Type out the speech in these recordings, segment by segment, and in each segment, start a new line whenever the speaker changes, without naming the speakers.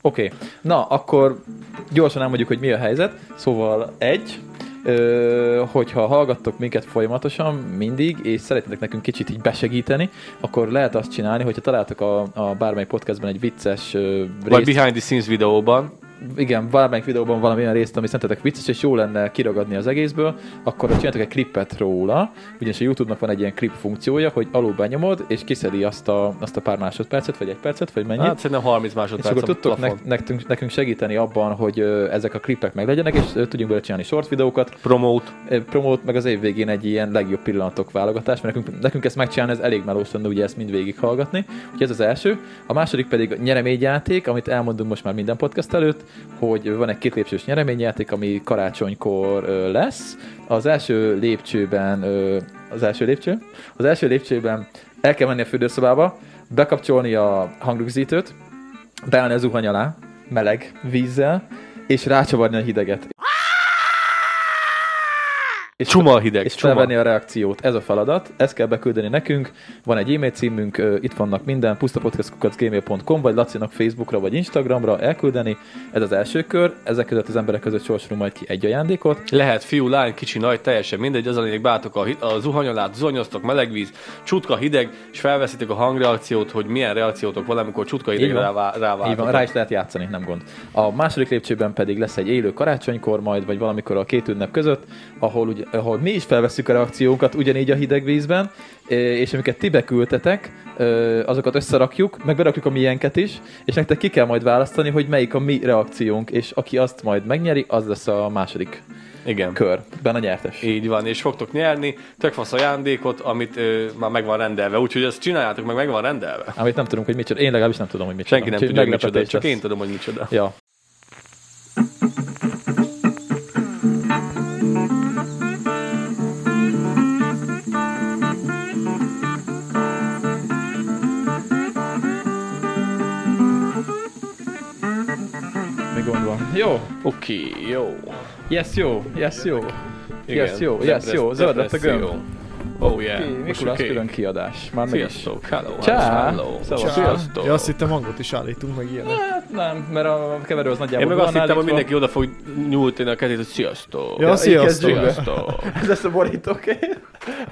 Oké, okay. na akkor gyorsan elmondjuk, hogy mi a helyzet. Szóval egy, ö, hogyha hallgattok minket folyamatosan, mindig, és szeretnétek nekünk kicsit így besegíteni, akkor lehet azt csinálni, hogyha találtok a, a bármely podcastben egy vicces ö,
Vagy
részt,
behind the scenes videóban.
igen, valamelyik videóban valamilyen részt, ami szerintetek vicces, és jó lenne kiragadni az egészből, akkor csináltok egy klippet róla, ugyanis a YouTube-nak van egy ilyen klip funkciója, hogy alul benyomod, és kiszedi azt a, azt a pár másodpercet, vagy egy percet, vagy mennyit.
Hát szerintem 30
És
másodperc
akkor
a
tudtok
plafon.
nek- nektünk, nekünk segíteni abban, hogy ö, ezek a klipek meglegyenek, és ö, tudjunk belőle csinálni short videókat,
Promote.
ö, promót, meg az év végén egy ilyen legjobb pillanatok válogatás, mert nekünk, nekünk ezt megcsinálni, ez elég melós lenne ugye ezt mind végig hallgatni. Úgyhogy ez az első. A második pedig a nyereményjáték, amit elmondunk most már minden podcast előtt, hogy van egy két lépcsős nyereményjáték, ami karácsonykor ö, lesz. Az első lépcsőben, ö, az első lépcső? Az első lépcsőben el kell menni a fürdőszobába, bekapcsolni a hangrögzítőt, beállni a zuhany alá, meleg vízzel, és rácsavarni a hideget. És
Csuma a hideg,
és
csuma.
felvenni a reakciót. Ez a feladat, ezt kell beküldeni nekünk. Van egy e-mail címünk, ö, itt vannak minden, pusztapodcast.gmail.com, vagy Lacinak Facebookra, vagy Instagramra elküldeni. Ez az első kör, ezek között az emberek között sorsolunk majd ki egy ajándékot.
Lehet fiú, lány, kicsi, nagy, teljesen mindegy, az a lényeg, bátok a, hi- a zuhanyalát, zuhanyoztok, meleg víz, csutka, hideg, és felveszitek a hangreakciót, hogy milyen reakciótok van, amikor csutka
Így
hidegre
van.
rává,
Így van,
ráváltatok.
rá is lehet játszani, nem gond. A második lépcsőben pedig lesz egy élő karácsonykor majd, vagy valamikor a két ünnep között, ahol, ugye, ahol mi is felveszünk a reakciónkat ugyanígy a hideg vízben, ö, és amiket ti beküldtetek, ö, azokat összerakjuk, meg berakjuk a miénket is, és nektek ki kell majd választani, hogy melyik a mi reakciónk, és aki azt majd megnyeri, az lesz a második
Igen.
körben a nyertes.
Így van, és fogtok nyerni tök fasz ajándékot, amit ö, már meg van rendelve, úgyhogy ezt csináljátok, meg meg van rendelve.
Amit nem tudunk, hogy micsoda. Én legalábbis nem tudom, hogy micsoda.
Senki nem
Úgyhogy
tudja, hogy micsoda,
meglepetés
csak
lesz.
én tudom, hogy micsoda.
Ja. Mi gond van? Jó,
Oké, okay, jó.
yes, jó, yes, jó.
Igen,
Yes, jó, yes,
depresszió,
jó, zöld lett a gömb.
depresszió. Oh yeah,
Ki,
most
Mikulás
oké.
külön kiadás, már meg is.
Sziasztok, hello,
Csá.
hello,
Sziasztok.
sziasztok.
Ja, azt hittem hangot is állítunk meg ilyenek.
Hát nem, mert a keverő az
Én
nagyjából
meg
van
azt hittem, hogy
állítva.
mindenki oda fog nyújtani a kezét, hogy sziasztok.
Ja,
így
sziasztok.
kezdjük be.
Sziasztok.
Ez lesz a borító, oké?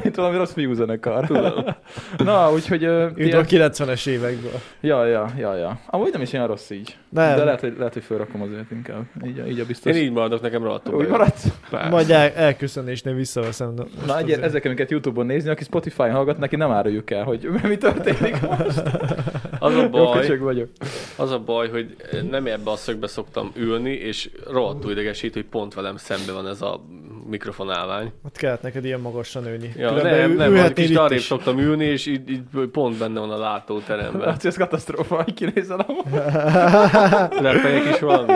Itt valami rossz fiú zenekar. Na, úgyhogy... ö, ti
Üdv a
ezt-
90-es évekből.
Ja, ja, ja, ja. Amúgy nem is olyan rossz így.
Nem.
De lehet, hogy, lehet, hogy felrakom azért inkább. Így, így a biztos.
Én így maradok, nekem rohadtul
Úgy
bejön.
maradsz?
Persze.
Majd el, elköszönésnél visszaveszem. Na, most
Na, egy,
azért.
ezek, amiket Youtube-on nézni, aki Spotify-on hallgat, neki nem áruljuk el, hogy mi történik most.
Az a
Jó
baj,
köcsög vagyok.
az a baj, hogy nem ebbe a szögbe szoktam ülni, és rohadtul idegesít, hogy pont velem szembe van ez a mikrofonálvány.
Ott kellett neked ilyen magasra nőni.
Ja,
Különben
nem,
ül-
nem, nem,
ülhetnél
kis
itt
arrébb
is.
szoktam ülni, és így, így, pont benne van a látóteremben.
Laci, ez katasztrófa, hogy kinézel amúgy.
Repeljek is valami.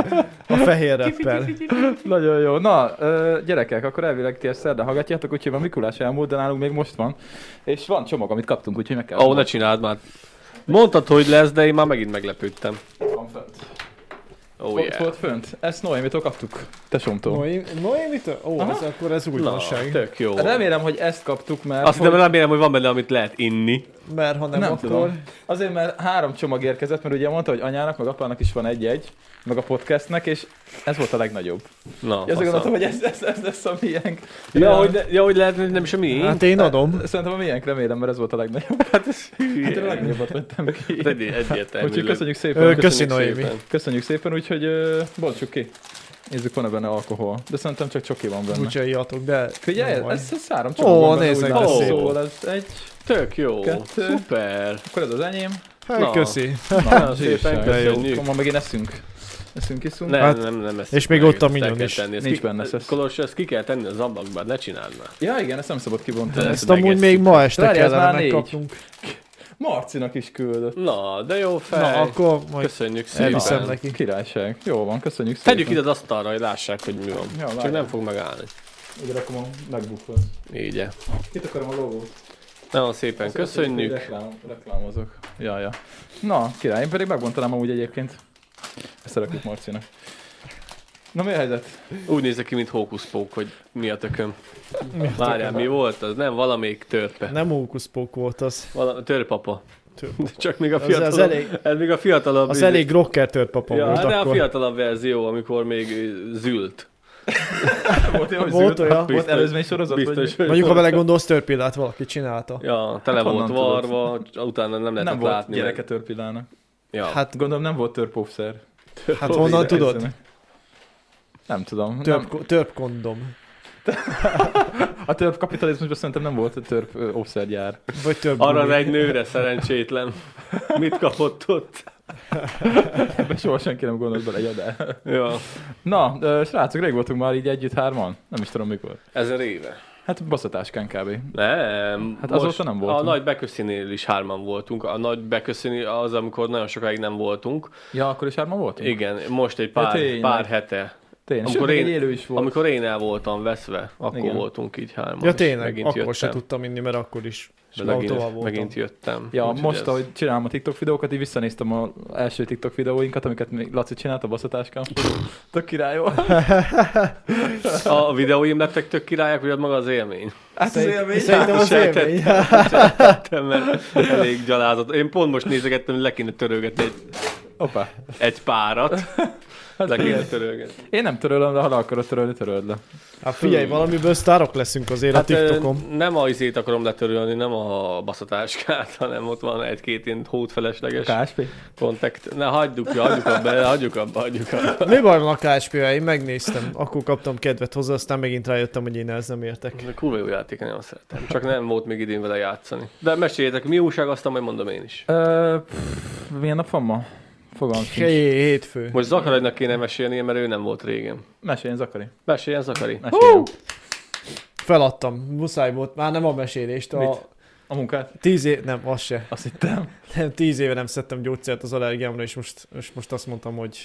A fehér rappel.
Nagyon jó. Na, ö, gyerekek, akkor elvileg ti ezt szerdán hallgatjátok, úgyhogy a Mikulás elmúlt, de nálunk még most van. És van csomag, amit kaptunk, úgyhogy meg kell.
Ó, ne csináld már. Mondtad, hogy lesz, de én már megint meglepődtem.
Van fönt.
Ó, oh,
Volt,
yeah.
volt fönt. Ezt Noémitól kaptuk. Tesómtól.
Noémi- Noémitől? Ó, ez akkor ez
Na,
újdonság.
tök jó.
Remélem, hogy ezt kaptuk, mert...
Azt nem remélem, hogy van benne, amit lehet inni.
Mert ha nem,
nem
akkor...
tudom. Azért, mert három csomag érkezett, mert ugye mondta, hogy anyának, meg apának is van egy-egy, meg a podcastnek, és ez volt a legnagyobb.
Na,
Én azt gondoltam,
faszom.
hogy ez, ez, ez lesz a miénk.
Ja, hogy, ne, ja, hogy lehet, hogy nem is a miénk.
Hát én adom.
Szerintem a miénk, remélem, mert ez volt a legnagyobb. Hát a
Hülye.
legnagyobbat vettem ki.
Hát Egy- Egyértelmű.
Úgyhogy köszönjük szépen.
Ö,
köszönjük.
köszi, Noémi.
szépen.
köszönjük szépen, úgyhogy ö, bontsuk ki. Nézzük, van-e benne alkohol. De szerintem csak csoki van benne.
Bucsaiatok, de... nem
Figyelj,
baj.
ez, ez három csomag van benne,
nézzek,
úgy látom.
de szép.
Szóval ez egy,
Tök jó.
Kettő.
Szuper.
akkor ez az enyém.
Hát,
Na.
köszi.
Na,
szépen
zsírság.
köszönjük.
Akkor ma megint eszünk. Eszünk, iszunk.
Nem,
Hát,
nem, nem, ezt
és még
meg,
ott a
ezt el
minyon
kell
is.
tenni, ezt
Nincs
ki-
benne szesz.
Kolos, ezt ki kell tenni az ablakba, ne csináld már.
Ja, igen, ezt nem szabad kibontani.
De-
Ezt amúgy
megesztjük.
még ma este
Várjál, ez
kellene
már négy.
megkapnunk.
Marcinak is küldött.
Na, de jó fej.
Na, akkor majd
Köszönjük szépen.
elviszem neki.
Királyság. Jó van, köszönjük szépen.
Tegyük ide az asztalra, hogy lássák, hogy mi van.
Ja,
Csak
várjál.
nem fog megállni.
Ide rakom a megbukot.
Így -e.
Itt akarom a logót.
Nagyon szépen köszönjük.
Reklám, reklámozok. Ja, ja. Na, király, én pedig megbontanám amúgy egyébként. Ezt rakjuk Marcinak. Na mi a helyzet?
Úgy nézek ki, mint hókuszpók, hogy mi a tököm. Várjál, mi volt az? Nem, valamelyik törpe.
Nem ókuszpók volt az.
Valami, törpapa. Csak még a
Az- az
fiatalabb.
elég-
ez még a fiatalabb.
Az
izé-
elég rocker tört papom
Ja,
volt
hát de a
akkor.
fiatalabb verzió, amikor még ö, zült.
Volt olyan, hogy
Volt
zöld-
olyan,
volt előzmény sorozat,
biztos,
hogy
hogy...
Mondjuk, ha belegondolsz, törpillát valaki csinálta.
Ja, tele
Hát
volt
honnan tudod?
varva, utána nem lehetett
nem
nem
volt
látni.
gyereke törpillának.
Ja. Hát,
Hát,
Gondolom nem volt törpófszer.
hát honnan tudod?
Nem tudom. Nem,
Törp, törp kondom.
a törp kapitalizmusban szerintem nem volt törp ö, ószergyár.
Vagy törp
arra
gumi.
egy nőre szerencsétlen. Mit kapott ott?
Ebben soha senki nem gondolt bele, ja, de.
Ja.
Na, ö, srácok, rég voltunk már így együtt hárman. Nem is tudom mikor.
Ezer éve.
Hát baszatáskán kb.
Nem.
Hát azóta nem voltunk.
A nagy beköszönél is hárman voltunk. A nagy beköszöni az, amikor nagyon sokáig nem voltunk.
Ja, akkor is hárman voltunk?
Igen, most egy
Hm. Ja,
pár,
tényleg.
pár hete.
Tényleg. Sőt,
Amikor
még
én-
egy élő is volt.
Amikor én el voltam veszve, akkor
Igen.
voltunk így hárman.
Ja
és
tényleg,
megint
akkor
jöttem.
se tudtam inni, mert akkor is
És megint,
autóval voltam.
megint jöttem.
Ja,
Úgyhogy
most,
ez-
ahogy csinálom a TikTok videókat, így visszanéztem az első TikTok videóinkat, amiket még Laci csinált a baszatáskán. Tök király volt. Hát
A videóim lettek tök királyok, vagy maga az élmény?
Hát az élmény.
Szerintem az
Sejtettem.
élmény.
Sejtettem, mert elég gyalázat. Én pont most nézegettem, hogy le kéne törölgetni egy,
Opa.
egy párat. Le kéne törölgetni.
Hát Én nem törölöm, de ha le akarod törölni, töröld le.
Hát figyelj, valamiből sztárok leszünk azért hát, a
ö,
TikTokon.
nem a izét akarom letörölni, nem a baszatáskát, hanem ott van egy-két ilyen hódfelesleges
KSP.
kontakt. Ne, hagyjuk, hagyjuk abba, hagyjuk abba, hagyjuk abba.
Mi baj van a ksp -vel? Én megnéztem, akkor kaptam kedvet hozzá, aztán megint rájöttem, hogy én ez nem értek.
Ez Kurva jó játék, én nagyon szeretem. Csak nem volt még idén vele játszani. De meséljétek, mi újság, aztán majd mondom én is.
Ö, pff, milyen nap van ma? Fogalmam sincs.
Hé, hétfő.
Most Zakarajnak kéne mesélni, mert ő nem volt régen.
Meséljen, Zakari.
Meséljen, Zakari.
Meséljen.
Feladtam, muszáj volt, már nem a mesélést,
Mit?
a
A munkát?
tíz év, nem, az se.
Azt hittem.
Nem, tíz éve nem szedtem gyógyszert az allergiámra, és most, és most azt mondtam, hogy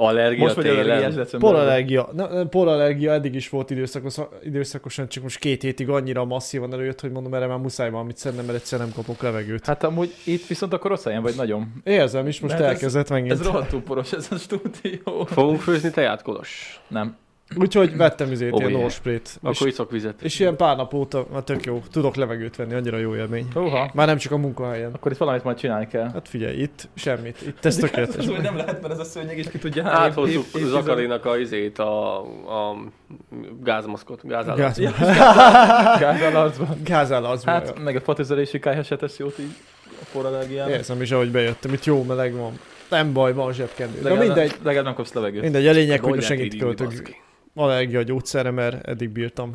Allergia
Most vagy allergiás
télen.
decemberben.
polallergia. Nem, nem, polallergia eddig is volt időszakos, időszakosan, csak most két hétig annyira masszívan előjött, hogy mondom, erre már muszáj valamit szednem, mert egyszer nem kapok levegőt.
Hát amúgy itt viszont akkor rossz helyen vagy nagyon.
Érzem is, most
Mert ez-
elkezdett megint.
Ez rohadtul poros ez a stúdió.
Fogunk főzni teját, Kolos?
Nem.
Úgyhogy vettem izét,
Ó,
ilyen
jé.
orrsprét. És,
Akkor iszok vizet.
és ilyen pár nap óta, már tök jó, tudok levegőt venni, annyira jó élmény.
Húha.
Már nem csak a munkahelyen.
Akkor itt valamit majd csinálni kell.
Hát figyelj, itt semmit, itt ez tökéletes. Hát,
Ez úgy nem lehet, mert ez a szőnyeg is ki tudja. hány év-
Áthozzuk
év- évtized-
Zakarinak a izét, a, a gázmaszkot, gázállat.
Gáz,
Ja, Gázalacban.
gázállatban.
Hát, meg a fatözelési kályha se tesz jót így a forrallergiának.
Érzem is, ahogy bejöttem, itt jó meleg van. Nem baj, van zsebkendő. De
Legalább,
mindegy,
legalább nem kapsz levegőt.
mindegy, a lényeg, hogy
Hogy
most
lehet
segít
így írni,
költök
baszki?
allergia gyógyszerre, mert eddig bírtam.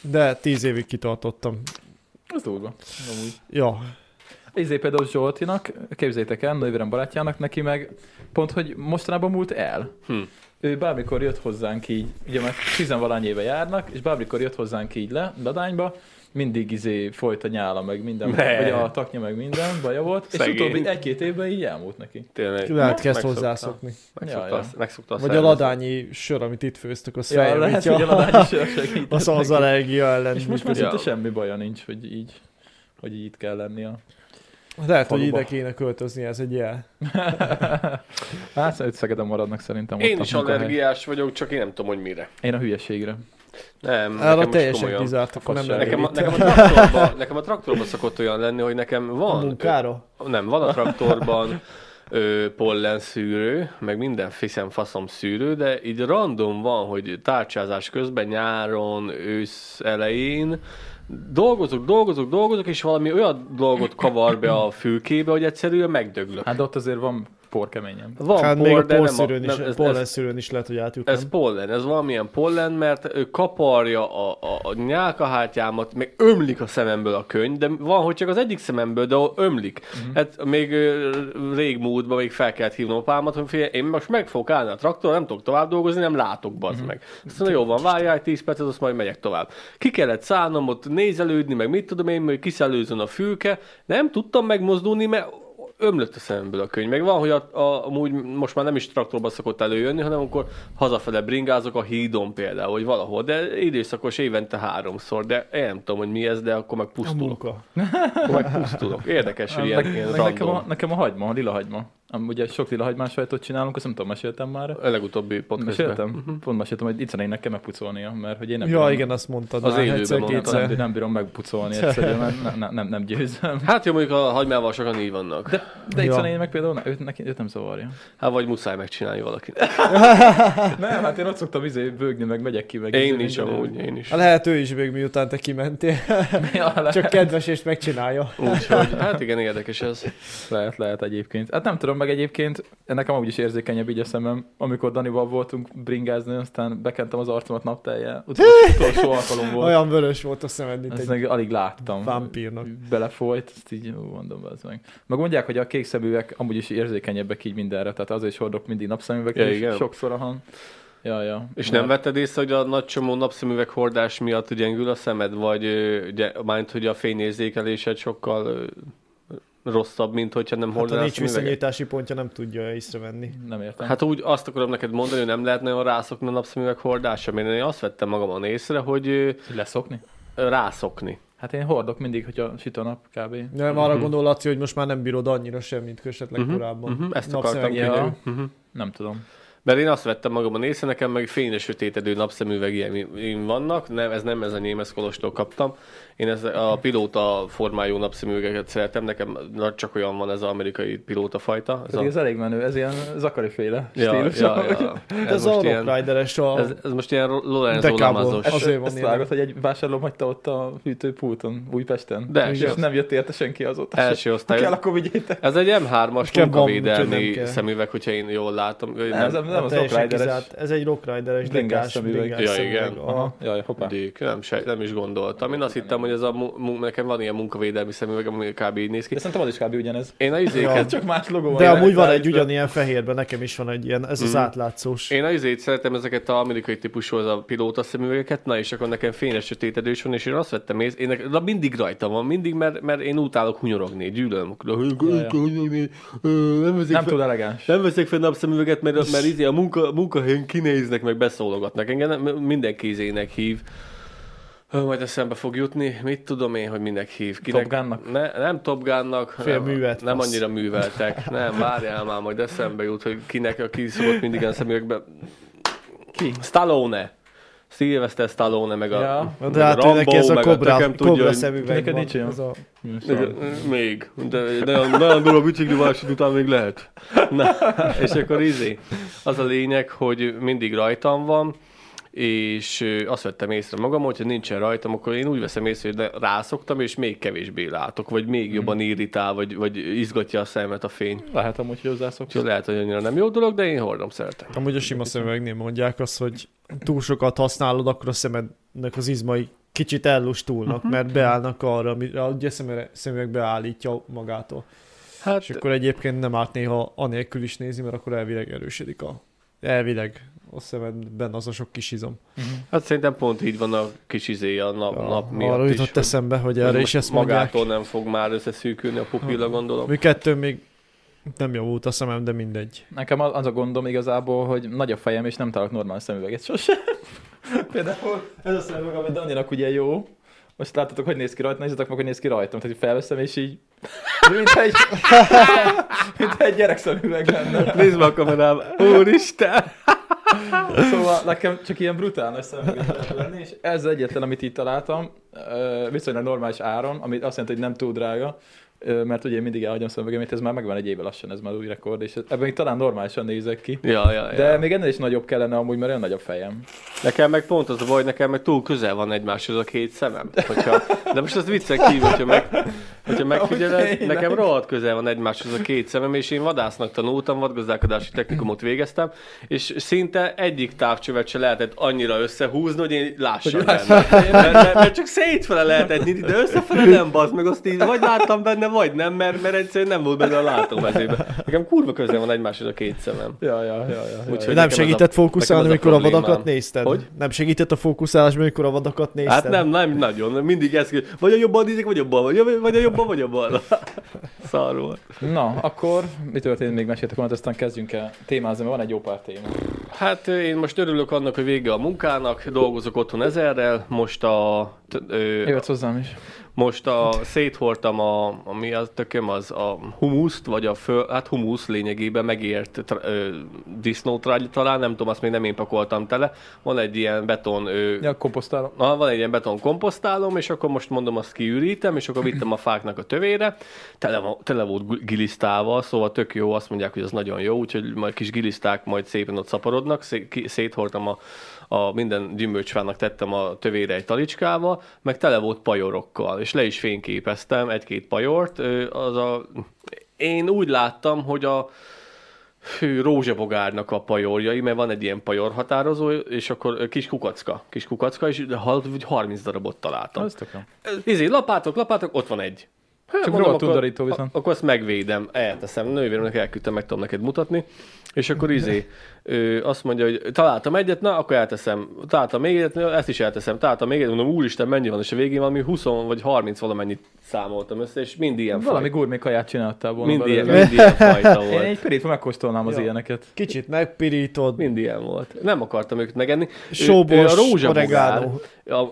De tíz évig kitartottam.
Ez durva. Amúgy.
Ja,
Izé például Zsoltinak, képzétek el, nővérem barátjának, neki meg pont, hogy mostanában múlt el.
Hm.
Ő bármikor jött hozzánk így, ugye már tizenvalány éve járnak, és bármikor jött hozzánk így le, Dadányba, mindig izé folyt a nyála, meg minden,
Ne.
vagy a taknya, meg minden, baja volt,
Szegény.
és utóbbi egy-két évben így elmúlt neki.
Tényleg.
lehet kezd
Megszokta.
hozzászokni.
Megszokta,
Ja, ja.
azt- megszokta
Vagy a
szervezet.
ladányi sör, amit itt főztök, az
Ja, lehet, hogy a
feljavítja.
Ladány is segített
Az az
neki.
allergia ellen.
És most már
Ja.
szinte semmi baja nincs, hogy így, hogy így itt kell lenni a...
Lehet, hogy
faluba.
ide kéne költözni, ez egy jel.
Hát szóval itt Szegeden maradnak szerintem. ott
Én
a
is
munkahely.
allergiás vagyok, csak én nem tudom, hogy mire.
Én a hülyeségre.
Nem,
Arra
most
teljesen
komolyan.
kizárt, akkor nem
fasság.
lehet.
Nekem a,
itt.
nekem, a traktorban, nekem a traktorban szokott olyan lenni, hogy nekem
a
van...
munkára?
ö, Nem, van a traktorban ö, pollen szűrő, meg minden fiszem faszom szűrő, de így random van, hogy tárcsázás közben, nyáron, ősz elején dolgozok, dolgozok, dolgozok, és valami olyan dolgot kavar be a fülkébe, hogy egyszerűen megdöglök.
Hát de ott azért van por keményen.
Van
Hát
por,
még a
de nem
porszűrőn
nem,
is,
ez- ez-
pollenszűrőn is lehet, hogy átjutom.
ez pollen, ez valamilyen pollen, mert ő kaparja a, a, a nyálkahártyámat, meg ömlik a szememből a könyv, de van, hogy csak az egyik szememből, de ömlik.
Mhm.
Hát még ö, rég múltban még fel kellett hívnom apámat, hogy figyelj, én most meg fogok állni a traktor, nem tudok tovább dolgozni, nem látok, bazd
Mhm.
meg. Azt mondja, jó van, várjál egy 10 percet, azt majd megyek tovább. Ki kellett szállnom ott nézelődni, meg mit tudom én, hogy kiszelőzön a fülke, nem tudtam megmozdulni, mert ömlött a szememből a könyv. Meg van, hogy a, a, amúgy most már nem is traktorban szokott előjönni, hanem amikor hazafele bringázok a hídon például, vagy valahol, de időszakos évente háromszor, de én nem tudom, hogy mi ez, de akkor meg
A
pusztulok.
munka.
Akkor meg pusztulok. Érdekes, hogy ilyen,
Meg-
ilyen
meg nekem, a,
random.
nekem a hagyma, a lila hagyma. am- ugye sok lila hagymás sajtot csinálunk, azt nem tudom, meséltem már.
A legutóbbi podcastben.
Meséltem?
Mhm.
Pont meséltem, hogy itt nekem kell megpucolnia, mert hogy én nem
Ja, igen, azt mondtad
Az
már
élőben
egyszer,
mondtad,
nem,
kétszer.
nem, bírom megpucolni egyszerűen, mert nem, nem, nem győzöm.
Hát jó, mondjuk a hagymával sokan így vannak.
De, de
Ja.
ja. itt meg például, ne- őt, neki, őt nem zavarja.
Hát vagy muszáj megcsinálni valakinek.
Nem, hát én ott szoktam izé bőgni, meg megyek ki, meg izé
Én is amúgy, én is.
Ha Hát Lehet ő is még miután te kimentél. Csak kedves és megcsinálja.
Úgyhogy, hát igen, érdekes ez.
Lehet, lehet egyébként. Hát nem tudom, meg egyébként nekem amúgy is érzékenyebb így a szemem. Amikor Danival voltunk bringázni, aztán bekentem az arcomat napteljel. Utolsó, utolsó alkalom volt.
Olyan vörös volt a szemed, mint
Ezt
egy
meg alig láttam.
Hm.
vámpírnak.
Belefolyt, ezt így ú, mondom, az meg. Meg mondják, hogy a kék szeműek amúgy is érzékenyebbek így mindenre, tehát azért is hordok mindig napszemüveket,
Ja,
ja,
igen.
és sokszor a hang. Ja, ja. Hát,
És nem vetted észre, hogy a nagy csomó napszemüveg hordás miatt gyengül a szemed, vagy ö, ugye, mind, hogy a fényérzékelésed sokkal ö, rosszabb, mint hogyha nem
Hát a
hordanál
nincs
szemüveget?
viszonyítási pontja nem tudja észrevenni.
Nem értem. Hát,
Hát úgy azt akarom neked mondani, hogy nem lehetne olyan rászokni a napszemüveg hordásra, mert én azt vettem magamon észre, hogy ö,
leszokni?
rászokni.
Hát én hordok mindig, hogy a süt a nap kb.
Nem, arra gondol Laci, hogy most már nem bírod annyira sem, mint esetleg
Mhm,
korábban.
mhm, ezt
Napszemeg
akartam
kiderül.
kiderül.
Uh-huh.
Nem tudom.
Mert én azt vettem magamon észre, nekem meg fényre sötétedő napszemüvegeim vannak, nem, ez nem ez a Németh Kolostól kaptam. Én ez a pilóta formájú napszemüvegeket szeretem, nekem na, csak olyan van ez az amerikai pilóta fajta. Ez
Pedig
a...
ez elég menő, ez ilyen zakari féle
Ja,
stílus.
ja,
amúgy.
ja.
Hát
Ez,
ez a
most
Rock
ilyen,
Rider-es a...
ez, ez most ilyen Lorenzo
Dekából.
Lamazos.
Ezt,
Azért van
ezt
ilyen.
vágod, hogy egy vásárló hagyta ott a hűtőpulton Újpesten.
De,
és
sőt.
nem jött érte senki azóta. se.
Első
Ha kell,
osztály.
akkor vigyétek.
Ez egy M3-as
Nekem van, úgyhogy nem
munkavédelmi
kell.
szemüveg, hogyha én jól látom. Ö,
Nem, ez
Nem,
nem,
hát
az
teljesen
rockrideres.
kizárt. Ez egy Rock Rider-es
Bringás
bringás
szemüveg.
bringás
Ja,
szemüveg.
igen.
Aha,
Aha.
jaj, hoppá.
Dik, nem, sej, nem is gondoltam. Én azt hittem, hogy ez a, mu- mu- nekem van ilyen munkavédelmi szemüveg, ami kb. így néz ki.
De szerintem az is kb. ugyanez.
Én a
Ez
izéket,
csak más logó
De
van.
amúgy van egy
de-
ugyanilyen fehérben, nekem is van egy ilyen, ez az átlátszós.
Mhm. Én azért szeretem ezeket a amerikai típusú, az a pilóta szemüvegeket, na és akkor nekem fényes sötétedős van, és én azt vettem észre, én nekem, na mindig rajta van, mindig, mert, mert én utálok hunyorogni, gyűlöm. Nem veszik
Nem
fel-
túl elegáns.
nem veszek fel napszemüveget, mert, mert izé a munka, munkahelyen kinéznek, meg beszólogatnak. Engem nem- mindenki izének hív. Ö, Majd eszembe fog jutni. Mit tudom én, hogy minek hív?
Top Gunnak?
Ne, nem Top Gunnak.
Fél
nem,
művelt
nem
fasz.
annyira műveltek. Nem, várjál már, majd eszembe jut, hogy kinek, aki szokott mindig a szemüvegbe. Ki? Stallone. Sylvester Stallone, meg a,
Ja.
meg
De hát ő neki ez a
meg
kobra,
tököm tudja,
kobra
hogy-
szemüveg
Neked
van.
nincs olyan?
Ez a...
még. De nagyon, nagyon durva bicikli válság után még lehet. Na, és akkor izé. Az a lényeg, hogy mindig rajtam van, és ö, azt vettem észre magam, hogyha nincsen rajtam, akkor én úgy veszem észre, hogy le- rászoktam, és még kevésbé látok, vagy
Mhm.
még jobban irritál, vagy, vagy izgatja a szemet a fény.
Lehet amúgy, hogy hozzászok.
Úgyhogy lehet, hogy annyira nem jó dolog, de én hordom szeretem.
Amúgy a sima szemüvegnél mondják azt, hogy túl sokat használod, akkor a szemednek az izmai kicsit ellustulnak, mert beállnak arra, amire ugye a szemüveg- szemüveg beállítja magától.
Hát,
És akkor egyébként nem árt néha anélkül is nézni, mert akkor elvileg erősödik a... Elvileg a szemedben az a sok kis izom.
Mhm.
hát szerintem pont így van a kis izé a nap, nap miatt
Arra
is.
jutott
hogy-
eszembe, hogy
hogy
erre
most
is ezt mondják.
magától nem fog már összeszűkülni a pupilla, gondolom.
Mi kettő még nem javult a szemem, de mindegy.
Nekem az az a gondom igazából, hogy nagy a fejem, és nem találok normális szemüveget sose. Például ez a szemüveg, ami Daninak ugye jó. Most láttatok, hogy néz ki rajta, nézzetek meg, hogy néz ki rajtam. Tehát, hogy felveszem, és így... Mint egy, mint egy gyerek szemüveg lenne.
Nézd meg a kamerába. Úristen!
Szóval nekem csak ilyen brutál nagy szemüvegem kellett lenni, és ez egyetlen, amit itt találtam, ö, viszonylag normális áron, ami azt jelenti, hogy nem túl drága, ö, mert ugye én mindig elhagyom szemüvegemet, ez már megvan egy éve lassan, ez már új rekord, és ebben még talán normálisan nézek ki.
Ja, ja, ja.
De
De...
még ennél is nagyobb kellene amúgy, mert olyan nagy a fejem.
Nekem meg pont az a baj, nekem meg túl közel van egymáshoz a két szemem. Hogyha... De most az viccen kívül, hogyha, meg, hogyha megfigyeled,
Amúgy tényleg.
nekem rohadt közel van egymáshoz a két szemem, és én vadásznak tanultam, vadgazdálkodási technikumot végeztem, és szinte egyik távcsövet se lehetett annyira összehúzni, hogy én lássam
Hogy
benne. Mert, mert, mert, csak szétfele lehetett nyitni, de összefele nem bazd meg, azt így vagy láttam benne, vagy nem, mert, mert egyszerűen nem volt benne a látómezőben. Nekem kurva közel van egymáshoz a két szemem.
Ja, ja, ja, ja.
Úgyhogy-
Úgyhogy
nem
nekem ez a-
segített fókuszálni,
nekem ez a
amikor a
problémám.
vadakat nézted?
Hogy?
Nem segített a fókuszálás, amikor a vadakat nézted?
Hát nem, nem nagyon, mindig ez, vagy a jobban nézik, vagy a bal, vagy a, vagy a jobban, vagy a bal. Szar volt.
Na, akkor mi történt még meséltek volna, aztán kezdjünk el témázni, mert van egy jó pár téma.
Hát én most örülök annak, hogy vége a munkának, dolgozok otthon ezerrel, most a most ö,
Jött hozzám is.
most a, széthortam a, ami a tököm, az a humuszt, vagy a föl, hát humusz lényegében megért tra, ö, disznótrágy talán, nem tudom, azt még nem én pakoltam tele. Van egy ilyen beton ö,
Ja, komposztálom.
Na, van egy ilyen beton komposztálom, és akkor most mondom, azt kiürítem, és akkor vittem a fáknak a tövére, tele, va- tele volt gu- gilisztával, szóval tök jó, azt mondják, hogy ez nagyon jó, úgyhogy majd kis giliszták majd szépen ott szaporodnak, szé- ki- széthordtam a, a minden gyümölcsfának tettem a tövére egy talicskával, meg tele volt pajorokkal, és le is fényképeztem egy-két pajort, ö, az a... Én úgy láttam, hogy a, Hű, rózsabogárnak a pajorjai, mert van egy ilyen pajor határozó, és akkor ö, kis kukacka, kis kukacka, és de hal- vagy 30 darabot találtam.
Az tök jó.
Ö, Izé, lapátok, lapátok, ott van egy. Hát,
Csak
mondom,
rohadt
akkor-
undorító viszont.
a- Akkor azt megvédem, elteszem, nővéremnek elküldtem, meg tudom neked mutatni. És akkor izé, ö, azt mondja, hogy találtam egyet, na akkor elteszem. Találtam még egyet, na, ezt is elteszem. Találtam még egyet, mondom, úristen, mennyi van, és a végén valami 20 vagy 30 valamennyit számoltam össze, és mind ilyen
Valami
fajta.
gurmé kaját csináltál volna.
Mind ilyen,
belőle.
mind ilyen fajta volt.
Én egy pirítva megkóstolnám az
Ja.
ilyeneket.
Kicsit megpirítod,
Mind ilyen volt. Nem akartam őket megenni. Ő-
Sóbors,
ő a rózsabogár,
oregano.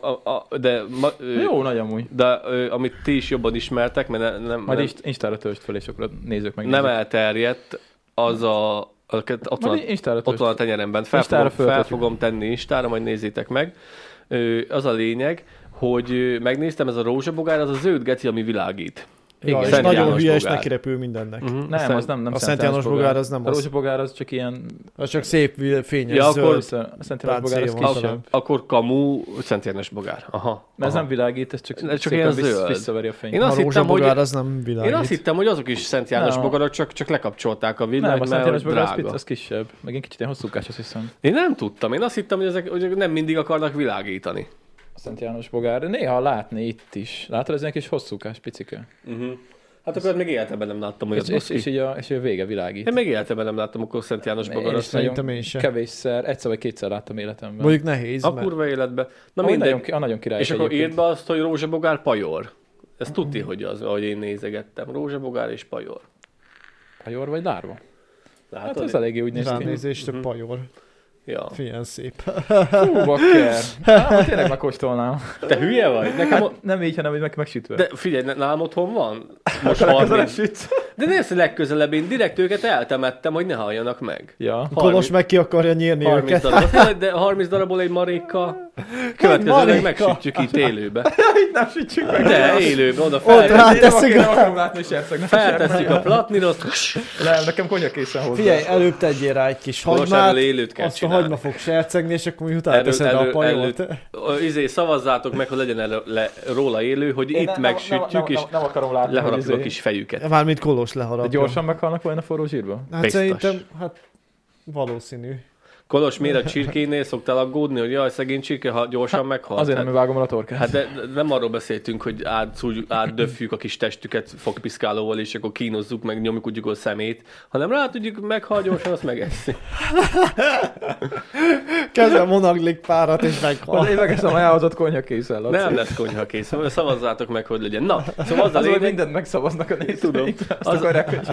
a, a, a, de, ma, ő,
Jó, nagy amúgy.
de ő, amit ti is jobban ismertek, mert ne, nem,
Majd
nem,
Inst- Instára töltsd fel, és akkor nézzük meg.
nem elterjedt, az a őket ott van,
Majd Instára
ott van a
töltsd.
tenyeremben. Fel
Instára
fogom, fel
föltetjük.
fogom tenni Instára, majd nézzétek meg. Ő, az a lényeg, hogy ő, megnéztem, ez a rózsabogár, az a zöld geci, ami világít.
ja, és
Szent
nagyon
János
hülye, és
bogár.
neki repül mindennek.
Mhm.
Nem,
Szent-
az nem, nem
a Szent János bogár az nem
A
az.
rózsabogár az csak ilyen...
Az csak szép, vi- fényes,
Ja,
ja,
akkor-
zöld.
Össze, a Szent János bogár az
Páncél van.
kisebb.
Akkor kamu, Szent János bogár. Aha.
Mert ez
aha.
nem világít, ez csak,
Ez csak
szépen
ilyen
vissz-
zöld.
visszaveri a fényt.
Én azt
a
hittem, hogy
rózsabogár az nem világít.
Én azt hittem, hogy azok is Szent János
Nem.
bogarak, csak, csak lekapcsolták a
nem,
villanyt,
a Szent
mert
János
hogy
bogár az, pic-
drága.
az kisebb. Meg egy kicsit ilyen hosszúkás, azt hiszem.
Én nem tudtam, én azt hittem, hogy ezek hogy nem mindig akarnak világítani.
A Szent János bogár. Néha látni itt is. Látod, ez ilyen kis hosszúkás, picike.
Uh-huh. Hát akkor még életemben nem láttam
És,
olyat.
és, és,
És,
így a, és így a vége
én
világít.
még életemben nem láttam akkor Szent János
Én
bogarat.
is
Szerintem
nagyon
én sem.
Kevésszer, egyszer vagy kétszer láttam életemben.
Mondjuk nehéz,
A
mert
kurva életben.
Na,
Na
nagyon,
mindegy.
ki- a nagyon király.
És akkor
egyébként.
írd be azt, hogy rózsabogár pajor. Ez tudti, hogy az, ahogy én nézegettem. Rózsabogár és pajor.
Pajor vagy lárva? Hát
Látod?
az eléggé úgy néz ki.
Mhm.
ránézésre pajor.
ja.
Ilyen szép.
Hú, bakker. Hát hát tényleg megkóstolnám.
Te hülye vagy? Nekem o-
Hát nem így, hanem hogy meg, megsütve.
De figyelj, ne- nálam otthon van. Most 30. De nézd, hogy legközelebb én direkt őket eltemettem, hogy ne halljanak meg.
Ja.
Kolos meg ki akarja nyírni
30
őket.
darabot, de 30 darabból egy maréka. Következőleg
maréka.
megsütjük itt élőbe.
Itt nem sütjük meg. Hát
De élőbe, oda
Ott
fel,
ráteszik
Nem
a...
akarom látni serceg. Ne
feltesszük a platnírot.
Nem, nekem konyak készen hozzá.
Figyelj, előbb tegyél rá egy kis
Kolos
hagymát,
ebből élőt kell
azt a
csinálni.
hagyma fog sercegni, és akkor mi utána
Erről-
teszed rá a
erről-
pajolt.
erről- Ö, Izé, szavazzátok meg, hogy legyen erre- le, róla élő, hogy itt megsütjük, és
Nem akarom látni. izé-
leharapjuk a kis fejüket.
Mármint Kolos
De
leharapja.
gyorsan meghalnak volna forró zsírba?
Hát
Biztos.
szerintem, hát valószínű.
Kolos, miért a csirkénél szoktál aggódni, hogy jaj, szegény csirke, ha gyorsan meghal?
Hát, Azért nem vágom el a torkát.
Hát de, de nem arról beszéltünk, hogy átszúgy, átdöfjük a kis testüket fogpiszkálóval, és akkor kínozzuk, meg nyomjuk úgy a szemét, hanem rá tudjuk meghal gyorsan, azt megeszi.
Kezdve monaglik párat, és
Az
meghal.
én megeszem ajánlott konyak készen. Laci.
Nem lesz konyha kész, Szóval szavazzátok meg, hogy legyen. Na, szóval az a
Az, hogy
lényeg,
mindent megszavaznak a nézőink.
Tudom.
Azt
Az-
akarják, hogy-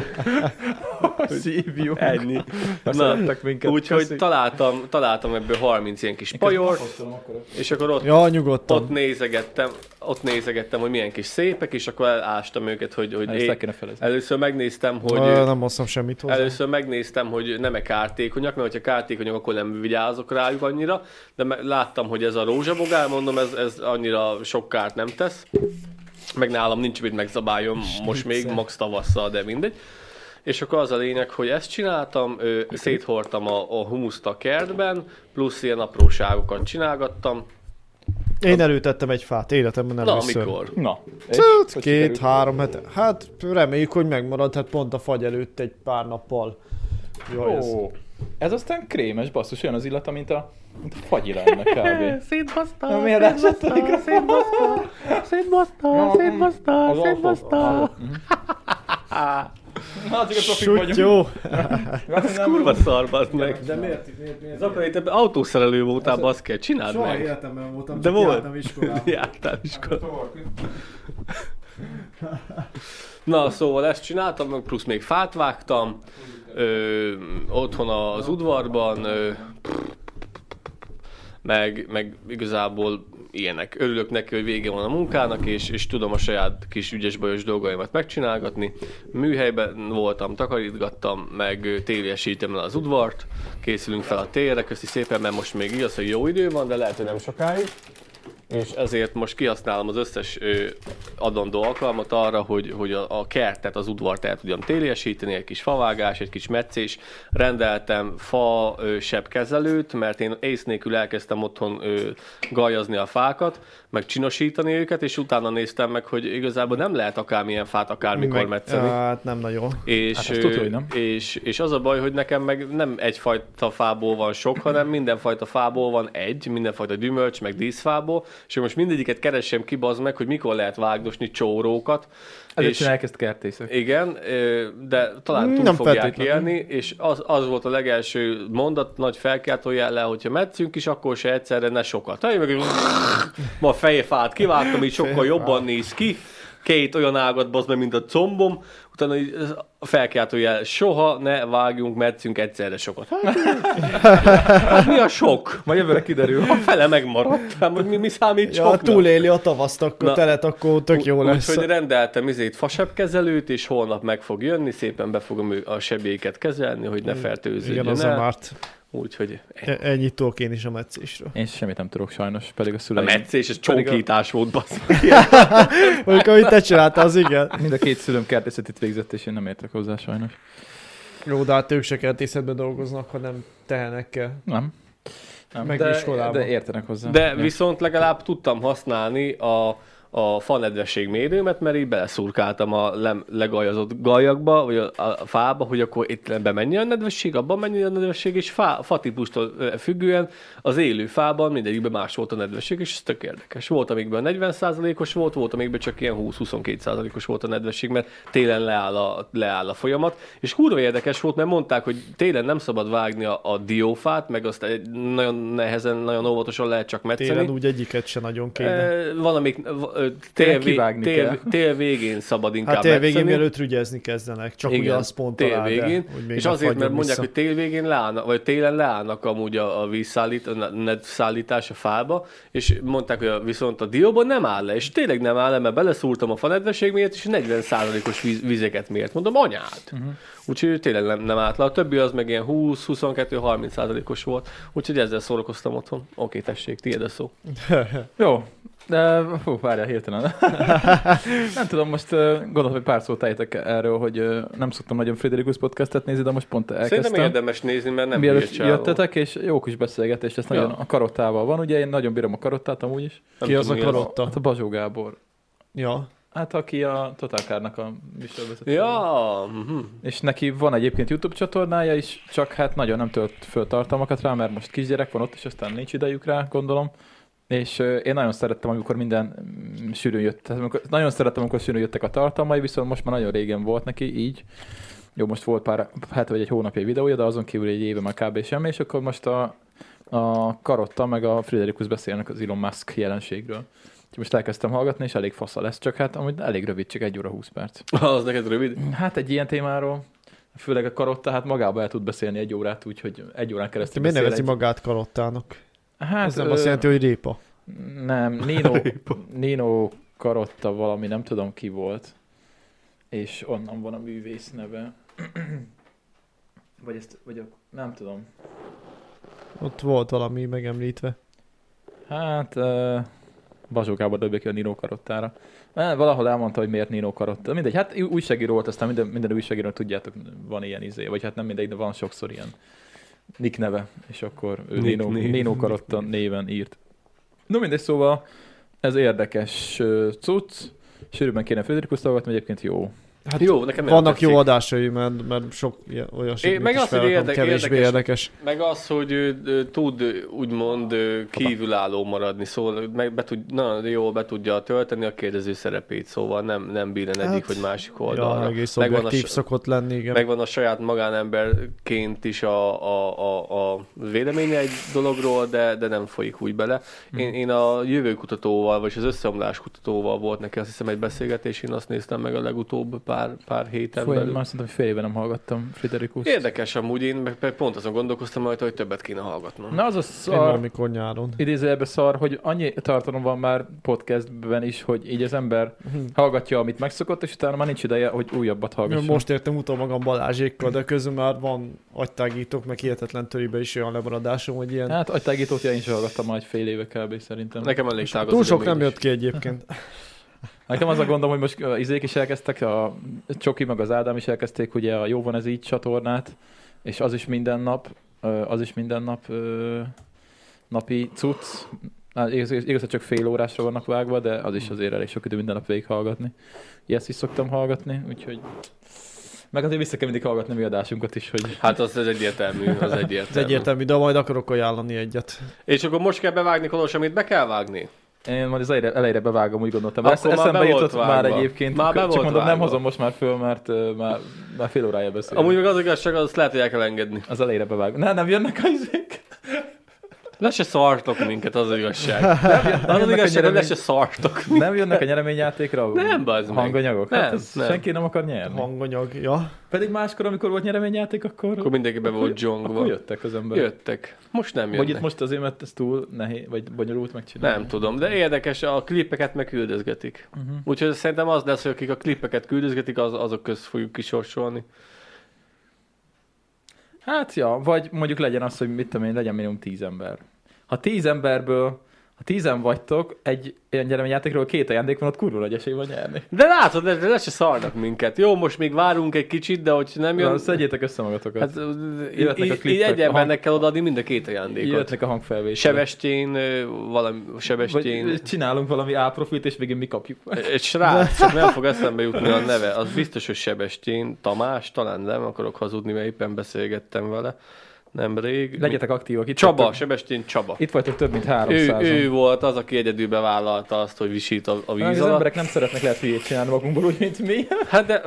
hogy szívjunk.
Ennyi. Na,
Szerettek minket.
úgyhogy találtam, találtam ebből 30 ilyen kis pajort, és akkor ott,
Ja,
ott
nyugodtan.
nézegettem, ott nézegettem, hogy milyen kis szépek, és akkor elástam őket, hogy, hogy
Ezt
én-
el kéne felezni.
először megnéztem, hogy...
Ö, Nem hoztam semmit hozzá.
Először megnéztem, hogy nem-e kártékonyak, mert ha kártékonyak, akkor nem vigyázok rájuk annyira, de me- láttam, hogy ez a rózsabogár, mondom, ez, ez annyira sok kárt nem tesz. Meg nálam nincs mit megzabáljon most még, max tavasszal, de mindegy. És akkor az a lényeg, hogy ezt csináltam, ö, széthortam a, a humuszt a kertben, plusz ilyen apróságokat csinálgattam.
Én előtettem egy fát, életemben
Na,
először.
amikor?
Na. és
Tüt,
hogy
két,
sikerült?
három hete. Hát reméljük, hogy megmarad, hát pont a fagy előtt egy pár nappal. Jaj, ez.
Ó, ez aztán krémes, basszus, olyan az illata, mint a, mint a fagyi lenne kb.
Szétbasztál,
Na, miért látszott a mikrofon?
szétbasztál, szétbasztál, szétbasztál,
Az alfa. Na, csak a profik
Sut,
vagyunk.
jó.
Ez
Kurva szarbat meg.
De miért, miért, miért?
Zakari, te autószerelő voltál, baszke, csináld meg.
életemben voltam,
De volt. Jártál iskolába. Na, szóval ezt csináltam, meg plusz még fát vágtam, ö, otthon az udvarban, ö, meg, meg igazából ilyenek. Örülök neki, hogy vége van a munkának, és, és tudom a saját kis ügyes bajos dolgaimat megcsinálgatni. Műhelyben voltam, takarítgattam, meg téliesítem el az udvart, készülünk fel a térre, köszi szépen, mert most még igaz, hogy jó idő van, de lehet, hogy nem sokáig. És ezért most kihasználom az összes ö, adandó alkalmat arra, hogy, hogy a, a kertet, az udvart el tudjam téliesíteni, egy kis favágás, egy kis meccés. Rendeltem fa ö, sebkezelőt, mert én ész nélkül elkezdtem otthon ö, gajazni a fákat, meg csinosítani őket, és utána néztem meg, hogy igazából nem lehet akármilyen fát akármikor metszeni.
Hát nem nagyon.
És,
Hát azt tudja, hogy nem.
És, és az a baj, hogy nekem meg nem egyfajta fából van sok, hanem mindenfajta fából van egy, mindenfajta gyümölcs, meg díszfából, és én most mindegyiket keresem ki, bazd meg, hogy mikor lehet vágdosni csórókat.
Ezért
és,
csinálják ezt kertészek.
igen, ö, de talán túl
Nem
nem fogják
feltétlenül.
élni, és az, az volt a legelső mondat, nagy felkiáltó jellel, hogyha metszünk is, akkor se egyszerre ne sokat. Hát, én meg ma a fejfát kivágtam, így sokkal jobban néz ki, két olyan ágat bazd meg, mint a combom, utána így ez a felkiáltó jel, soha ne vágjunk, metszünk egyszerre sokat. Hát, hát mi a sok?
Majd jövőre kiderül.
A fele megmaradt, hát most mi, mi számít
Ja, ha
soknak?
túléli a tavaszt, akkor
Na.
telet, akkor tök jó
Ú-
lesz.
Úgyhogy rendeltem izét fasebkezelőt, és holnap meg fog jönni, szépen be fogom ő- a sebéket kezelni, hogy ne
Igen,
fertőződjön
az a
el.
Márt.
Úgyhogy
E- Ennyit tudok én is a meccésről.
Én semmit nem tudok sajnos, pedig a
a
szüleim...
meccés, ez
Pedig a-
csonkítás volt, bassz.
Mondjuk, amit te csináltál, az igen.
Mind a két szülőm kertészetit végzett, és én nem értek hozzá sajnos.
Jó, de hát ők se kertészetben dolgoznak, hanem tehenekkel.
Nem. nem.
Meg
de,
iskolában.
de értenek hozzá.
De viszont legalább tudtam használni a, a fanedvesség mérőmet, mert így beleszurkáltam a lem, legajazott gajakba, vagy a, a fába, hogy akkor itt bemenjen a nedvesség, abban menjen a nedvesség, és fá, fatípustól ö, függően az élő fában mindegyikben más volt a nedvesség, és ez tök érdekes. Volt, amikben 40%-os volt, volt, amikben csak ilyen 20-22%-os volt a nedvesség, mert télen leáll a, leáll a folyamat, és kurva érdekes volt, mert mondták, hogy télen nem szabad vágni a, a diófát, meg azt egy- nagyon nehezen, nagyon óvatosan lehet csak metszeni.
Télen úgy egyiket se nagyon kéne.
Ö, Van, amik v- ö, tél,
Tényleg
vé-
kivágni
tél,
kell.
tél végén szabad inkább
Hát tél végén
metszeni.
mielőtt rügyezni kezdenek, csak ugye az pont
tél
alá, de
végén,
hogy még
és
ne
azért, mert
fagyjon
mondják,
vissza.
hogy tél végén leállnak, vagy télen leállnak amúgy a, a vízszállít, a ne- nedszállítás a fába, és mondták, hogy a, viszont a dióban nem áll le, és tényleg nem áll le, mert beleszúrtam a fanedvesség miért, és 40%-os víz, vizeket miért, mondom, anyád.
Mhm.
Uh-huh. Úgyhogy tényleg nem, nem állt le, a többi az meg ilyen 20-22-30%-os volt, úgyhogy ezzel szórakoztam otthon. Oké, tessék, tiéd a szó.
Jó. De fú, várjál hirtelen. nem tudom, most ö, gondolom, hogy pár szót ejtek erről, hogy ö, nem szoktam nagyon Friderikus podcastet nézni, de most pont elkezdtem.
Szerintem érdemes nézni, mert nem
Mielőtt
hülye csávó.
jöttetek, és jó kis beszélgetés lesz
Ja.
nagyon a karottával van, ugye én nagyon bírom a karottát amúgy is.
Nem
Ki az
tudom,
a
mi
karotta?
Hát a Bazsó Gábor.
Ja,
Hát aki a Totálkárnak a műsorvezetője.
Ja, mhm.
Mm-hmm. És neki van egyébként YouTube csatornája is, csak hát nagyon nem tölt föl tartalmakat rá, mert most kisgyerek van ott, és aztán nincs idejük rá, gondolom. És ö, én nagyon szerettem, amikor minden mm, sűrűn jött. Tehát amikor, nagyon szerettem, amikor sűrűn jöttek a tartalmai, viszont most már nagyon régen volt neki így. Jó, most volt pár, hát vagy egy hónapja egy videója, de azon kívül egy éve már kb. semmi, és akkor most a, a Karotta meg a Friderikus beszélnek az Elon Musk jelenségről. Úgyhogy most elkezdtem hallgatni, és elég fasza lesz, csak hát amúgy elég rövid, csak 1 óra 20 perc.
Az neked rövid?
Hát egy ilyen témáról, főleg a karotta, hát magába el tud beszélni egy órát, úgyhogy egy órán
te
keresztül
Hát, miért
beszél
nevezi
egy...
magát karottának?
Hát,
Ez nem
ö,
azt jelenti, hogy répa.
Nem, Nino, Nino karotta valami, nem tudom ki volt, és onnan van a művész neve. vagy ezt, vagy a, nem tudom.
Ott volt valami megemlítve.
Hát, uh, Bazsó Gábor dobja ki a Nino karottára. Eh, Valahol elmondta, hogy miért Nino karotta. Mindegy, hát ú- újságíró volt, aztán minden, minden újságíró, tudjátok, van ilyen izé, vagy hát nem mindegy, de van sokszor ilyen Nick neve, és akkor ő
Nick
Nino,
név.
Nino karotta néven írt. No mindegy, szóval ez érdekes ö, cucc. Sűrűbben kéne Friderikus hallgatni, egyébként jó.
Hát
Jó, nekem nagyon
Vannak jó
tetszik.
adásai, mert, mert sok ilyen-
É,
olyasmit
meg
meg is
az, hogy
felrakom,
érde-
kevésbé érdekes.
Meg az, hogy ő, ő tud ö, úgymond ö, kívülálló maradni, szóval meg be tud, nagyon jól be tudja tölteni a kérdező szerepét, szóval nem, nem bíren egyik
Hát,
vagy másik
Ja,
oldalra.
egész
megvan, a,
objektív
s-
szokott lenni, igen.
megvan a saját magánemberként is a, a, a, a véleménye egy dologról, de, de nem folyik úgy bele.
Hm.
Én, én a jövőkutatóval, vagy az összeomlás kutatóval volt neki azt hiszem egy beszélgetés, én azt néztem meg a legutóbb pár pár, pár héten
Fú, én
belül.
már szerintem fél éve nem hallgattam Friderikus.
Érdekes amúgy, én meg meg pont azon gondolkoztam rajta, hogy többet kéne hallgatnom.
Na az a
Én
Szóval-
szar,
valamikor nyáron.
idézőjelben szar, hogy annyi tartalom van már podcastben is, hogy így az ember hallgatja, amit megszokott, és utána már nincs ideje, hogy újabbat hallgasson.
Most értem utol magam Balázsékkal, de közben már van agytágítók, meg hihetetlen törébe is olyan lemaradásom, hogy ilyen...
Hát agytágítót ja, én is hallgattam már egy fél éve kb. szerintem.
Nekem elég tágos.
Túl sok
idő
nem
még
jött ki egyébként.
Nekem az a gondom, hogy most ö, izék is elkezdtek, a Csoki meg az Ádám is elkezdték ugye a Jó van ez így csatornát, és az is minden nap, ö, az is minden nap ö, napi cucc. Hát igaz, igaz, igaz, hogy csak fél órásra vannak vágva, de az is azért elég sok idő minden nap végighallgatni. Ilyet is szoktam hallgatni, úgyhogy... Meg azért vissza kell mindig hallgatni a mi adásunkat is, hogy...
is. Hát az, az egyértelmű, az
Ez
egyértelmű.
egyértelmű, de majd akarok ajánlani egyet.
És akkor most kell bevágni, Kolos, amit be kell vágni?
Én majd az elejre, elejre bevágom, úgy gondoltam.
Akkor
Ezt,
már
eszembe
be volt
jutott már
vágva.
egyébként.
Már be
csak
volt
mondom, nem
vágva.
hozom most már föl, mert ö, már, már fél órája beszélünk.
Amúgy meg az igazság, az lehet, hogy el kell engedni.
Az elejére bevág. Ne, nem jönnek a izék.
Le se szartok minket, az az igazság. Az az
jönnek a
igazság, hogy le
nyeremény-
se szartok.
Nem jönnek a nyereményjátékra a
Nem, bazd meg.
hanganyagok.
Nem,
hát ez
nem.
Senki nem akar nyerni.
Hanganyag, ja.
Pedig máskor, amikor volt nyereményjáték, akkor,
Akkor mindenki be volt
akkor
dzsongva.
jöttek az emberek.
Jöttek. Most nem
Vagy itt
jönnek.
most azért, mert ez túl nehéz, vagy bonyolult megcsinálni.
Nem tudom, de érdekes, a klipeket meg küldözgetik.
Mhm.
Uh-huh. Úgyhogy szerintem az lesz, hogy akik a klipeket küldözgetik, az, azok közt fogjuk kisorsolni.
Hát ja, vagy mondjuk legyen az, hogy mit tudom én, legyen minimum tíz ember. Ha tíz emberből, ha tízen vagytok, egy ilyen nyereményjátékról két ajándék van, ott kurva nagy esély van nyerni.
De látod, le, le se szarnak minket. Jó, most még várunk egy kicsit, de hogy nem
Na,
jön...
szedjétek össze magatokat.
Hát,
Hát,
így,
a
így, így
klipek.
egy
A hang-
embernek kell odaadni mind a két ajándékot.
Jöttek a hangfelvétel.
Sebestén, ö, valami Sebestén,
Vagy csinálunk valami A profilt, és végén mi kapjuk meg.
egy srác, csak nem fog eszembe jutni a neve, az biztos, hogy Sebestén, Tamás, talán nem akarok hazudni, mert éppen beszélgettem vele nemrég.
Legyetek aktívak. Itt
Csaba,
vagytok-
Sebestén Csaba.
Itt vagytok több mint
Ő,
300
ő volt az, aki egyedül bevállalta azt, hogy visít a, a víz
Az
alatt.
emberek nem szeretnek lehet hülyét csinálni magunkból, úgy, mint mi.
Hát de...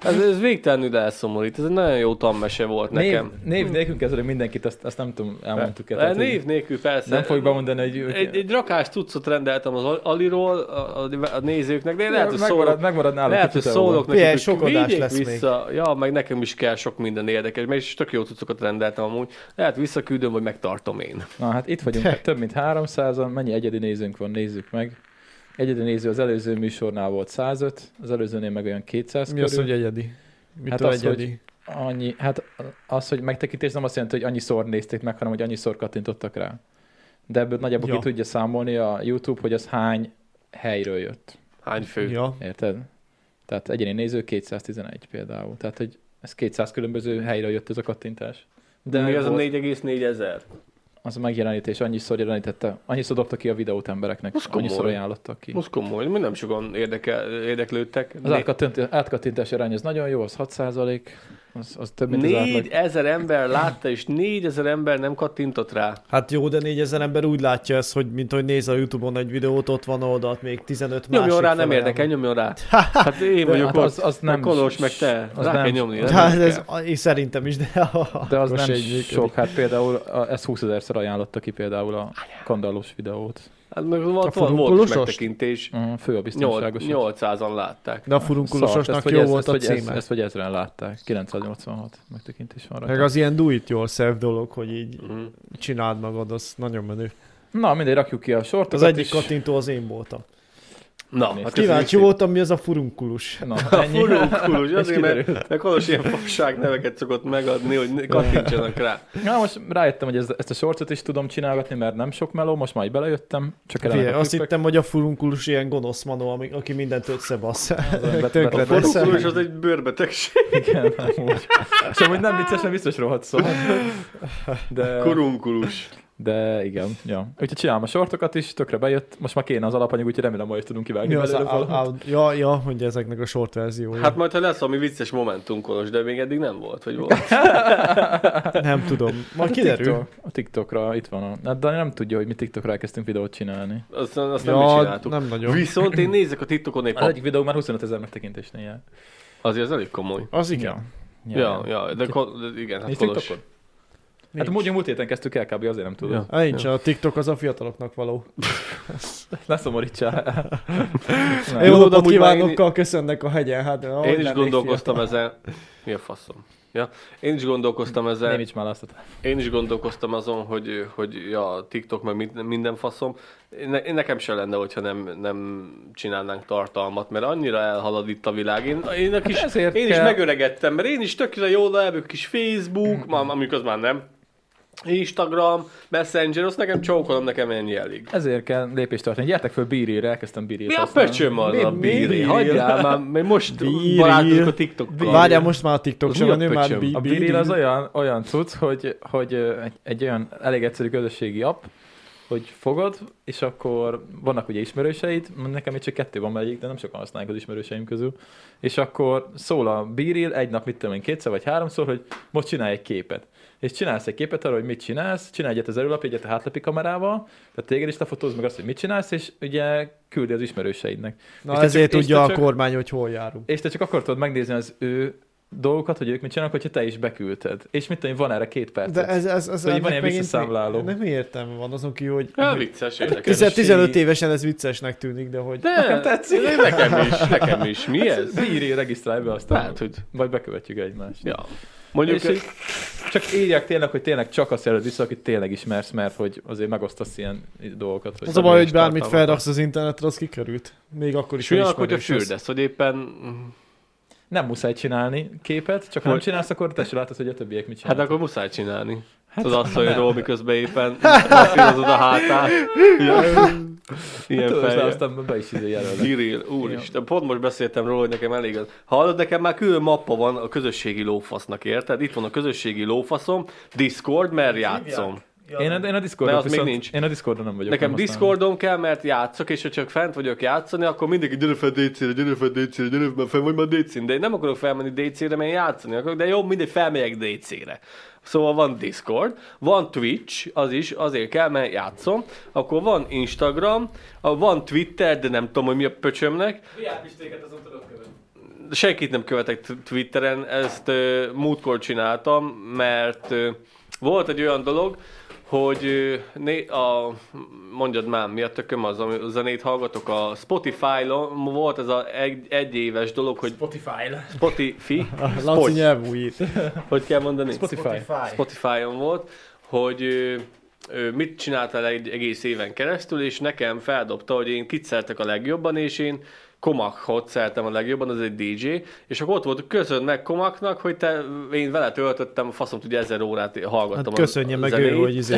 Ez, ez végtelenül elszomorít. Ez egy nagyon jó tanmese volt nekem.
Név, név nélkül kezelünk mindenkit, azt, azt nem tudom, elmondtuk el.
Név,
Tehát,
név nélkül persze.
hogy nem fogjuk bemondani, hogy...
egy, egy rakás cuccot rendeltem az Al- Aliról a, a, a nézőknek, de én lehet, hogy
megmarad,
szólok,
megmarad nálunk.
lehet, hogy
kicsit
szólok
elolvad.
nekik,
Milyen
hogy
sok adás
vigyék
lesz még.
vissza. Ja, meg nekem is kell sok minden érdekes, mert is tök jó cuccokat rendeltem amúgy. Lehet visszaküldöm, vagy megtartom én.
Na hát itt vagyunk, hát több mint 300-an. Mennyi egyedi nézőnk van, nézzük meg. Egyedi néző az előző műsornál volt 105, az előzőnél meg olyan 200
Mi
körül.
az, hogy egyedi?
Hát
Mitől
az, hogy-
egyedi?
Annyi, hát az, hogy megtekintés nem azt jelenti, hogy annyiszor nézték meg, hanem hogy annyiszor kattintottak rá. De ebből nagyjából
Ja.
ki tudja számolni a YouTube, hogy az hány helyről jött.
Hány fő? Ja.
Ja.
Érted? Tehát egyéni néző 211 például. Tehát, hogy ez 200 különböző helyről jött ez a kattintás.
De még
volt-
az a 4,4 ezer.
az a megjelenítés annyiszor jelenítette, annyiszor dobta ki a videót embereknek,
Az komoly.
annyiszor ajánlottak ki.
Most komoly, mi nem sokan érdekel, érdeklődtek.
Az átkattint- átkattintás arány az nagyon jó, az 6 százalék, az, az több, mint az
Négy
átlag.
ezer ember látta, és négyezer ember nem kattintott rá.
Hát jó, de 4000 ember úgy látja ezt, hogy mint hogy néz a Youtube-on egy videót, ott van oldalt még 15
Nyomjon
másik
rá, nem
felajánló.
érdekel, nyomjon rá. Hát én vagyok
hát
ott.
az- az nem-
meg Kolos, meg te.
az
rá
nem-
kell nyomni.
az
nem
Hát ez,
érdekel.
én szerintem is, de...
De az
akkor
nem
se így működik.
sok, hát például a, ezt 20 ezerszer ajánlotta ki például a kandallós videót.
Hát meg volt,
A
volt is
furunkulosost?
megtekintés.
Mm, Fő a
Nyolc-
biztonságos.
800-an látták.
De a
Szart, ezt,
furunkulososnak
vagy
jó
ez-
volt
ezt,
a
vagy
címe.
Ezt, ezt vagy ezren látták. 986 megtekintés van
Meg
rajta.
az ilyen do it yourself dolog, hogy így
Mhm.
csináld magad, az nagyon menő.
Na, mindegy, rakjuk ki a sortokat
Az egyik
is.
kattintó az én voltam.
Na,
Nézd.
hát
Kíváncsi voltam, mi az a furunkulus.
Na,
A
ennyi.
furunkulus,
Ez
azért, mert,
kiderült.
mert Kolos ilyen fogság neveket szokott megadni, hogy ne- kattintsanak rá.
Na, most rájöttem, hogy ez, ezt a sortot is tudom csinálgatni, mert nem sok meló, most már így belejöttem. Csak
Figyelj,
ellenek a
azt
klippek.
hittem, hogy a furunkulus ilyen gonosz manó, ami- aki mindent összebassz.
bet-
Tönkre
bet-
tesz.
Furunkulus az egy bőrbetegség.
Igen, amúgy. És amúgy nem vicces, nem biztos rohadt szó. De...
Kurunkulus.
De igen, ja. Úgyhogy csinálom a sortokat is, tökre bejött, most már kéne az alapanyag, úgyhogy remélem, hogy tudunk kivágni
Mi az
belőle
a,
valamit.
a, ja, ja, hogy ezeknek a short verziója.
Hát majd, ha lesz valami vicces momentum, Kolos, de még eddig nem volt, vagy volt.
nem tudom.
Hát
Majd
a
kiderül.
TikTok, a TikTokra itt van a... Hát, de nem tudja, hogy mi TikTokra elkezdtünk videót csinálni.
Azt, azt nem mi
Ja,
csináltuk.
nem nagyon.
Viszont én nézek a TikTokon egy
Az
pap...
egyik videó már 25 ezer megtekintésnél jár.
Azért az elég komoly.
Az igen.
Ja, ja, de, ko- de igen, hát
Nézd
Kolos.
TikTokon? Hát mondjuk múlt héten kezdtük el, kb. azért nem tudod. Ja.
Ja.
Hát nincs, a TikTok az a fiataloknak való.
Ne szomorítsál. Nem.
Jó,
Jó, de
napot
amúgy már
kívánokkal köszönnek a hegyen. Hát, ahogy
Én is
lennék
gondolkoztam ezen. Mi a faszom? Ja. Én is gondolkoztam
Nem
ezen,
így már azt.
én is gondolkoztam azon, hogy, hogy ja, TikTok meg mind- minden faszom. Ne, én nekem se lenne, hogyha nem, nem csinálnánk tartalmat, mert annyira elhalad itt a világ. Én, én,
Hát
a kis,
ezért
én is
kell-
megöregedtem, mert én is tökre jól elbök kis Facebook, ma, mondjuk az már nem. Instagram, Messenger, azt nekem csókolom, nekem ennyi elég.
Ezért kell lépést tartani. Gyertek föl bírére, elkezdtem bírét
Mi a
használni.
pöcsöm az
Mi-
a
mi
bíré?
bíré?
Hagyjál már, mert most
Bíré.
barátkozunk a
fiatal.
TikTokkal.
Várjál, most már a TikTok
Az
sem
mi a
van, ő már
pöcsöm?
bi-
A
bi-
Biril az olyan, olyan cucc, hogy, hogy ö, egy, egy olyan elég egyszerű közösségi app, hogy fogod, és akkor vannak ugye ismerőseid, nekem még csak kettő van egyik, de nem sokan használják az ismerőseim közül, és akkor szól a Biril egy nap, mit tudom én, kétszer vagy háromszor, hogy most csinálj egy képet. És csinálsz egy képet arra, hogy mit csinálsz, csinálj egyet az előlapi, egyet a hátlapi kamerával, tehát téged is lefotóz meg azt, hogy mit csinálsz, és ugye küldi az ismerőseidnek. És
Na
te
ezért
csak- és
tudja
te
a
csak-
kormány, hogy hol járunk.
és te csak akkor tudod megnézni az ő dolgokat, hogy ők mit csinálnak, hogyha te is beküldted. És mit tudom, én, van erre két perc.
De ez, ez, ez
Szóval
ennek
van ilyen
megint-
visszaszámláló.
Nem értem, van azon kívül, hogy...
Ja, Hát, vicces, érdekes.
15 évesen ez viccesnek tűnik, de hogy...
De, nekem tetszik. Nekem is, nekem is. Mi
Hát,
ez?
Bírj, Hát, regisztrálj be, aztán
Lehet, hogy...
vagy bekövetjük egymást.
Ja. Mondjuk,
És így, csak írják tényleg, hogy tényleg csak azt jelöd vissza, akit tényleg ismersz, mert hogy azért megosztasz ilyen dolgokat.
Az a baj, hogy bármit
tartalmakat.
felraksz az internetre, az kikerült. Még akkor is,
és ugyanakkor, hogyha
ismerős lesz.
fürdesz, hogy éppen...
Nem muszáj csinálni képet, csak ha nem
Hogy-
csinálsz, akkor te se látod, hogy a többiek mit
Hát
csinálnak.
akkor muszáj csinálni. Hát, az asszonyról, miközben éppen masszírozod a hátát. Ilyen, ilyen
Hát Tudod, de
fejjel.
aztán be is ide jelölnek.
Viril, úristen, pont most beszéltem róla, hogy nekem elég az. Hallod, nekem már külön mappa van a közösségi lófasznak, érted? Itt van a közösségi lófaszom, Discord, mert játszom.
Én a, én a
De
Discordon
az még
viszont,
nincs.
én a Discordon nem vagyok.
Nekem
nem használom.
Discordon kell, mert játszok, és ha csak fent vagyok játszani, akkor mindenki gyere fel DC-re, gyere fel DC-re, gyere fel, fel vagy már DC-n. De én nem akarok felmenni DC-re, mert én játszani akarok, de jobb, mindegy, felmegyek DC-re. Szóval van Discord, van Twitch, az is, azért kell, mert játszom. Akkor van Instagram, a- van Twitter, de nem tudom, hogy mi a pöcsömnek. Senkit nem követek t- Twitteren, ezt ö, múltkor csináltam, mert ö, volt egy olyan dolog, hogy ö, né, a, mondjad már, mi a tököm az, ami a zenét hallgatok, a Spotify-on volt ez az egy, egy éves dolog, hogy
Spotify.
Spotify,
Laci
Spotify,
nyelvú írt.
hogy kell mondani?
Spotify.
Spotify-on volt, hogy ö, ö, mit csináltál egy egész éven keresztül, és nekem feldobta, hogy én kit szertek a legjobban, és én Komakhot szertem a legjobban, az egy DJ, és akkor ott volt, köszönj meg Komaknak, hogy te, én vele töltöttem, faszom tudja, ezer órát hallgattam
Hát
a-
köszönje
a
meg ő,
zenét.
hogy izé.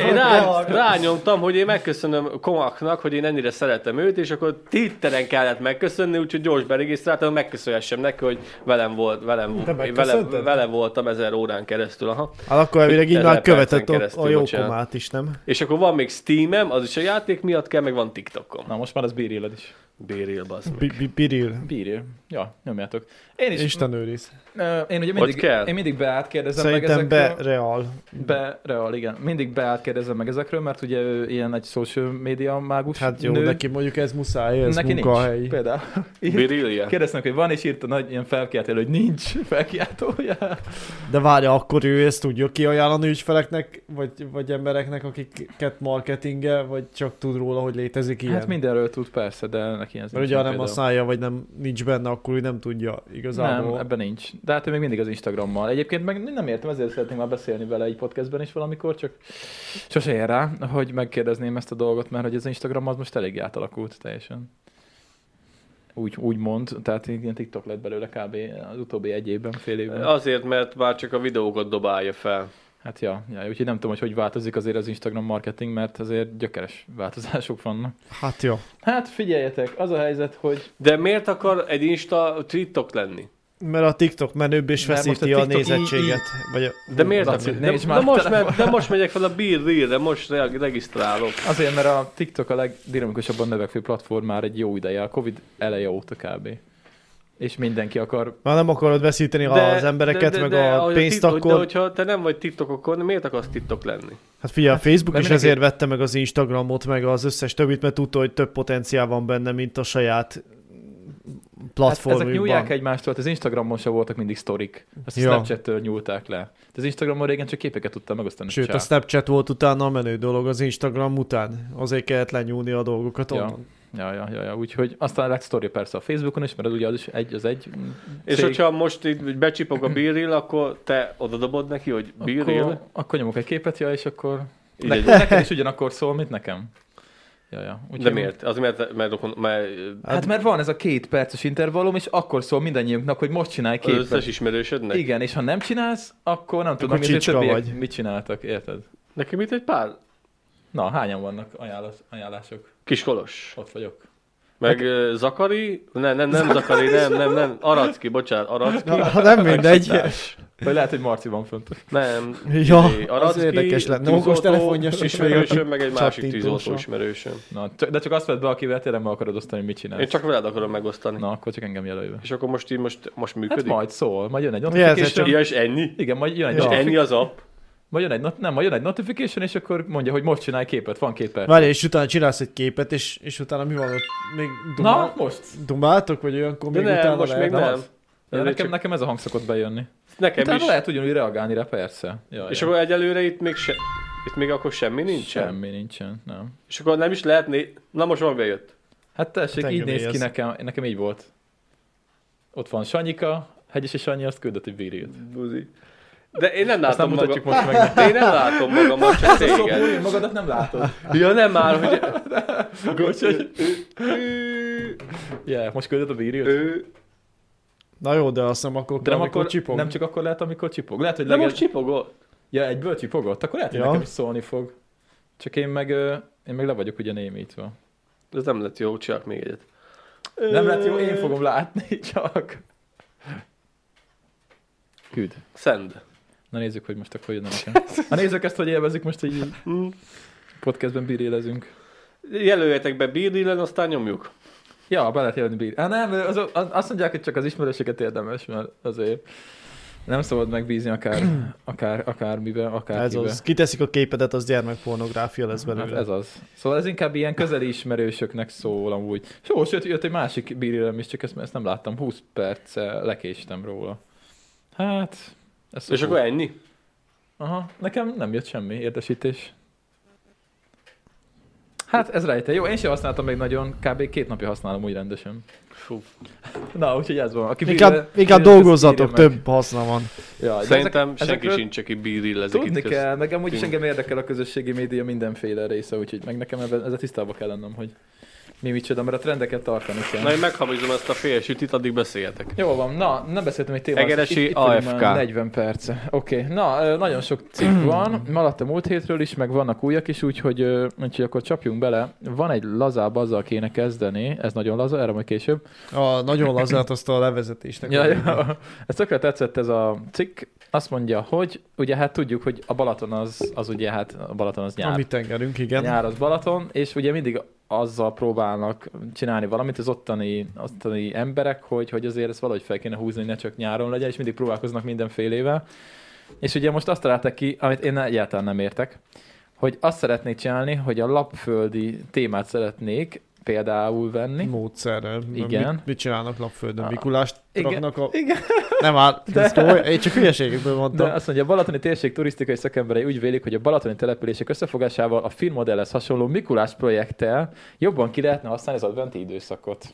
Én rá, rányomtam, hogy én megköszönöm Komaknak, hogy én ennyire szeretem őt, és akkor tittelen kellett megköszönni, úgyhogy gyors beregisztráltam, hogy megköszönhessem neki, hogy velem, volt, velem,
Te
én vele,
megköszönted?
vele voltam ezer órán keresztül. Aha.
Hát akkor elvileg így
Ezer
már
percen
követett a,
keresztül,
a jó
bocsánat.
komát is, nem?
És akkor van még Steamem, az is a játék miatt kell, meg van TikTokom.
Na most már az bíréled is.
Béril, bazd meg.
Bi- bi- Piril.
Bírja. Ja, nyomjátok. Én is
Isten őriz.
Ö, Én ugye
Hogy
mindig,
kell?
én mindig beát kérdezem
Szerintem
meg
be
ezekről.
real.
Be, real, igen. Mindig beát kérdezem meg ezekről, mert ugye ő ilyen egy social media mágus
Hát jó,
nő.
neki mondjuk ez muszáj, ez
neki
munkahelyi.
nincs. Például. Így
Birilia.
Kérdeztem, hogy van, és írta nagy ilyen felkiáltó, hogy nincs felkiáltója.
De várja, akkor ő ezt tudja kiajánlani ügyfeleknek, vagy, vagy embereknek, akiket marketinge, vagy csak tud róla, hogy létezik ilyen.
Hát mindenről tud persze, de neki ez
Mert
nincs
ugye ha nem
például.
használja, vagy nem nincs benne, akkor ő nem tudja igazából.
Nem, ebben nincs. De hát ő még mindig az Instagrammal. Egyébként meg nem értem, ezért szeretnénk már beszélni vele egy podcastben is valamikor, csak sose ér rá, hogy megkérdezném ezt a dolgot, mert hogy az Instagram az most elég átalakult teljesen. Úgy, úgy mond, tehát így ilyen TikTok lett belőle kb. az utóbbi egy évben, fél évben. A...
Azért, mert már csak a videókat dobálja fel.
Hát ja, ja, úgyhogy nem tudom, hogy hogy változik azért az Instagram marketing, mert azért gyökeres változások vannak.
Hát jó.
Hát figyeljetek, az a helyzet, hogy
De miért akar egy Insta TikTok lenni?
Mert a TikTok menőbb és
Mert most
feszíti
a
a,
TikTok
nézettséget. Vagy a...
De miért
Laci,
akar?
nézd
De,
már
de,
a
most, me- de most megyek fel a Birilre, most re- regisztrálok.
Azért, mert a TikTok a legdinamikusabban növekvő platform már egy jó ideje, a Covid eleje óta kb. És mindenki akar. Hát
Már nem akarod veszíteni
De,
az embereket,
de, de,
meg
de,
a
ahogy
pénzt,
TikTok-
akkor...
De hogyha te nem vagy TikTok, akkor miért akarsz TikTok lenni?
Hát figyelj, a Facebook
de
is
mindenki-
ezért vette meg az Instagramot, meg az összes többit, mert tudta, hogy több potenciál van benne, mint a saját
Hát ezek
platformjukban.
nyúlják egymástól, hát az Instagramon se voltak mindig sztorik. Azt
Ja.
a Snapchat-től nyúlták le. De az Instagramon régen csak képeket tudtam megosztani.
Sőt,
Csá.
a Snapchat volt utána a menő dolog az Instagram után. Azért kellett lenyúlni a dolgokat
Ja.
onnan.
Ja, ja, ja, ja, úgyhogy aztán lett sztori persze a Facebookon is, mert az ugye az is egy, az egy mm,
És
cég.
hogyha most itt becsipog a bíril, akkor te oda dobod neki, hogy bíril.
akkor, akkor nyomok egy képet, ja, és akkor
Így
ne,
egy-
neked is ugyanakkor szól, mint nekem. Ja, ja.
De miért? Az mert, mert, rokon- mert
Hát mert van ez a két perces intervallum, és akkor szól mindannyiunknak, hogy most csinálj
az
képet.
összes ismerősödnek?
Igen, és ha nem csinálsz, akkor nem tudom,
Akkor
hogy a
csicska
többiek
vagy.
mit csináltak, érted?
Nekem itt egy pár
Na, hányan vannak ajánlás, ajánlások?
kiskolos.
Ott vagyok.
Meg ö, Zakari? Nem, nem, nem Zakari, nem, nem, nem. Aracki, bocsánat, Aracki.
Na, ha nem mindegy.
Társ.
Vagy lehet, hogy Marci van fönt.
Nem.
Ja,
Izé,
az érdekes lenne.
tűzoltó
Okostelefonjas
ismerősöm, meg egy másik
Csattintós.
tűzoltó ismerősöm.
Na, csak, de csak azt vedd be, akivel tényleg meg akarod osztani, hogy mit csinálsz.
Én csak veled akarom megosztani.
Na, akkor csak engem jelölj be.
És akkor most így most, most
Hát
működik?
majd szól, majd jön egy
ez egy
notification.
Ja, és ennyi?
Igen, majd jön egy,
Ja.
És
notification.
ennyi az app?
majd jön egy, not- nem, majd jön egy notification, és akkor mondja, hogy most csinálj képet, van két perc.
Várj, és utána csinálsz egy képet, és, és utána mi van ott? Még
Na,
dumál,
most.
dumáltok, vagy olyankor
De
még
nem,
utána
most még
lehet?
nem
nem.
az.
Ez
Ja,
egy
nekem,
csak-
nekem ez a hang szokott bejönni.
Nekem
Utána
is.
lehet ugyanúgy reagálni rá, persze. Ja,
És
ja.
akkor egyelőre itt még se... Itt még akkor semmi nincsen?
Semmi nincsen, nem.
És akkor nem is lehetné... Na most van bejött.
Hát tessék,
Hát
így
engem
néz ki
éjjelsz.
nekem, nekem így volt. Ott van Sanyika, Hegyesi Sanyi azt küldött egy bírilt.
Buzi. De én
Azt
nem
nem
látom magam.
mutatjuk most meg.
Én nem látom magamat, csak téged.
Szóval magadat nem látod.
Ja nem már, hogy...
Úgyhogy... Yeah, most küldött a bírilt.
Ő...
Na jó, de azt nem akkor
De
kell,
nem,
amikor
akkor,
csipog.
nem csak akkor lehet, amikor csipog. Lehet, hogy
De
legel...
most csipogol.
Ja, egyből csipogott, akkor lehet, hogy
Ja.
nekem is szólni fog. Csak én meg, ö, én meg le vagyok ugye némítva.
Ez nem lett jó, csak még egyet.
Nem lehet jó, én fogom látni csak. Küld.
Szend.
Na nézzük, hogy most akkor jön nekem. Ha nézzük ezt, hogy élvezik most, hogy így podcastben birélezünk.
Jelöljetek be Birdilen, aztán nyomjuk.
Ja, be lehet jelölni bír. Hát nem, az, az, azt mondják, hogy csak az ismerősöket érdemes, mert azért nem szabad megbízni akár, akár, akármibe, akár
Ez az. Kiteszik a képedet, az gyermekpornográfia lesz
Hát
belőle.
ez az. Szóval ez inkább ilyen közeli ismerősöknek szól amúgy. Só, sőt, jött egy másik bírélem is, csak ezt, ezt nem láttam. 20 perc lekéstem róla. Hát, ez
És
szó.
akkor ennyi?
Aha, nekem nem jött semmi értesítés. Hát ez rejtély. Jó, én sem használtam még nagyon, kb. két napja használom úgy rendesen.
Fú.
Na, úgyhogy ez van. Aki bírja-
Inkább, inkább
bírja,
dolgozzatok,
bírja meg.
több haszna van.
Ja, de
Szerintem
ezek-
senki
ezekről
sincs, aki bírilezik
Tudni
itt
kell, meg amúgy is
tűnik.
engem érdekel a közösségi média mindenféle része, úgyhogy meg nekem ebben, ezzel tisztába kell lennem, hogy mi micsoda, mert a trendeket tartani kell.
Na én meghamizom ezt a fél sütit, addig beszéljetek.
Jó van, na, nem beszéltem egy témáról.
Egeresi
itt, itt vagyunk
AFK.
már 40 perc. Oké, okay. na, ö, nagyon sok cikk van, maradt a múlt hétről is, meg vannak újak is, úgyhogy, ö, úgyhogy akkor csapjunk bele. Van egy lazább, azzal kéne kezdeni, ez nagyon laza, erre majd később.
A, nagyon lazát azt a levezetésnek.
Ja, ja. Ez tökre tetszett ez a cikk. Azt mondja, hogy ugye hát tudjuk, hogy a Balaton az, az ugye hát a Balaton az nyár.
Amit tengerünk, igen.
Igen. nyár az Balaton, és ugye mindig azzal próbálnak csinálni valamit az ottani, ottani emberek, hogy, hogy azért ezt valahogy fel kéne húzni, hogy ne csak nyáron legyen, és mindig próbálkoznak mindenfélével. És ugye most azt találták ki, amit én egyáltalán nem értek, hogy azt szeretnék csinálni, hogy a lapföldi témát szeretnék például venni.
Módszerrel.
Igen.
Mit, mit csinálnak lapföldön?
A-
Mikulást
Igen.
raknak a...
Igen,
Nem áll,
De-
ez komoly. Én csak hülyeségekből
de
mondtam.
azt mondja, a balatoni térség turisztikai szakemberei úgy vélik, hogy a balatoni települések összefogásával a filmmodellhez hasonló Mikulás projekttel jobban ki lehetne használni az adventi időszakot.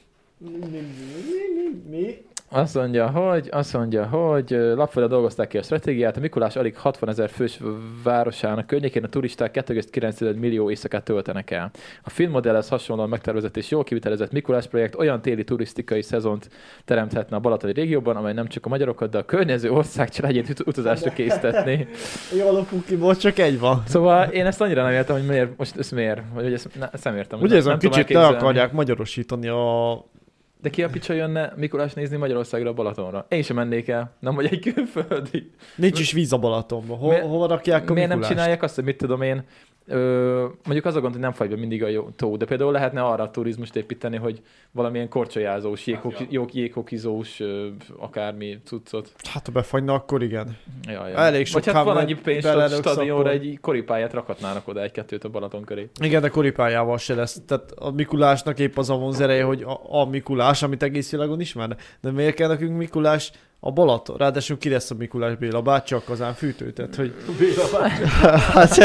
Mi?
Azt mondja, hogy, azt mondja, hogy ö, lapfölde dolgozták ki a stratégiát, a Mikulás alig 60 ezer fős városának környékén a turisták 2,9 millió éjszakát töltenek el. A filmmodellhez hasonlóan megtervezett és jól kivitelezett Mikulás projekt olyan téli turisztikai szezont teremthetne a Balatoni régióban, amely nem csak a magyarokat, de a környező ország családját ut- utazásra késztetni.
Jó alapú kibor, csak egy van.
Szóval én ezt annyira nem értem, hogy miért, most ezt miért, vagy hogy ezt, ne, ezt nem értem.
Ugye
nem,
ez nem
tudom
kicsit le
elképzelni.
akarják magyarosítani a...
De ki a picsa jönne Mikulás nézni Magyarországra a Balatonra? Én sem mennék el, nem vagy egy külföldi.
Nincs is víz a Balatonban. Ho,
Miért-
hova rakják a
Miért nem
Mikulást?
csinálják azt, hogy mit tudom én, Ö, mondjuk az a gond, hogy nem fagy be mindig a jó tó, de például lehetne arra a turizmust építeni, hogy valamilyen korcsolyázós, jéghoki, jó jéghokizós, ö, akármi cuccot.
Hát ha befagyna, akkor igen.
Ja, ja.
Elég sok
Vagy hát van
hamar
annyi pénz, hogy
belerök
stadionra
szappan.
egy koripályát rakhatnának oda egy-kettőt a Balaton köré.
Igen, de koripályával se lesz. Tehát a Mikulásnak épp az a vonzereje, hogy a, a Mikulás, amit egész világon ismer. De miért kell nekünk Mikulás a Balaton? Ráadásul ki lesz a Mikulás Béla bácsi a kazán fűtő, tehát hogy... hát,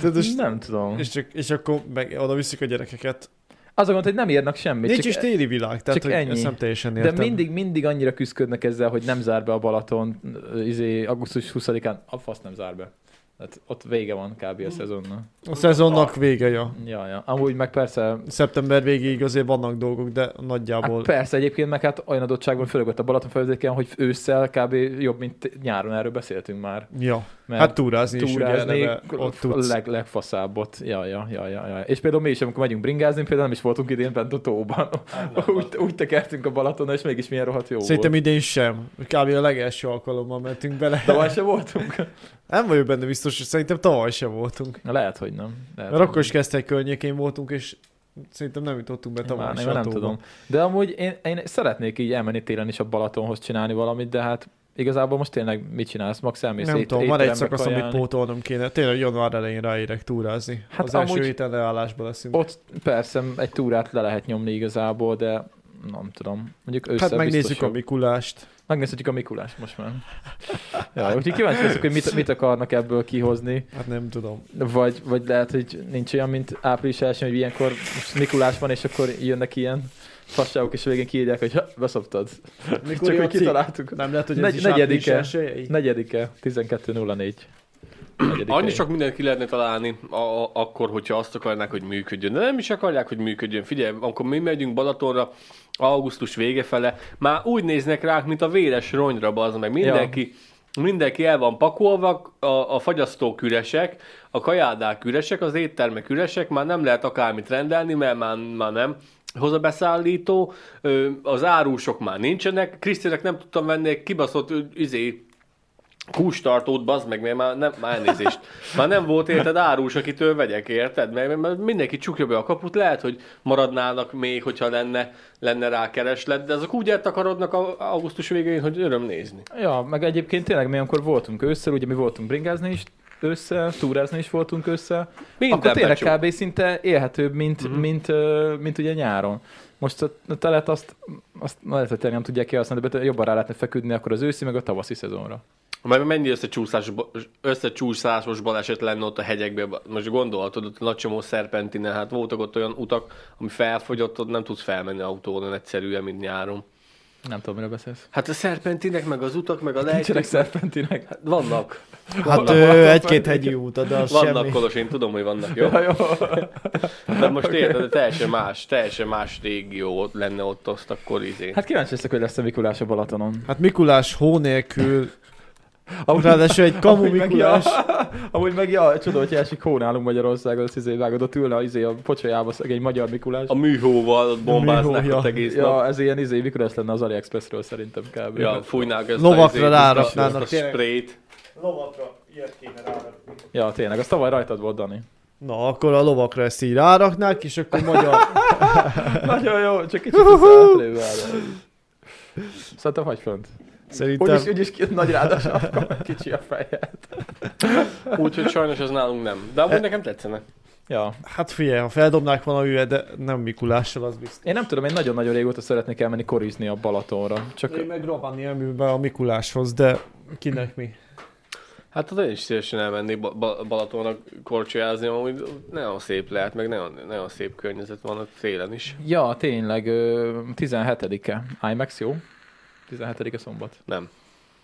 tehát, és,
Nem tudom.
és, csak, és akkor meg oda viszik a gyerekeket.
Az a gond, hogy nem írnak semmit.
Nincs
csak-
is téli világ, tehát
csak
hogy
ennyi.
ezt nem teljesen értem.
De mindig, mindig annyira küzdködnek ezzel, hogy nem zár be a Balaton, ö, izé, augusztus 20-án, a fasz nem zár be. Tehát ott vége van kb. a szezonnak.
A szezonnak vége, ja.
Ja, ja. Amúgy meg persze
Szeptember végéig azért vannak dolgok, de nagyjából...
Hát persze, egyébként meg hát olyan adottságban, főleg ott a Balatonfölvidéken, hogy ősszel kb. jobb, mint nyáron, erről beszéltünk már.
Ja,
Mert
hát túrázni,
túrázni
is ugye, eleve ott
a
tudsz.
leg, legfaszábbot. Ja, ja, ja, ja, ja. És például mi is, amikor megyünk bringázni, például nem is voltunk idén bent a tóban. úgy, úgy tekertünk a Balatona, és mégis milyen rohadt jó
Szerintem
volt.
idén sem. Kb. a legelső alkalommal mentünk bele.
Tavaly se voltunk?
Nem vagyok benne biztos, hogy szerintem tavaly sem voltunk.
Na, Lehet, hogy Hát nem. Lehet,
Mert
hogy
akkor is kezdte környékén voltunk, és szerintem nem jutottunk be
nem. Én
tavaly
Már,
se
én már nem
autóba.
tudom. De amúgy én, én szeretnék így elmenni télen is a Balatonhoz csinálni valamit, de hát igazából most tényleg mit csinálsz? Max elmész
Nem
ét-
tudom, van egy
étterembe
szakasz, amit
kajálni.
pótolnom kéne. Tényleg január elején ráérek túrázni.
Hát
Hát az első
amúgy-
héten leállásba leszünk. Hát
Ott persze egy túrát le lehet nyomni igazából, de nem tudom. Mondjuk ősszel
hát megnézzük a
biztos, jobb.
Mikulást. Megnézzük
megnézhetjük a Mikulást most már. Ja, úgyhogy kíváncsi leszek, hogy mit, mit akarnak ebből kihozni,
Hát nem tudom.
vagy, vagy lehet, hogy nincs olyan, mint április első, hogy ilyenkor most Mikulás van, és akkor jönnek ilyen fasságok, és végén kiírják, hogy ha, beszoptad.
Mikor
Csak
jön
hogy
a cikk?
kitaláltuk.
Nem lehet, hogy ez
Negy-
is
negyedike.
április elsőjei?
Negyedike, 12.04. Negyedike.
Annyi sok mindent ki lehetne találni a- a- akkor, hogyha azt akarnák, hogy működjön. De nem is akarják, hogy működjön. Figyelj, amikor mi megyünk Balatonra, augusztus vége fele, már úgy néznek ránk, mint a véres ronyra, az meg mindenki, mindenki el van pakolva, a, a fagyasztók üresek, a kajádák üresek, az éttermek üresek, már nem lehet akármit rendelni, mert már, már nem hozabeszállító, ö, az árusok már nincsenek, Krisztinek nem tudtam venni egy kibaszott ö, izé, kústartót, bazd meg, mert már nem, már elnézést. Már nem volt érted árus, akitől vegyek, érted? Mert, mert mindenki csukja be a kaput, lehet, hogy maradnának még, hogyha lenne, lenne rá kereslet, de azok úgy eltakarodnak a- augusztus végén, hogy öröm nézni.
Ja, meg egyébként tényleg mi, amikor voltunk ősszel, ugye mi voltunk bringázni is össze, túrázni is voltunk össze,
Minden
akkor tényleg
becsuk.
kb. szinte élhetőbb, mint, uh-huh. mint, ö, mint ugye nyáron. Most a a telet azt, azt na, lehet, hogy tényleg nem tudják kihasználni, de jobban rá lehetne feküdni akkor az őszi, meg a tavaszi szezonra.
Mert mennyi összecsúszás, összecsúszásos baleset lenne ott a hegyekben. Most gondolhatod, ott nagy csomó szerpentinen, hát voltak ott olyan utak, ami felfogyott, ott nem tudsz felmenni autóval, egyszerűen, mint nyáron.
Nem tudom, miről beszélsz.
Hát a szerpentinek, meg az utak, meg a
Nincsenek
lejtők,
szerpentinek.
vannak.
Hát ö, egy-két hegyi út, de az
Vannak
semmi.
kolos, én tudom, hogy vannak, jó?
Ja, jó.
De most okay. érted, de teljesen más, teljesen más régió ott lenne ott azt akkor izé.
Hát kíváncsi leszek, hogy lesz a Mikulás a Balatonon.
Hát Mikulás hó nélkül, ráadásul egy kamu
Amúgy meg,
Mikulás.
ja, amúgy meg ja, csoda, hogy esik hó nálunk Magyarországon, az izé vágod, ott ülne a, izé, a pocsolyába szegény magyar Mikulás.
A műhóval ott bombáznák
műhója.
ott egész nap.
Ja, ez ilyen izé, Mikulás lenne az AliExpressről szerintem kb.
Ja, fújnák ezt
Lovakra
a izét, ezt a- ezt
ráraknának,
a
tényleg.
sprayt.
Lovakra ilyet kéne rárakni.
ja tényleg, azt tavaly rajtad volt, Dani.
Na, akkor a lovakra ezt így ráraknák, és akkor magyar...
Nagyon jó, csak kicsit visszaátléve Szerintem hagyd fönt.
Szerintem...
Úgyis, úgyis ki- nagy rádos afka, kicsi a feje.
Úgyhogy sajnos ez nálunk nem. De amúgy nekem tetszene.
Ja.
Hát figyelj, ha feldobnák valamivel, de nem Mikulással, az biztos.
Én nem tudom, én nagyon-nagyon régóta szeretnék elmenni korizni a Balatonra. Csak
Én meg rohanni amiben a Mikuláshoz, de kinek mi?
Hát az én is szívesen elmennék ba- ba- Balatonnak korcsolyázni, amúgy nagyon szép lehet, meg nagyon, nagyon szép környezet van ott télen is.
Ja, tényleg, ö, 17-e. IMAX jó? 17-e szombat.
Nem,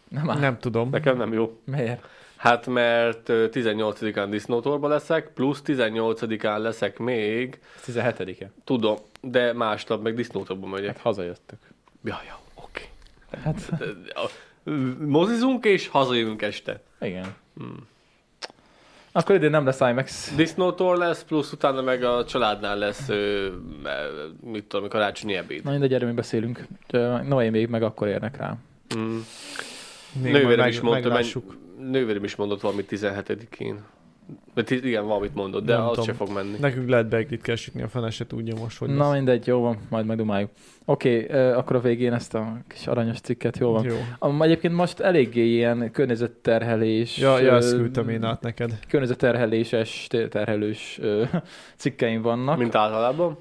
Nem áll.
Nem tudom.
nekem nem jó.
Miért?
Hát mert ö, 18-án disznótorba leszek, plusz 18-án leszek még
17-e.
Tudom, de másnap meg disznótokba megyek.
Hát hazajöttök.
Ja, ja, oké.
Hát,
Mozizunk és hazajövünk este.
igen. Akkor idén nem lesz IMAX.
Disznótor lesz, plusz utána meg a családnál lesz, ö, ö, mit tudom, karácsonyi ebéd.
Na mindegy, erről mi beszélünk. Ö, Noé még meg akkor érnek rá.
Nővérem
meg-
is mondta, menj,
meglássuk.
nővérem is mondott valamit 17-én. Mert i- igen, valamit mondod, de
Nem
az
tudom.
se fog menni.
Nekünk lehet beeglit kell sütni, a fene se tudja most, hogy
Na mindegy, jó van, majd megdumáljuk. Oké, okay, akkor a végén ezt a kis aranyos cikket, jó van.
Jó.
Am, egyébként most eléggé ilyen környezetterhelés,
Ja, ja,
ö,
ezt küldtem én át neked.
környezetterheléses, té- terhelős ö, cikkeim vannak.
Mint általában.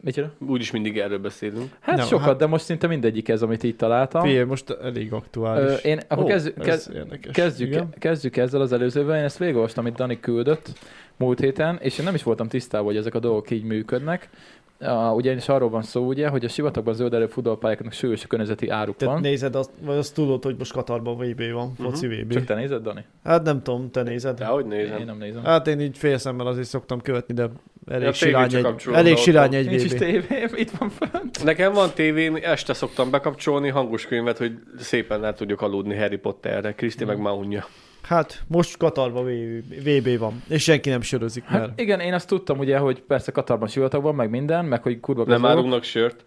Micsoda?
Úgyis mindig erről beszélünk.
Hát
Nem,
sokat,
hát-
de most szinte mindegyik ez, amit így találtam.
Figyelj, most elég
Ö,
aktuális.
én, akkor
Ó,
kezd, kezd,
Ez érdekes. Igen.
Kezdjük, kezdjük ezzel az előzővel, én ezt végigolvastam, amit Dani küldött múlt héten, és én nem is voltam tisztában, hogy ezek a dolgok így működnek. Uh, ugyanis arról van szó, ugye, hogy a sivatagban zöld erő futballpályáknak súlyos környezeti áruk
Tehát
van.
nézed, azt, vagy azt tudod, hogy most Katarban VB van, foci VB.
Csak te nézed, Dani?
Hát nem tudom, te nézed.
De hogy
Én
nézem?
nem nézem.
Hát én így félszemmel azért szoktam követni, de
Ja,
elég ja,
a tévét
sirány
se
egy,
kapcsolom, de
elég
ott
sirány
van.
egy
Nincs is
VB.
tévém, itt van fönt.
Nekem van tévén, este szoktam bekapcsolni hangos könyvet, hogy szépen el tudjuk aludni Harry Potterre. Kriszti
Mm.
meg már unja.
Hát most Katarban VB van, és senki nem sörözik,
Hát
mert
igen, én azt tudtam ugye, hogy persze Katarban sivatagban, meg minden, meg hogy kurva
Nem
gazdagok.
árulnak sört.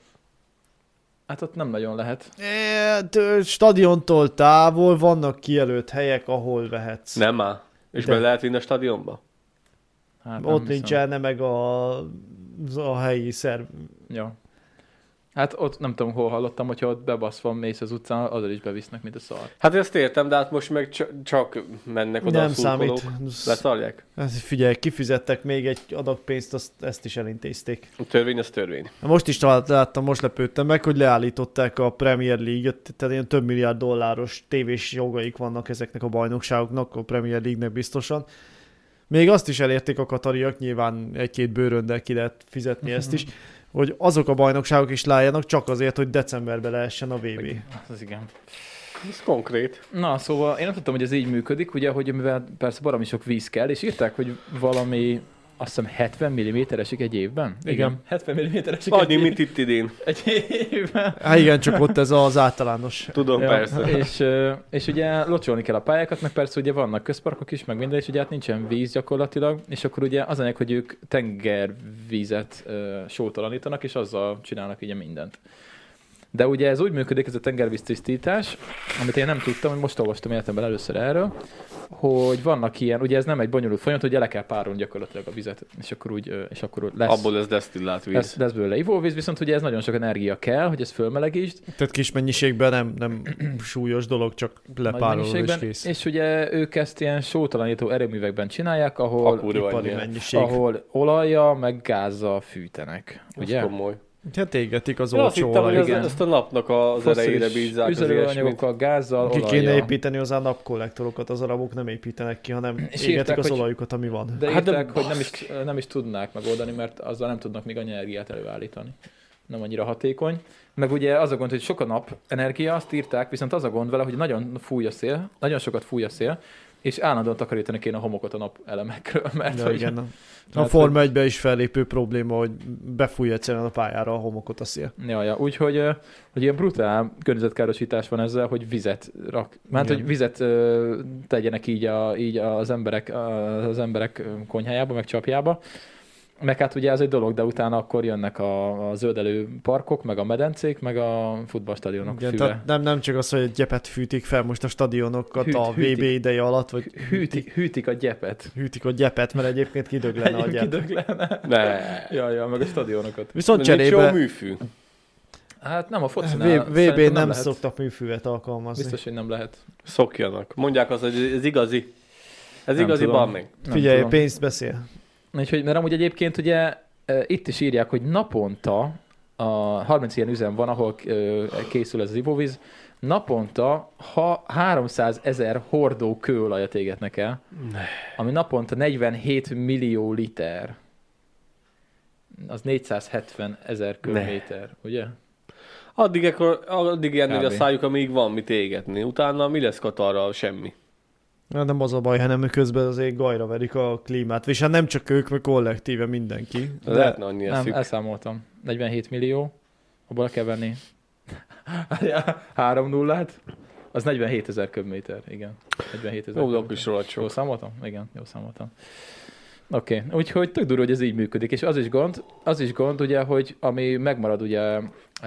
Hát ott nem nagyon lehet.
Eh, t- stadiontól távol vannak kijelölt helyek, ahol vehetsz.
Nem már. És
De.
be lehet vinni a stadionba?
Hát nem
Ott
hiszem.
nincs elne meg a, az a helyi szerv.
Ja. Hát ott nem tudom, hol hallottam, hogyha ott bebaszva mész az utcán, azzal is bevisznek, mint a szar.
Hát ezt értem, de hát most meg csak, csak mennek oda
Nem
a szurkolók.
számít.
Számít. Leszarják?
Ez, Hát figyelj, kifizettek még egy adag pénzt, azt, ezt is elintézték.
A törvény az törvény.
Most is talált- láttam, most lepődtem meg, hogy leállították a Premier League-et, tehát ilyen több milliárd dolláros tévés jogaik vannak ezeknek a bajnokságoknak, a Premier League-nek biztosan. Még azt is elérték a katariak, nyilván egy-két bőröndel ki lehet fizetni ezt is, hogy azok a bajnokságok is lájanak csak azért, hogy decemberben lehessen a VB.
Az igen.
Ez konkrét.
Na, szóval én nem tudtam, hogy ez így működik, ugye, hogy mivel persze baromi sok víz kell, és írták, hogy valami azt hiszem 70 mm-esik egy évben?
Igen.
70 mm-esik egy,
Annyi, mint
év,
itt idén.
egy évben.
Hát igen, csak ott ez az általános.
Tudom, ja. persze.
És, ö, és ugye locsolni kell a pályákat, meg persze ugye vannak közparkok is, meg minden, és ugye hát nincsen víz gyakorlatilag, és akkor ugye az anyag, hogy ők tengervízet ö, sótalanítanak, és azzal csinálnak ugye mindent. De ugye ez úgy működik, ez a tengervíz tisztítás, amit én nem tudtam, hogy most olvastam életemben először erről, hogy vannak ilyen, ugye ez nem egy bonyolult folyamat, hogy le kell párolni gyakorlatilag a vizet, és akkor úgy, ö, és akkor lesz,
Abból ez desztillált víz.
lesz, lesz belőle ivóvíz, viszont ugye ez nagyon sok energia kell, hogy ezt fölmelegítsd,
Tehát kis mennyiségben nem, nem súlyos dolog, csak lepárolod és
mennyiségben,
kész.
És ugye ők ezt ilyen sótalanító erőművekben csinálják,
A
ahol,
kurva
Ipari
anyja.
mennyiség.
ahol olajjal, meg gázzal fűtenek.
Ez
Ugye?
komoly.
Hát égetik az
Én azt
olcsó
hittem, hogy
olajat.
ez, ezt a napnak az
Fosszilis
erejére bízzák az ilyesmit.
Üzelőanyagokkal, gázzal,
Ki kéne
olajjal.
építeni hozzá napkollektorokat, hát az arabok nem építenek ki, hanem
És
és
írták,
égetik az
hogy-
olajukat, ami van.
De
Hát de
írták, hogy nem is, nem is tudnák megoldani, mert azzal nem tudnak még annyi energiát előállítani. Nem annyira hatékony. Meg ugye az a gond, hogy sok a nap energia, azt írták, viszont az a gond vele, hogy nagyon fúj a szél, nagyon sokat fúj a szél, és állandóan takarítani kéne a homokot a nap elemekről, mert
De
hát, hogy-
igen, a- a
hogy-
Forma 1 is fellépő probléma, hogy befújja egyszerűen a pályára a homokot a szél.
Ja, ja. Úgyhogy ö, hogy ilyen brutál környezetkárosítás van ezzel, hogy vizet rak. Mert
Igen.
hogy vizet ö, tegyenek így, a, így az, emberek, az emberek ö, konyhájába, meg csapjába. Meg hát ugye ez egy dolog, de utána akkor jönnek a, a zöldelő parkok, meg a medencék, meg a futballstadionok
Igen,
füve.
tehát nem, nem csak az, hogy egy gyepet fűtik fel most a stadionokat
Hűt-
a
hűtik.
VB ideje alatt, vagy
Hűtik, hűtik a gyepet.
hűtik a gyepet, mert egyébként kidög lenne a gyep.
Kidög lenne.
Ne.
Ja, ja, meg a stadionokat.
Viszont
Ez egy jó
Szóval cserébe
műfű.
Hát nem a focinál.
VB
szerintem
nem, nem
lehet.
szoktak műfüvet alkalmazni.
Biztos, hogy nem lehet.
Szokjanak. Mondják azt, hogy ez igazi. Ez
Nem
igazi
tudom.
bameng.
Nem
Figyelj,
tudom.
pénzt beszél.
Úgyhogy, mert amúgy egyébként ugye e, itt is írják, hogy naponta, a 30 ilyen üzem van, ahol ö, készül ez az ivóvíz, naponta ha 300 ezer hordó kőolajat égetnek el,
Ne.
ami naponta 47 millió liter. Az 470 ezer köbméter, ugye?
Addig, ekkor, addig ilyen nagy a
Kb.
szájuk, amíg van mit égetni. Utána mi lesz Katarral? Semmi.
Na, nem az a baj, hanem közben azért gajra verik a klímát. És hát nem csak ők, meg kollektíve mindenki.
De Lehetne annyi
Nem,
eszük.
elszámoltam. 47 millió, abból le kell venni. Három nullát, az 47 ezer köbméter, igen. 47 ezer.
Jó, de akkor is rohadt
Jól
sok.
számoltam? Igen, jól számoltam. Oké, okay. úgyhogy tök durva, hogy ez így működik, és az is gond, az is gond ugye, hogy ami megmarad ugye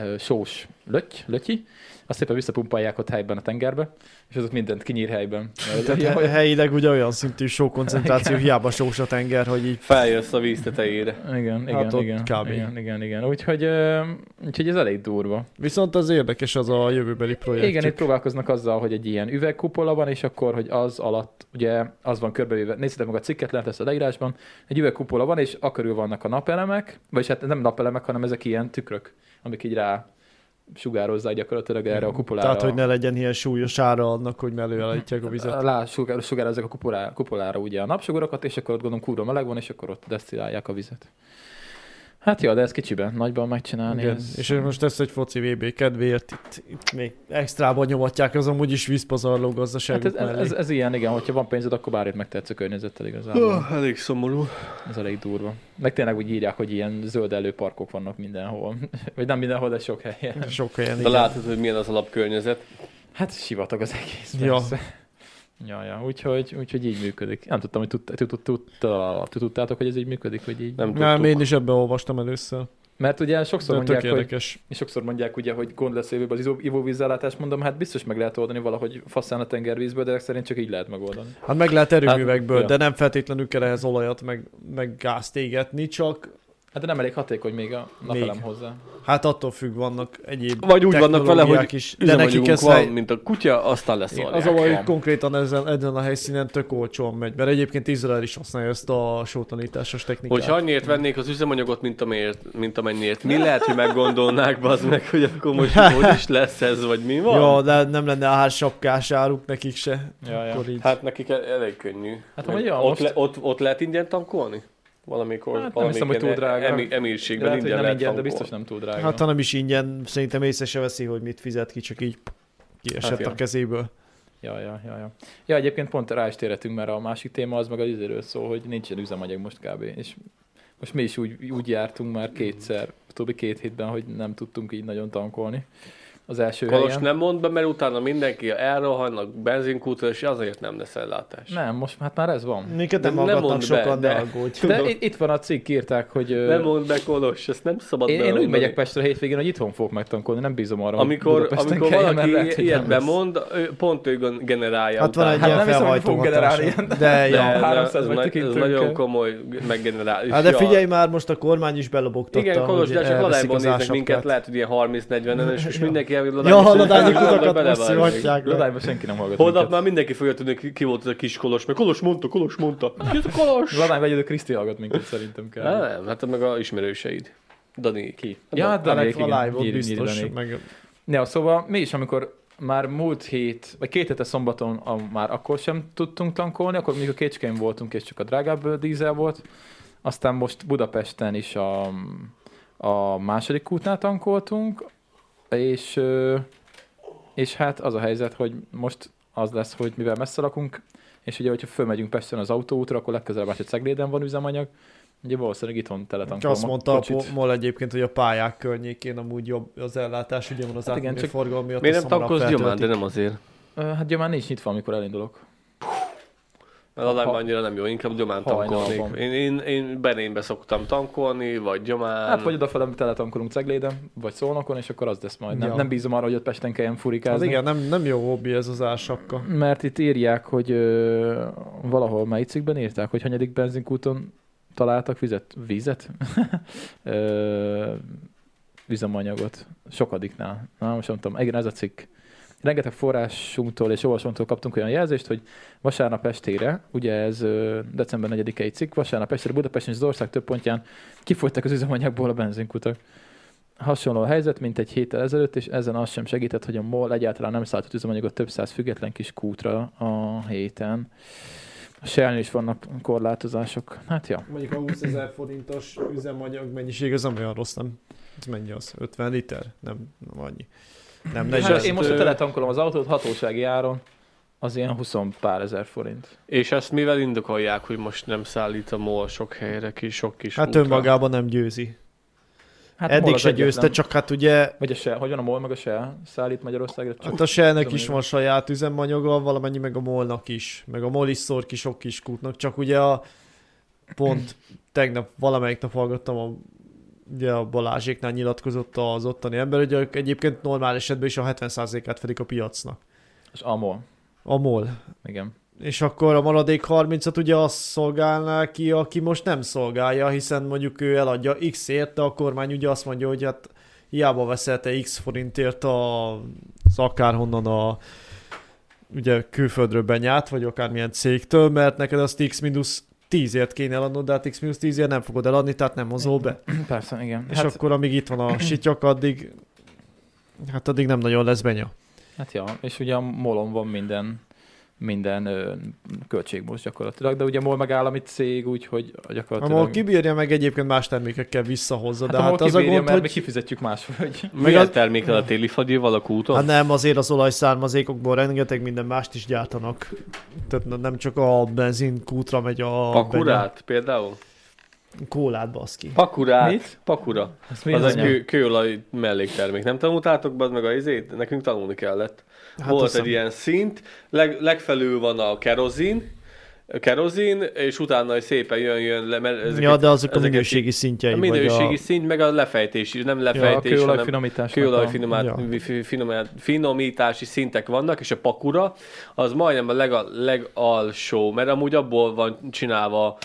ö, sós löty, lötyi, azt szépen visszapumpálják ott helyben a tengerbe, és azok mindent kinyír helyben.
Tehát
Ja,
he- helyileg ugye olyan szintű só koncentráció, hiába sós a tenger, hogy így
Feljössz a víz tetejére.
Igen, igen,
Hát ott
igen,
kb.
igen, igen, igen. Úgyhogy, ö, úgyhogy ez elég durva.
Viszont az érdekes az a jövőbeli projekt.
Igen, itt próbálkoznak azzal, hogy egy ilyen üvegkupola van, és akkor, hogy az alatt, ugye az van körbevéve, nézzétek meg a cikket, lehet lesz a leírásban, egy üvegkupola van, és akörül vannak a napelemek, vagyis hát nem napelemek, hanem ezek ilyen tükrök, amik így rá sugározzák gyakorlatilag erre a kupolára.
Tehát, hogy ne legyen ilyen súlyos ára annak, hogy melőállítják a vizet.
Lá, sugár, sugározzák a kupolá, kupolára ugye a napsugarakat, és akkor ott gondolom kurva meleg van, és akkor ott desztillálják a vizet. Hát jó, de ez kicsiben, nagyban megcsinálni.
Igen.
Ez...
És most ezt egy foci VB kedvéért itt, itt még extrában nyomatják az amúgy is vízpazarló gazdaságuk
Hát ez, ez,
mellé.
ez, ez, ilyen, igen, hogyha van pénzed, akkor bármit megtehetsz a környezettel igazából.
elég szomorú.
Ez elég durva. Meg tényleg úgy írják, hogy ilyen zöld előparkok vannak mindenhol. Vagy nem mindenhol, de sok helyen.
Sok helyen,
De
igen.
látod, hogy milyen az alapkörnyezet.
Hát sivatag az egész.
Ja.
persze. Ja, ja, úgyhogy, úgyhogy így működik. Nem tudtam, hogy tudt- ti tudt- tudta- ti tudtátok, hogy ez így működik, hogy így.
Nem
Nem,
tudtuk.
én is ebben olvastam először.
Mert ugye sokszor
De tök
mondják, hogy
érdekes.
És sokszor mondják ugye, hogy gond lesz jövőben az ivó- ivóvízellátás, mondom, hát biztos meg lehet oldani valahogy faszán a tengervízből, de ezek szerint csak így lehet megoldani.
Hát meg lehet erőművekből,
Hát,
de nem feltétlenül kell ehhez olajat, meg, meg gázt égetni, csak
Hát de nem elég hatékony még a napelem
Még.
hozzá.
hát attól függ, vannak egyéb
Vagy úgy vannak vele,
technológiák
hogy
is, de nekik
üzemanyagunk
ez
van,
hely,
mint a kutya, aztán leszolják.
az a baj, hogy konkrétan ezen, ezen a helyszínen tök olcsón megy, mert egyébként Izrael is használja ezt a sótanításos technikát.
Hogyha annyiért vennék az üzemanyagot, mint, amért, mint amennyiért, mi lehet, hogy meggondolnák bazd meg, hogy akkor most hogy is lesz ez, vagy mi van?
Jó, de nem lenne ársapkás áruk nekik se.
Ja, ja.
Akkor így.
Hát nekik el- elég könnyű.
Hát,
Meg
amúgy ja,
ott,
most-
le, ott, ott lehet ingyen tankolni? Valamikor,
Hát nem hiszem, hogy túl
ilyen
drága.
Emi, emírségben
Lehet, hogy
ingyen
nem
lehet
ingyen, de
tankolni.
biztos nem túl drága.
hát ha nem is ingyen, szerintem észre se veszi, hogy mit fizet ki, csak így kiesett
Hát, ja.
a kezéből.
Ja, ja, ja, ja. ja, egyébként pont rá is térhetünk, mert a másik téma az meg az izéről szól, hogy nincsen üzemanyag most kb. És most mi is úgy, úgy jártunk már kétszer, utóbbi két hétben, hogy nem tudtunk így nagyon tankolni. Az első
Kolos
helyen.
nem mond be, mert utána mindenki elrohannak benzinkútra, és azért nem lesz ellátás.
nem, most hát már ez van.
Minket nem
De ne
hallgatnak
mondd be,
sokan,
de-
ne aggódj.
De i- itt van a cikk, írták, hogy... ö,
Nem mond be, Kolos, ezt nem szabad
Én, én úgy
belemondani.
megyek Pestre hétvégén, hogy itthon fogok megtankolni, nem bízom arra, hogy
Amikor,
Budapesten
amikor
kelljen, mert
valaki
lehet, hogy
ilyet
nem lesz.
bemond, ő, pont ő gon- generálja
Hát van
utána.
egy
Hát
ilyen
nem hiszem, hogy
felhajtó
fog generálni
hatása.
De
De, ja.
ez-
300
ez,
Hát, vagy
nagy- ez
tekintünk el.
nagyon komoly meggenerál.
Hát de figyelj már, most a kormány is belobogtatta,
Igen, Kolos,
hogy
de csak
elveszik
ladányban
az
néznek
ársapkát.
minket, lehet, hogy ilyen 30-40-en, és, és mindenki elvitt
Ja, a ladányi kutakat most szivatják. be.
Ladányba senki nem hallgat
Holnap
minket.
már mindenki fogja tudni, ki- ki volt ez a kis Kolos, mert Kolos mondta, Kolos mondta. Ki ez a Kolos?
Ladányba egyedül Kriszti hallgat minket szerintem
Hát
kell.
nem, hát meg a ismerőseid. Dani.
Ki? Ja, hát
Elek
Danék,
van
igen.
live-ot
Nyíri-
biztos,
Nyíri Danék.
meg
Ja, szóval mi is, amikor már múlt hét, vagy két hete szombaton a, már akkor sem tudtunk tankolni, akkor még a kécskeim voltunk, és csak a drágább ö, dízel volt. Aztán most Budapesten is a, a második kútnál tankoltunk, és, ö, és hát az a helyzet, hogy most az lesz, hogy mivel messze lakunk, és ugye, hogyha fölmegyünk Pesten az autóútra, akkor legközelebb más, hogy Cegléden van üzemanyag, ugye valószínűleg itthon
Csak
teletankolom
azt mondta a Pol- Mol egyébként, hogy a pályák környékén amúgy jobb az ellátás, ugye van az
Hát igen,
átmenő
csak
forgalom miatt.
Miért
azt
nem
hamarabb
tankolsz gyomán, de
feltöltik.
nem azért.
Ö, Hát ugye már nincs nyitva, amikor elindulok.
Mert ladányban
Ha-
annyira nem jó, inkább gyomán
Hajnalban.
tankolnék. Én, én, én benénbe szoktam tankolni, vagy gyomán.
Um,
Hát vagy odafele teletankolunk Cegléden, vagy Szolnokon, és akkor az lesz majd. Nem,
Ja.
nem bízom arra, hogy ott Pesten kelljen
Hát
furikázni.
igen, nem, nem jó hobbi ez az ársapka.
Mert itt írják, hogy ö, valahol melyik cikkben írták, hogy hanyadik benzinkúton találtak vizet, vizet? ö, üzemanyagot. Sokadiknál. Na, most nem tudom. Igen, ez a cikk. Rengeteg forrásunktól és olvasónktól kaptunk olyan jelzést, hogy vasárnap estére, ugye ez ö, december 4-i cikk, vasárnap estére Budapesten és az ország több pontján kifogytak az üzemanyagból a benzinkutak. Hasonló a helyzet, mint egy héttel ezelőtt, és ezen az sem segített, hogy a MOL egyáltalán nem szállított üzemanyagot több száz független kis kútra a héten. A Shell-nél is vannak korlátozások. Hát ja,
Mondjuk a 20 ezer forintos üzemanyag mennyiség az nem olyan rossz, nem? Ez mennyi az? 50 liter? Nem, nem annyi. Nem,
Hát
40.
ezt,
én most a
ö,
teletankolom az autót hatósági áron, az ilyen 20 pár ezer forint.
És ezt mivel indokolják, hogy most nem szállít a MOL sok helyre ki, sok kis
hát
útra?
önmagában nem győzi.
Hát
Eddig
MOL az
se
egyetlen-
győzte, csak hát ugye
Vagy a Shell, hogy van a MOL meg a Shell szállít Magyarországra? Csú.
Hát a Shellnek is
Üzemanyaga.
van saját üzemanyaga, valamennyi meg a molnak is, meg a mol is szór ki sok kis kútnak, csak ugye a pont tegnap valamelyik nap hallgattam a ugye a Balázséknál nyilatkozott az ottani ember, hogy ők egyébként normál esetben is a 70%-át fedik a piacnak.
És Amol.
A MOL.
Igen.
És akkor a maradék 30-at ugye azt szolgálná ki, aki most nem szolgálja, hiszen mondjuk ő eladja X-ért, de a kormány ugye azt mondja, hogy hát hiába veszel te X forintért a, az akárhonnan a ugye külföldről benyát, vagy akármilyen cégtől, mert neked azt X minusz 10-ért kéne eladnod, de hát X minusz 10-ért nem fogod eladni, tehát nem hozol be.
Persze, igen.
És
hát,
akkor amíg itt van a sityak, addig hát addig nem nagyon lesz benya.
hát ja, és ugye a molon van minden minden ö, költségmód gyakorlatilag, de ugye MOL megállami cég, úgyhogy
A
gyakorlatilag...
MOL kibírja meg egyébként más termékekkel visszahozza, de
a
hát,
MOL
az a
kibírja,
gond,
mert
hogy...
mi kifizetjük máshogy.
Milyen
az-
az... termékel a téli fagyéval a kúton?
Hát nem, azért az olajszármazékokból rengeteg minden mást is gyártanak. Tehát ne- nem csak a benzin kútra megy a...
Pakurát például?
benya- Kólát baszki.
Pakurát.
Mit?
Pakura.
Az,
Hát
Mi az, az a kő, kőolaj melléktermék. Nem tanultátok be meg a izét? Nekünk tanulni kellett. Hát Volt egy
azt hiszem.
ilyen szint, leg, legfelül van a kerozin, a kerozin, és utána szépen jön, jön le, mert ezeket,
ja, de azok a
ezeket
minőségi
így-
szintjei.
a
vagy
minőségi szint, meg a lefejtési, nem lefejtés,
ja, a
hanem
kőolajfinomítás.
kőolaj
Ja.
finomítási szintek vannak, és a pakura az majdnem a legal, legalsó, mert amúgy abból van csinálva,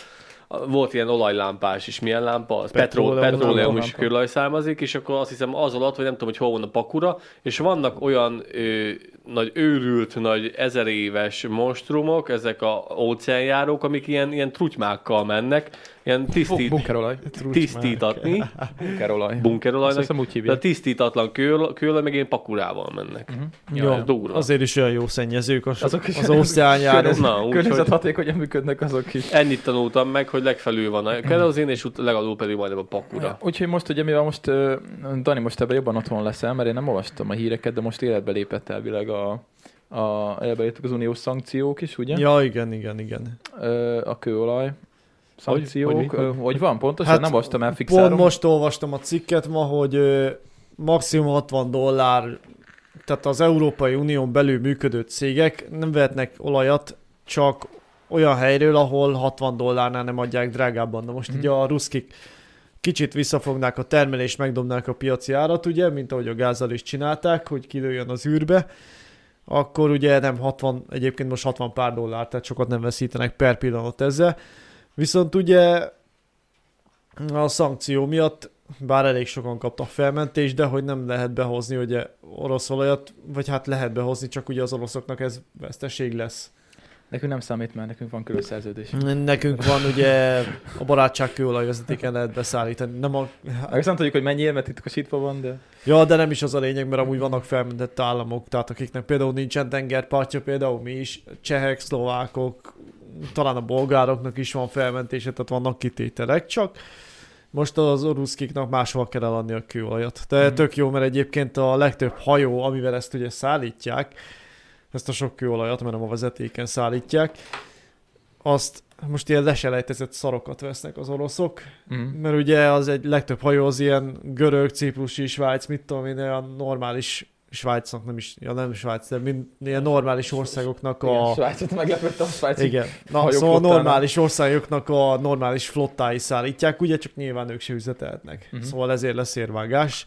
volt ilyen olajlámpás is, milyen lámpa az? Petró,
Petróleum
petróleum
lámpa.
is kőolaj származik, és akkor azt hiszem az alatt, hogy nem tudom, hogy hol van a pakura, és vannak olyan ö, nagy őrült, nagy ezer éves monstrumok, ezek a óceánjárók, amik ilyen, ilyen trutymákkal mennek, ilyen tisztít,
Bunkerolaj.
a...
tisztítatni,
Bunkerolaj.
bunkerolajnak,
Azt hiszem úgy
de a
hívják. Mhm.
tisztítatlan kől, kőle meg én pakurával mennek. Mm-hmm.
Ja,
Jó,
ja.
durva.
Azért is olyan jó szennyezők az,
Azok
azok
is-
is az óceánjáról.
Környezet-
Na, úgyhogy-
Környezethatékonyan működnek azok is.
Ennyit tanultam meg, hogy legfelül van a kerozin, és ut- legalul pedig majdnem a pakura.
Úgyhogy most ugye, mivel most, ö, Dani, most ebben jobban otthon leszel, mert én nem olvastam a híreket, de most életbe lépett elvileg a, a életbe léptek az uniós szankciók is, ugye?
Ja, igen, igen, igen.
Ö, a kőolaj szankciók. Hogy,
Hogy- hogy mi?
hogy, hogy van? Pontosan
Hát,
nem olvastam el fixáron.
Pont most olvastam a cikket ma, hogy ö, maximum 60 dollár, tehát az Európai Unión belül működő cégek nem vehetnek olajat, csak olyan helyről, ahol 60 dollárnál nem adják drágábban. Na most
Mhm.
ugye a ruszkik kicsit visszafognák a termelést, megdobnák a piaci árat, ugye, mint ahogy a gázzal is csinálták, hogy kilőjön az űrbe, akkor ugye nem 60, egyébként most 60 pár dollár, tehát sokat nem veszítenek per pillanat ezzel. Viszont ugye a szankció miatt, bár elég sokan kaptak felmentést, de hogy nem lehet behozni ugye orosz olajat, vagy hát lehet behozni, csak ugye az oroszoknak ez veszteség lesz.
Nekünk nem számít, mert nekünk van
Mm.
különszerződés.
Nekünk van ugye a barátság kőolajvezetéken lehet beszállítani. Nem a...
Azt nem Hát tudjuk, hogy mennyi mert titkosítva van, de...
Ja, de nem is az a lényeg, mert amúgy vannak felmentett államok, tehát akiknek például nincsen tengerpartja, például mi is, csehek, szlovákok, talán a bolgároknak is van felmentése, tehát vannak kitételek, csak most az oruszkiknak máshol kell eladni a kőolajat. De
Mhm.
tök jó, mert egyébként a legtöbb hajó, amivel ezt ugye szállítják, ezt a sok kőolajat, mert nem a vezetéken szállítják, azt most ilyen leselejtezett szarokat vesznek az oroszok,
Mm.
mert ugye az egy legtöbb hajó az ilyen görög, ciprusi, svájc, mit tudom én, olyan normális svájcnak, nem is, ja nem svájc, de mind, ilyen normális országoknak
Igen,
a...
Svájcot meglepődtem, Svájc.
Igen, na,
hajók
szóval a
flottának.
normális országoknak a normális flottái szállítják, ugye csak nyilván ők se üzletelhetnek.
Mhm.
Szóval ezért lesz érvágás.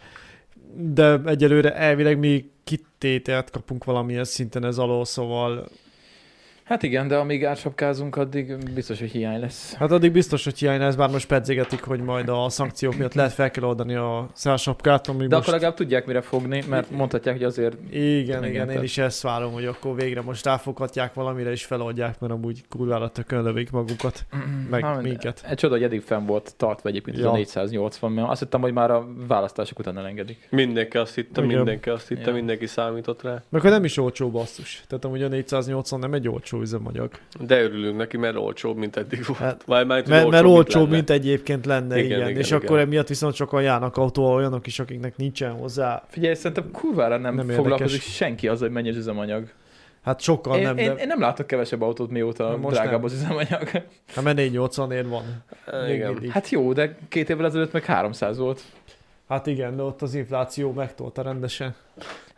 De egyelőre elvileg mi kitételt kapunk valamilyen szinten ez alól, szóval
Hát igen, de amíg átsapkázunk, addig biztos, hogy hiány lesz.
Hát addig biztos, hogy hiányna ez, bár most pedzégetik, hogy majd a szankciók miatt lehet fel kell oldani a szársapkát, ami
De
most...
akkor legalább tudják, mire fogni, mert mondhatják, hogy azért
Igen, igen, én
tehát-
is ezt várom, hogy akkor végre most ráfoghatják valamire és feloldják, mert amúgy kurvára tökön lövik magukat, meg
Hát,
minket.
Egy csoda, hogy eddig fenn volt tartva egyébként ez
Ja.
a 480, mert azt hittem, hogy már a választások után elengedik.
Mindenki azt hitte,
Igen.
mindenki azt hitte,
Ja.
mindenki számított rá.
Meg hogy nem is olcsó basszus. Tehát amúgy a 480 nem egy olcsó üzemanyag.
De örülünk neki, mert olcsóbb, mint eddig volt.
Hát,
Hát, Már, mert,
Mert, mert olcsó, mint egyébként lenne, igen.
Igen,
igen,
igen,
és
igen.
akkor emiatt viszont sokan járnak autóval olyanok is, akiknek nincsen hozzá.
Figyelj, szerintem kurvára nem,
Nem
nem
érdekes.
foglalkozik senki az, hogy mennyi az üzemanyag.
Hát sokan
Én,
nem,
nem,
de
én, én, nem látok kevesebb autót, mióta
Most
Most drágább
nem.
nem. az üzemanyag.
nem, Hát mert 480 ér van. Még
Igen.
mindig. Hát,
Hát jó, de két évvel ezelőtt meg 300 volt.
hát igen, de ott az infláció megtolta rendesen.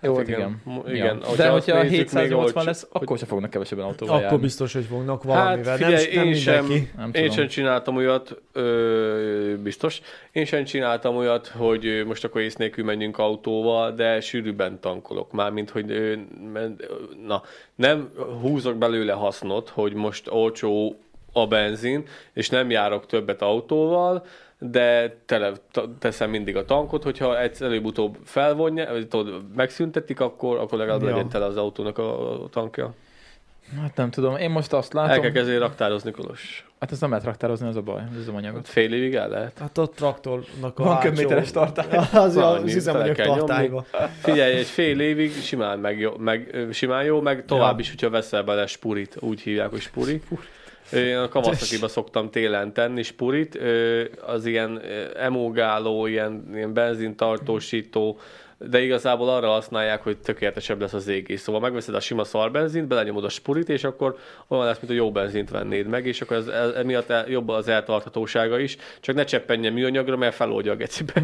Jó, hát igen.
Igen. igen.
ja.
hogyha
De
azt
hogyha
nézzük, még
780
olcs-
lesz, akkor se fognak kevesebben autóval
Akkor
járni.
biztos, hogy fognak
Hát
valamivel.
figyelj,
nem,
én,
nem
sem,
mindenki.
Nem
én
tudom.
sem csináltam olyat, ö, biztos, én sem csináltam olyat, hogy ö, most akkor ész nélkül menjünk autóval, de sűrűbben tankolok. Mármint, hogy ö, men- ö, na, nem húzok belőle hasznot, hogy most olcsó a benzin, és nem járok többet autóval, de tele ta- teszem mindig a tankot, hogyha egyszer előbb-utóbb felvonja, vagy tudod, megszüntetik, akkor, akkor legalább
Ja.
legyen tele az autónak a, a tankja.
Hát nem tudom, én most azt
El kell
látom,
kezdeni raktározni, Kolos.
hát ezt nem lehet raktározni, az a baj, az üzemanyagot.
Fél évig el lehet.
Hát a traktornak a
Van
hátsó-
köbméteres tartály.
Az,
Annyi,
az
tele
üzemanyag
kell nyomni.
tartályba.
Figyelj, egy fél évig simán, meg, jó- meg ö, simán jó, meg tovább is, hogyha veszel bele spurit, úgy hívják, hogy spuri. Én a kawasaki szoktam télen tenni spurit, ö, az ilyen ö, emulgáló, ilyen, ilyen benzintartósító, de igazából arra használják, hogy tökéletesebb lesz az égés. Szóval megveszed a sima szarbenzint, belenyomod a spurit, és akkor olyan lesz, mint a jó benzint vennéd meg, és akkor ez, ez, emiatt el, jobb az eltarthatósága is, csak ne cseppenjen műanyagra, mert feloldja a gecibe.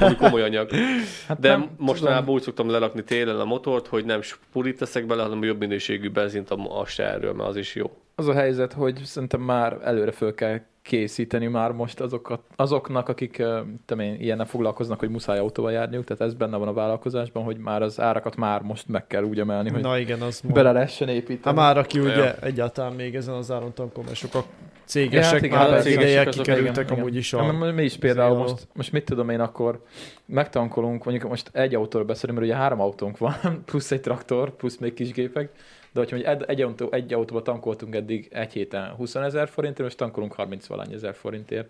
Ami komoly anyag.
Hát
De
nem
mostanában úgy szoktam lerakni télen a motort, hogy nem spurit teszek bele, hanem jobb minőségű benzint a, a serről, mert az is jó.
Az a helyzet, hogy szerintem már előre föl kell készíteni már most azokat, azoknak, akik ö, tudom én, ilyennel foglalkoznak, hogy muszáj autóval járniuk, tehát ez benne van a vállalkozásban, hogy már az árakat már most meg kell úgy emelni, hogy
Na igen, az mond.
bele lehessen építeni.
Hát már aki ugye
Ja.
egyáltalán még ezen az áron tankol, mert sokak
Ja, hát
cégesek
igen,
már
hát
az
cégesek
ideje
azok,
kikerültek
igen, igen.
amúgy is
Nem,
a...
mi is például
Zero.
most, most mit tudom én akkor, megtankolunk, mondjuk most egy autóról beszélünk, mert ugye három autónk van, plusz egy traktor, plusz még kis gépek, de hogyha mondjuk egy, egy, autó, egy autóba tankoltunk eddig egy héten 20 ezer forintért, most tankolunk 30 valány ezer forintért.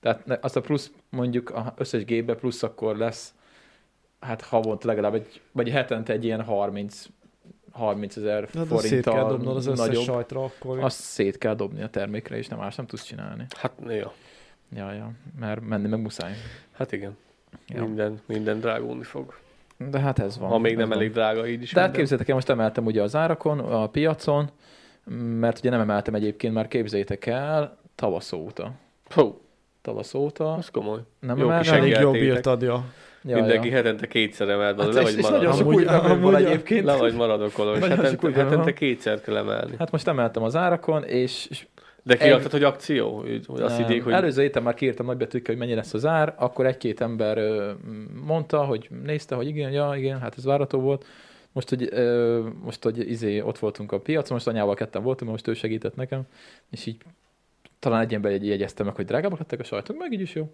Tehát ne- azt a plusz mondjuk a összes gépbe plusz akkor lesz, hát havonta legalább egy, vagy hetente egy ilyen 30 30 ezer
Na, Hát de szét kell dobnod
forinttal
az összes
nagyobb.
sajtra, akkor...
Azt szét kell dobni a termékre, és nem más nem tudsz csinálni.
Hát jó.
Ja, ja, mert menni meg muszáj.
Hát igen.
Ja.
Minden, minden drágulni fog.
De hát ez van.
Ha még
ez
nem
van.
elég drága, így is.
De hát
minden.
képzeljétek el, most emeltem ugye az árakon, a piacon, mert ugye nem emeltem egyébként, már képzeljétek el, tavasz óta.
Hú,
Pász óta.
az komoly.
Nem
Jó
emeltem.
kis
Elég
Sengeltétek.
jobb írt adja.
Ja,
Mindenki
ja.
hetente kétszer emelt, az
Hát
le
és-
vagy
és nagyon
maradok.
sok
Amúgy-
új bevő van
amúgy-
egyébként.
Le vagy maradok, Kolos.
Nagyon sok
Hetente,
új bevő van.
hetente kétszer kell emelni.
Hát most emeltem az árakon, és és
De
Egy-
kiadtad, hogy akció? Így, Hogy azt
nem.
higgyék, hogy...
előző héten már kiírtam nagybetűkkel, hogy mennyi lesz az ár, akkor egy-két ember ö, mondta, hogy nézte, hogy igen, ja, igen, hát ez várató volt. Most, hogy, ö, most, hogy izé, ott voltunk a piacon, most anyával ketten voltunk, most ő segített nekem, és így talán egy ember jegyezte meg, hogy drágábbak lettek a sajtok, meg így is jó.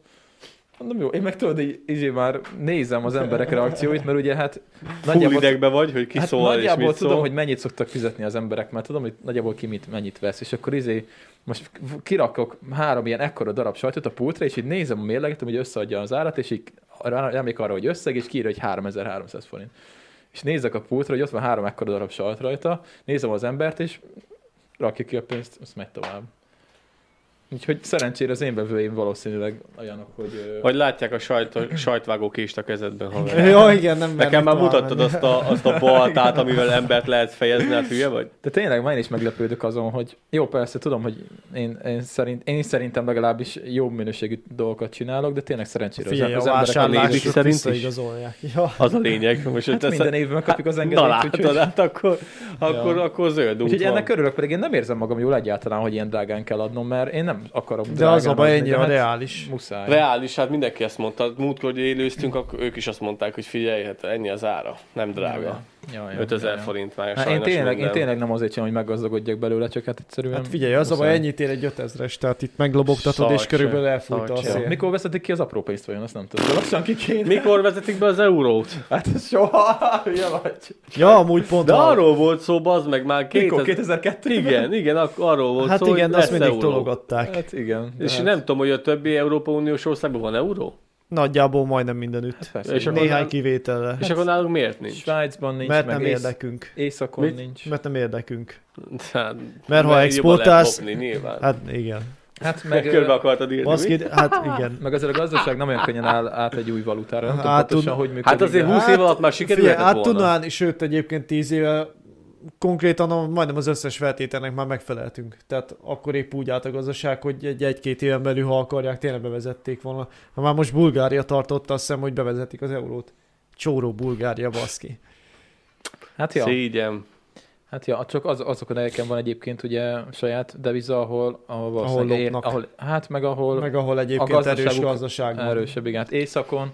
Mondom, jó, én meg tudod, így, izé már nézem az emberek reakcióit, mert ugye hát
Full
nagyjából
idegbe vagy, hogy ki
hát
szól és
nagyjából
mit
tudom,
szól.
hogy mennyit szoktak fizetni az emberek, mert tudom, hogy nagyjából ki mit, mennyit vesz, és akkor izé, most kirakok három ilyen ekkora darab sajtot a pultra, és így nézem a mérleget, hogy összeadja az árat, és így rá- rámlik arra, hogy összeg, és kiírja, hogy 3300 forint. És nézek a pultra, hogy ott van három ekkora darab sajt rajta, nézem az embert, és rakja ki a pénzt, azt megy tovább. Úgyhogy szerencsére az én bevőim valószínűleg olyanok, hogy... ö,
Vagy látják a sajt, sajtvágó kést a kezedben. Ha
Ja, igen, nem
Nekem
mernek
már
tovább
mutattad
menni.
azt a, azt a baltát, amivel embert lehet fejezni, hát hülye vagy?
De tényleg már én is meglepődök azon, hogy jó, persze tudom, hogy én, én, szerint, én is szerintem legalábbis jó minőségű dolgokat csinálok, de tényleg szerencsére
Figyelj, a
az, az emberek
vásárlás-
elég,
vásárlások
lépik szerint is.
visszaigazolják. Ja.
Az a lényeg. Most
hát
ezt-
minden évben kapjuk az
Na
engedélyt,
látod,
úgyhogy,
hát akkor, akkor, akkor zöld út
úgyhogy
van.
ennek örülök, pedig én nem érzem magam jól egyáltalán, hogy ilyen drágán kell adnom, mert én nem akarom
De az a
drágán
baj,
adni,
ennyi
de
a
hát
reális.
Muszáj.
Reális, hát mindenki ezt mondta. Múltkor, hogy élőztünk, akkor ők is azt mondták, hogy figyelj, hát ennyi az ára. Nem drága.
Ja, ja,
5000
ja, ja.
forint már,
Hát én,
sajnos
tényleg, én
minden.
tényleg nem azért csinálom, hogy meggazdagodjak belőle, csak hát egyszerűen...
Hát figyelj, az a baj,
muszáj.
ennyit ér egy 5000-es, tehát itt meglobogtatod,
Szart
és
se,
körülbelül elfújta a
szart se.
szél.
Mikor veszetik ki az apró pénzt vajon, azt nem tudom. De lassan ki kéne.
Mikor vezetik be az eurót?
Hát ez soha, hülye vagy.
Ja, amúgy pont
De
arra-
arról volt szó, bazd meg már
Mikor?
2000...
2002
Igen, igen, ak- arról volt
Hát
szó,
igen,
hogy lesz
azt mindig
euró.
tologatták.
Hát igen. de
És
hát-
nem tudom, hogy a többi Európa Uniós országban van euró?
Nagyjából majdnem mindenütt.
Persze,
És
és
akkor-
akkor
Néhány
nem-
kivétellel.
Hát
És akkor nálunk miért nincs?
Svájcban nincs,
Mert
meg
nem
ész-
érdekünk.
Északon
Mit?
nincs.
Mert nem érdekünk.
Hát,
Mert ha
jobban
exportálsz-
lehet lopni, nyilván. Hát,
Hát igen.
Hát meg,
meg körbe
ö,
akartad írni, mi?
Baszki, hát igen.
meg azért a gazdaság nem olyan könnyen áll át egy új valutára. Nem tudom
Hát
pontosan,
tud-
hogy működik.
Hát azért
de-
20 év alatt már sikerült
Figyelj,
volna.
hát tudnán, sőt egyébként 10 éve konkrétan a- majdnem az összes feltételnek már megfeleltünk. Tehát akkor épp úgy állt a gazdaság, hogy egy- egy-két éven belül, ha akarják, tényleg bevezették volna. Ha már most Bulgária tartotta, azt hiszem, hogy bevezetik az eurót. Csóró Bulgária, baszki.
Hát ja.
Szégyen.
Hát ja, csak az, azokon a helyeken van egyébként ugye saját deviza, ahol, ahol, valószínűleg ér,
lopnak.
ahol hát meg ahol
Meg ahol egyébként
gazdaságuk-
erős gazdaság van.
erősebb, igen. Hát északon,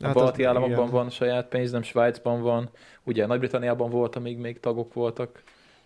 a
Hát az-
balti államokban
igen.
van saját pénz, nem Svájcban van, ugye Nagy-Britanniában volt, amíg még tagok voltak,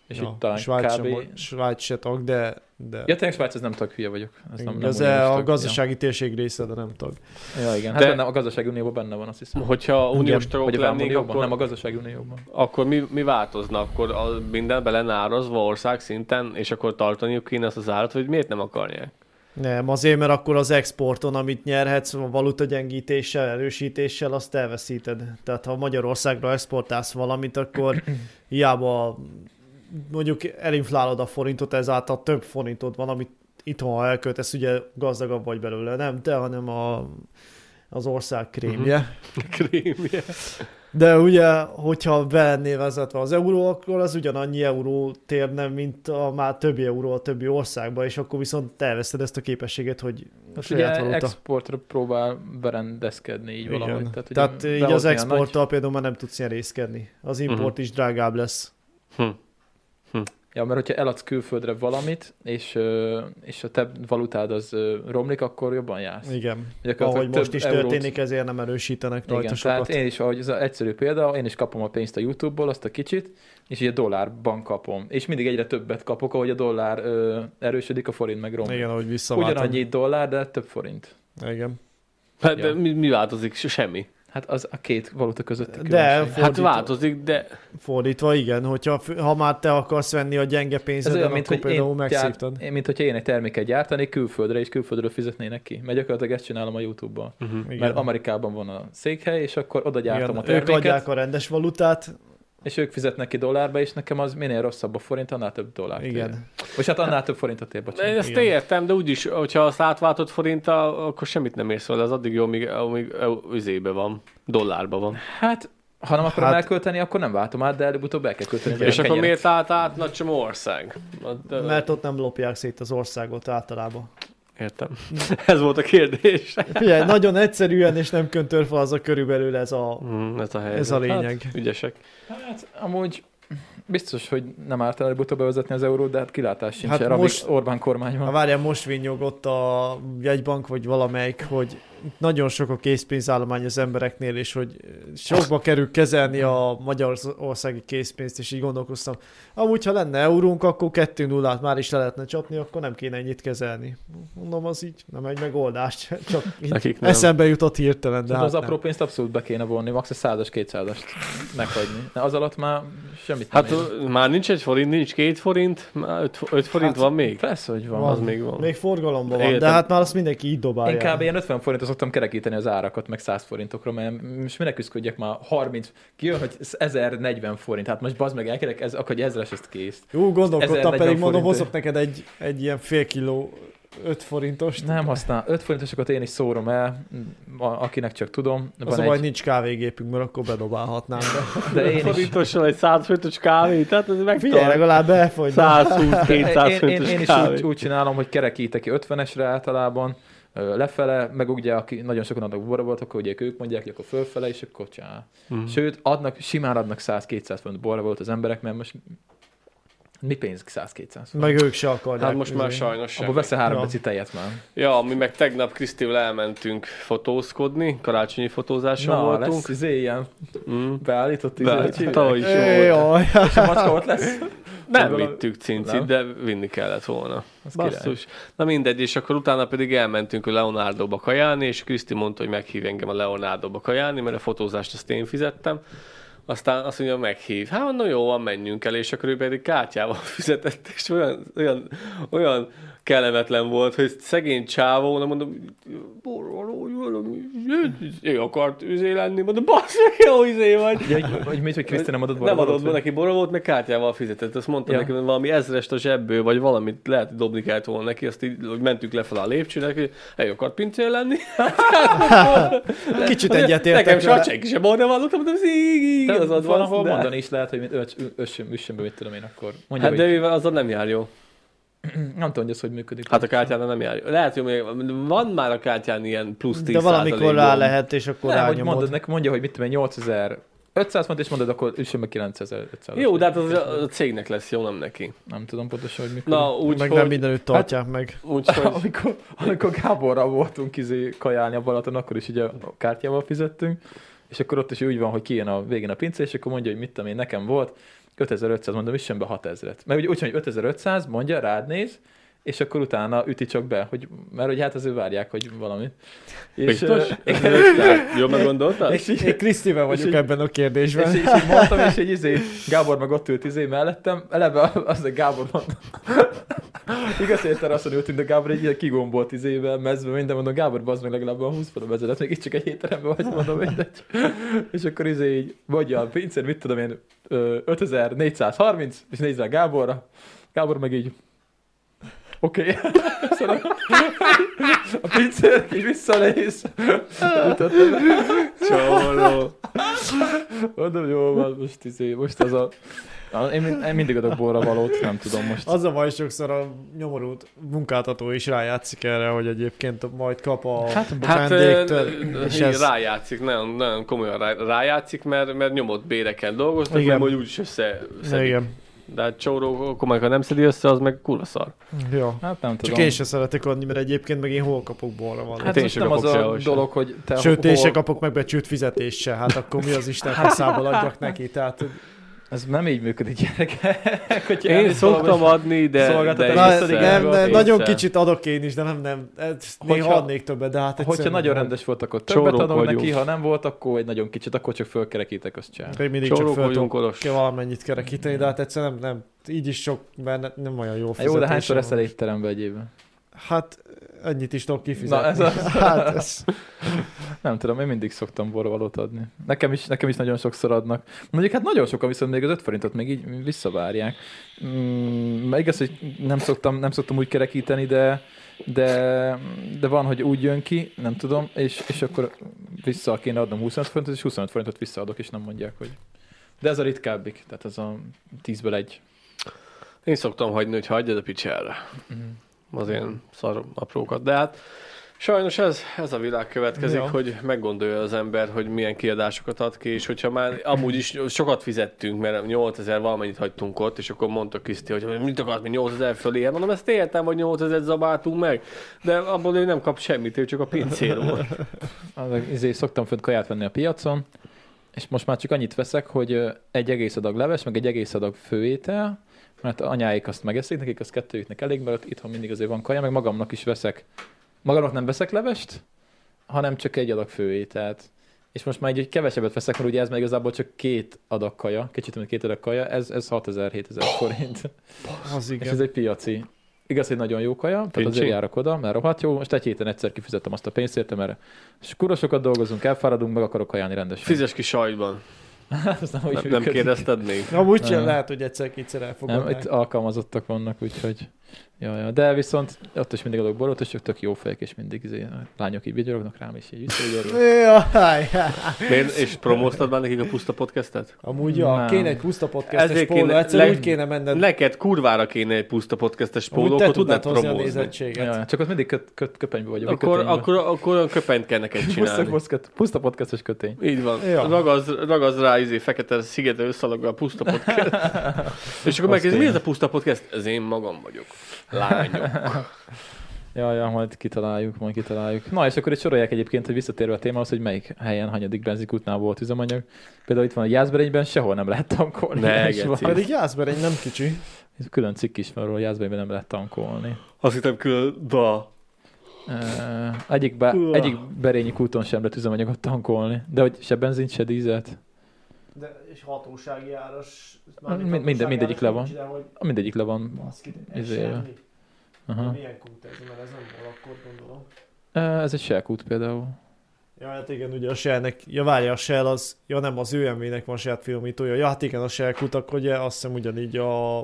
és ja,
Ja,
itt talán
Svájc,
Svájc kb.
sem, volt- Svájc se tag, de... de...
Ja, tényleg Svájc, ez nem tag, hülye vagyok. Ez nem, nem
ez
uniós
e a
tag.
gazdasági térség része, de nem tag.
Ja, ja igen. Hát
De-
de... benne, a gazdasági unióban benne van, azt hiszem.
Hogyha uniós tagok
Vagy a
lennénk,
Vámunióban?
akkor,
Nem, a gazdasági unióban.
akkor mi, mi változna? Akkor a, minden belenárazva ország szinten, és akkor tartaniuk kéne azt az árat, hogy miért nem akarják?
Nem, azért, mert akkor az exporton, amit nyerhetsz, a valuta gyengítéssel, erősítéssel, azt elveszíted. Tehát ha Magyarországra exportálsz valamit, akkor hiába mondjuk elinflálod a forintot, ezáltal több forintod van, amit itthon, ha elköltesz, ugye gazdagabb vagy belőle. Nem te, hanem a, az ország krémje.
Krémje.
De ugye, hogyha belenné vezetve az euró, akkor az ugyanannyi euró térne, mint a már többi euró a többi országba, és akkor viszont elveszted ezt a képességet, hogy
Hát
saját
ugye
valuta.
exportra próbál berendezkedni így
Igen.
valahogy. Tehát, ugye
Tehát így az
behozni a nagy-
exporttal például már nem tudsz nyerészkedni. Az import
Mhm.
is drágább lesz.
Ja, mert hogyha eladsz külföldre valamit, és, ö, és a te valutád az ö, romlik, akkor jobban jársz.
Igen.
Gyakorlatilag
Ahogy most
több
is
eurót-
történik, ezért nem erősítenek rajta
Igen,
sokat.
tehát én is, ahogy ez az egyszerű példa, én is kapom a pénzt a YouTube-ból, azt a kicsit, és ugye dollárban kapom. És mindig egyre többet kapok, ahogy a dollár ö, erősödik, a forint meg romlik.
Igen, szóval hát, ahogy visszaváltam.
Ugyanannyi dollár, de több forint.
Igen.
Hát
Ja.
ja. mi, mi változik? Se- Semmi.
Hát az a két valuta közötti
De
különbség.
Hát
fordítva, hát
változik, de
fordítva, igen, hogyha f- ha már te akarsz venni a gyenge
Ez
pénzeden,
olyan,
akkor
mint hogy,
például
én gyárt,
megszívtad.
én, mint hogyha én egy terméket gyártanék külföldre, és külföldről fizetnének ki. Mert gyakorlatilag ezt csinálom a YouTube-ban.
Igen.
Mhm. Mert Amerikában van a székhely, és akkor oda gyártom a
Igen, ők
terméket,
adják a rendes valutát,
és ők fizetnek ki dollárba, és nekem az minél rosszabb a forint, annál több dollár.
igen.
Vagy hát annál több forintot ér,
én
bocsánat.
ezt
Igen.
értem, de úgyis, hogyha azt átváltott forinttal, akkor semmit nem érsz vele, az addig jó, amíg, amíg üzébe van, dollárba van.
Hát, ha nem akarom
Hát-
hát... elkölteni, akkor nem váltom át, de előbb-utóbb el kell költeni. vagy
És
a
akkor
kenyeret.
miért állt át nagy csomó ország? Hát, ö,
Mert ott nem lopják szét az országot általában.
Értem. ez volt a kérdés.
Figyelj, nagyon egyszerűen és nem köntör fel az a körülbelül ez a,
Mm, ez a helyzet.
ez a lényeg.
Ügyesek.
Hát, amúgy biztos, hogy nem árt el előbb-utóbb bevezetni az eurót, de hát kilátás sincs
Hát
hát erre,
most-
most... Orbán kormány
Ha
van.
várjál, most vinyogott a jegybank vagy valamelyik, hogy nagyon sok a készpénzállomány az embereknél, és hogy sokba kerül kezelni a magyarországi készpénzt, és így gondolkoztam. Amúgy, ha lenne eurónk, akkor 2 0 már is le lehetne csapni, akkor nem kéne ennyit kezelni. Mondom, az így nem egy megoldás. Csak így
Nekik nem.
eszembe jutott hirtelen, de
De hát az
hát
apró
nem.
pénzt abszolút be kéne vonni, max. a százas, kétszázast meghagyni. De az alatt már semmit
Hát
nem ér.
ö, már nincs egy forint, nincs két forint, már öt, öt forint
Hát,
van még?
Persze, hogy van.
van.
Az még van.
Még forgalomban van,
Értem.
de hát már azt mindenki így dobálja.
Én kb. ilyen 50 forintot szoktam kerekíteni az árakat, meg 100 forintokra, mert most mire küzdködjek már 30, kijön, hogy 1040 forint, hát most bazd meg elkerek, ez, akkor egy ezres ezt kész.
Jó, gondolkodtam,
1040
pedig mondom,
forintért.
hozok neked egy, egy ilyen fél kiló öt forintost.
Nem használ, 5 forintosokat én is szórom el, a- akinek csak tudom.
Az
Van
a baj,
egy,
nincs kávégépünk, mert akkor bedobálhatnám. De
de én is,
Forintosan egy 100 forintos kávé, tehát ez
figyelj,
megtalálja.
legalább elfogyna.
120-200
én, én,
forintos
én is
kávé.
úgy, úgy, csinálom, hogy kerekítek ki 50-esre általában, ö, lefele, meg ugye, aki nagyon sokan adnak borra volt, akkor ugye ők mondják, hogy akkor fölfele, és akkor csá.
Mhm.
Sőt, adnak, simán adnak 100-200 forint borra volt az emberek, mert most mi pénz 100-200 forint?
Meg ők se akarják.
Hát most már
izé.
sajnos sem.
Abba vesz három
Ja.
beci tejet már.
Ja, mi meg tegnap Krisztivel elmentünk fotózkodni, karácsonyi fotózáson
Na,
voltunk.
lesz izé ilyen
Mm.
beállított izé,
De,
hogy-
tavaly is jó
Éj,
volt.
Jaj,
és a macska ott lesz.
Nem
Valami-
vittük cincit,
Nem?
de vinni kellett volna.
Az király.
Basszus. Na mindegy, és akkor utána pedig elmentünk a Leonardo-ba kajálni, és Kriszti mondta, hogy meghív engem a Leonardo-ba kajálni, mert a fotózást azt én fizettem. Aztán azt mondja, meghív. Hát mondom, jó van, menjünk el, és akkor ő pedig kártyával fizetett, és olyan, olyan, olyan kellemetlen volt, hogy szegény csávó, na mondom, borraló, valami, ő akart üzé lenni, mondom, bassz, jó üzé vagy.
Ugye, hogy, hogy mit, hogy Kriszti nem adott
Nem
borra
adott
volt,
be
vagy?
neki borra volt, meg kártyával fizetett. Azt mondta
Ja.
ja. nekem, hogy valami ezrest a zsebből, vagy valamit lehet, hogy dobni kellett volna neki. Azt így hogy mentünk lefelé a lépcsőnek, hogy el akart pincél lenni.
kicsit egyet
Nekem
értek.
se a
vele.
senki sem borra van, ott mondtam, így
De
igazad van.
valahol
de-
mondani is lehet, hogy mit- öcs- ö- össöm, üssöm be, mit tudom én akkor. Mondja,
Hát
hát
de ő azzal nem jár jó.
nem tudom, hogy ez hogy működik.
Hát a kártyán nem jár jó. Lehet, hogy még van már a kártyán ilyen plusz 10
De valamikor rá
százalék gomb.
lehet, és akkor
nem, hogy
rányomod.
mondod, neki mondja, hogy mit tudom én, 8000 500 font, és mondod, akkor üssön meg 9500.
Jó, de hát az a a cégnek lesz jó, nem neki.
Nem tudom pontosan, hogy mikor.
Na,
Úgy, meg nem
úgyhogy...
mindenütt tartják hát, meg.
Úgyhogy...
amikor, amikor Gáborral voltunk izé kajálni a Balaton, akkor is ugye a kártyával fizettünk, és akkor ott is úgy van, hogy kijön a végén a pince, és akkor mondja, hogy mit tudom én, nekem volt 5500, mondom, is be 6000-et. Mert ugye úgy, van, hogy 5500, mondja, rád néz, és akkor utána üti csak be, hogy, mert hogy hát azért várják, hogy valamit. És,
Biztos?
ö,
Jó, meggondoltad?
és, így-
Én Krisztivel vagyok
így-
ebben a kérdésben.
és, így- és így mondtam, és egy izé, Gábor meg ott ült izé mellettem, eleve az a Gábor mondta. Igaz, hogy egy teraszon ültünk, de Gábor egy ilyen kigombolt izével, mezve, minden mondom, Gábor, bazd meg legalább a 20 forom ezelőtt, még itt csak egy étteremben vagy, mondom, mindegy. És akkor izé így, vagy a pincér, mit tudom én, ö, 5430, és nézzel Gáborra, Gábor meg így, Oké, okay. a pincér így visszanéz, mutatom,
Csoló.
Mondom, jó van, most, izé, most az a... Na, Én, min- én mindig adok borra valót, nem tudom most.
Az a baj, sokszor a nyomorult munkáltató is rájátszik erre, hogy egyébként majd kap a hát,
Hát
vendégtől,
ö,
és
így
ez
rájátszik, nagyon, nagyon komolyan rá, rájátszik, mert, mert nyomott béreken dolgoznak,
Igen.
Igen. hogy úgyis össze szedik.
Igen.
De hát csóró, komolyan, ha nem szedi össze, az meg kurva szar.
Jó.
Hát nem
Csak
tudom.
én sem szeretek adni, mert egyébként meg én hol kapok borra van.
Hát
Én
most
se
nem az
kapok
a
sehol sem.
dolog, hogy te
Sőt, én
hol-
se kapok meg becsült fizetést se, hát akkor mi az Isten faszából adjak neki, tehát
Ez nem így működik, gyerekek. Hogy
Én szoktam
Hát,
adni, de, de
szolgáltatás
Na,
visszadik
észre-
nem, nem,
észre.
nagyon kicsit adok én is, de nem, nem, ez- néha
Hogyha-
adnék többet, de hát
Hogyha
egyszerűen
nagyon
nem.
rendes volt, akkor
Csórók
többet adom
vagyunk.
neki, ha nem volt, akkor egy nagyon kicsit, akkor csak fölkerekítek, azt csinál.
Még mindig csak
Csórók
föl
vagyunk,
tudok
oros.
ki valamennyit kerekíteni, de hát egyszerűen nem, nem, így is sok, mert ne- nem olyan jó
Hát jó, de hányszor
fizetésem
eszel
van.
étterembe egy évben?
Hát ennyit is tudok kifizetni.
Na, ez az.
Hát ez...
Nem tudom, én mindig szoktam borvalót adni. Nekem is, nekem is nagyon sokszor adnak. Mondjuk hát nagyon sokan viszont még az 5 forintot még így visszavárják. Mm, mert igaz, hogy nem szoktam, nem szoktam úgy kerekíteni, de, de, de van, hogy úgy jön ki, nem tudom, és, és akkor vissza kéne adnom 25 forintot, és 25 forintot visszaadok, és nem mondják, hogy... De ez a ritkábbik, tehát ez a 10-ből egy.
Én szoktam hagyni, hogy hagyjad a picsára.
Mm.
Az én szar aprókat. De hát sajnos ez, ez a világ következik,
Ja.
ja. hogy meggondolja az ember, hogy milyen kiadásokat ad ki, és hogyha már amúgy is sokat fizettünk, mert 8000 valamennyit hagytunk ott, és akkor mondta Kriszti, hogy mit akart, mi 8000 fölé. Hát Mondom, ezt értem, hogy 8000 zabáltunk meg, de abból ő nem kap semmit, ő csak a pincéről.
Az, izé, szoktam fönt kaját venni a piacon, és most már csak annyit veszek, hogy ö, egy egész adag leves, meg egy egész adag főétel, mert anyáik azt megeszik, nekik az kettőjüknek elég, mert ott itthon mindig azért van kaja, meg magamnak is veszek. Magamnak nem veszek levest, hanem csak egy adag főételt. És most már így hogy kevesebbet veszek, mert ugye ez már igazából csak két adag kaja, kicsit mint két adag kaja, ez, ez 6000-7000 forint.
Az
És ez
igen.
egy piaci. Igaz, hogy nagyon jó kaja, tehát
Fincsi?
azért járok oda, mert rohadt jó. Most egy héten egyszer kifizetem azt a pénzt, értem erre. És kurva sokat dolgozunk, elfáradunk, meg akarok kajálni rendesen.
Fizes ki sajtban.
Ez nem, úgy
Nem, nem
működik.
kérdezted még?
Amúgy sem
Nem.
lehet, hogy egyszer-kétszer
Nem,
elfogadnák.
itt alkalmazottak vannak, úgyhogy... Ja, ja. De viszont ott is mindig adok borot, és ők tök jó fejek, és mindig izé, a lányok így vigyorognak rám, és így visszavigyorognak.
Jaj,
Miért? És promóztad már nekik a puszta podcastet?
Amúgy ja,
Nem.
kéne egy puszta podcastes
Ezért
póló,
kéne-
egyszer
leg-
úgy kéne menned,
Neked kurvára kéne egy puszta podcastes
amúgy
póló,
te
akkor tudnád
tudnád hozni a
promózni.
Ja,
nézettséget.
ja, csak ott mindig köt, köt, köpenybe vagyok. vagy
Akkor,
kötényben.
akkor, akkor olyan köpenyt kell neked
puszta,
csinálni.
puszta, puszta podcastos kötény.
Így van.
Ja.
Ja. Ragaz, ragaz rá izé, fekete szigetre összalaggal a puszta podcast. És akkor megkérdezi, mi ez a puszta podcast? Ez én magam vagyok. Lányok.
Ja, ja, majd kitaláljuk, majd kitaláljuk. Na, és akkor itt sorolják egyébként, hogy visszatérve a témához, hogy melyik helyen, hanyadik benzinkútnál volt üzemanyag. Például itt van a Jászberényben, sehol nem lehet tankolni.
Ne,
és
geci.
van-
Pedig Jászberény nem kicsi.
Ez külön cikk is van, arról, hogy Jászberényben nem lehet tankolni.
Azt hittem külön, da.
Ö, egyik, be,
Uah.
egyik berényi kúton sem lehet üzemanyagot tankolni, de hogy se benzint, se dízelt.
De, és hatósági áras...
mármint Mind- minden- hatósági mindegyik áras le van. nincs, Mindegyik le van. Izével.
Izével.
Aha.
Milyen kút ez, mert ez nem akkor gondolom.
Ö, Ez egy selkút például.
Ja, hát igen, ugye a Shell-nek, ja várja, a Shell az, ja nem, az ÖMV-nek van saját filmítója, ja hát igen, a Shell kutak, ugye azt hiszem ugyanígy a,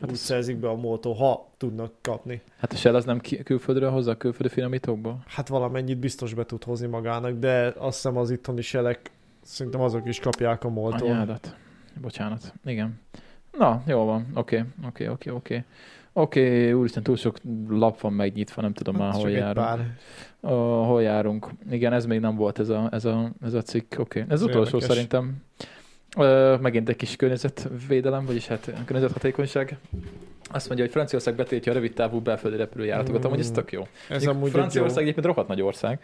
hát úgy szerzik be a moltó, ha tudnak kapni.
Hát a Shell az nem ki- külföldről hozza a külföldi finomítókból?
Hát valamennyit biztos be tud hozni magának, de azt hiszem az itthoni Shellek, szerintem azok is kapják a moltó.
Anyádat. Bocsánat. Igen. Na, jó van. Oké, oké, oké, oké. Oké, úristen, túl sok lap van megnyitva, nem
Hát,
tudom már, hol járunk. Ö, hol járunk. Igen, ez még nem volt ez a, ez a, ez a cikk. Oké, ez utolsó
Érdekes.
szerintem. Ö, megint egy kis környezetvédelem, vagyis hát környezethatékonyság. Azt mondja, hogy Franciaország betiltja a rövid távú belföldi repülőjáratokat, amúgy ez tök jó.
Hmm. Ez
Mondjuk
amúgy egy
Franciaország
jó.
egyébként rohadt nagy ország.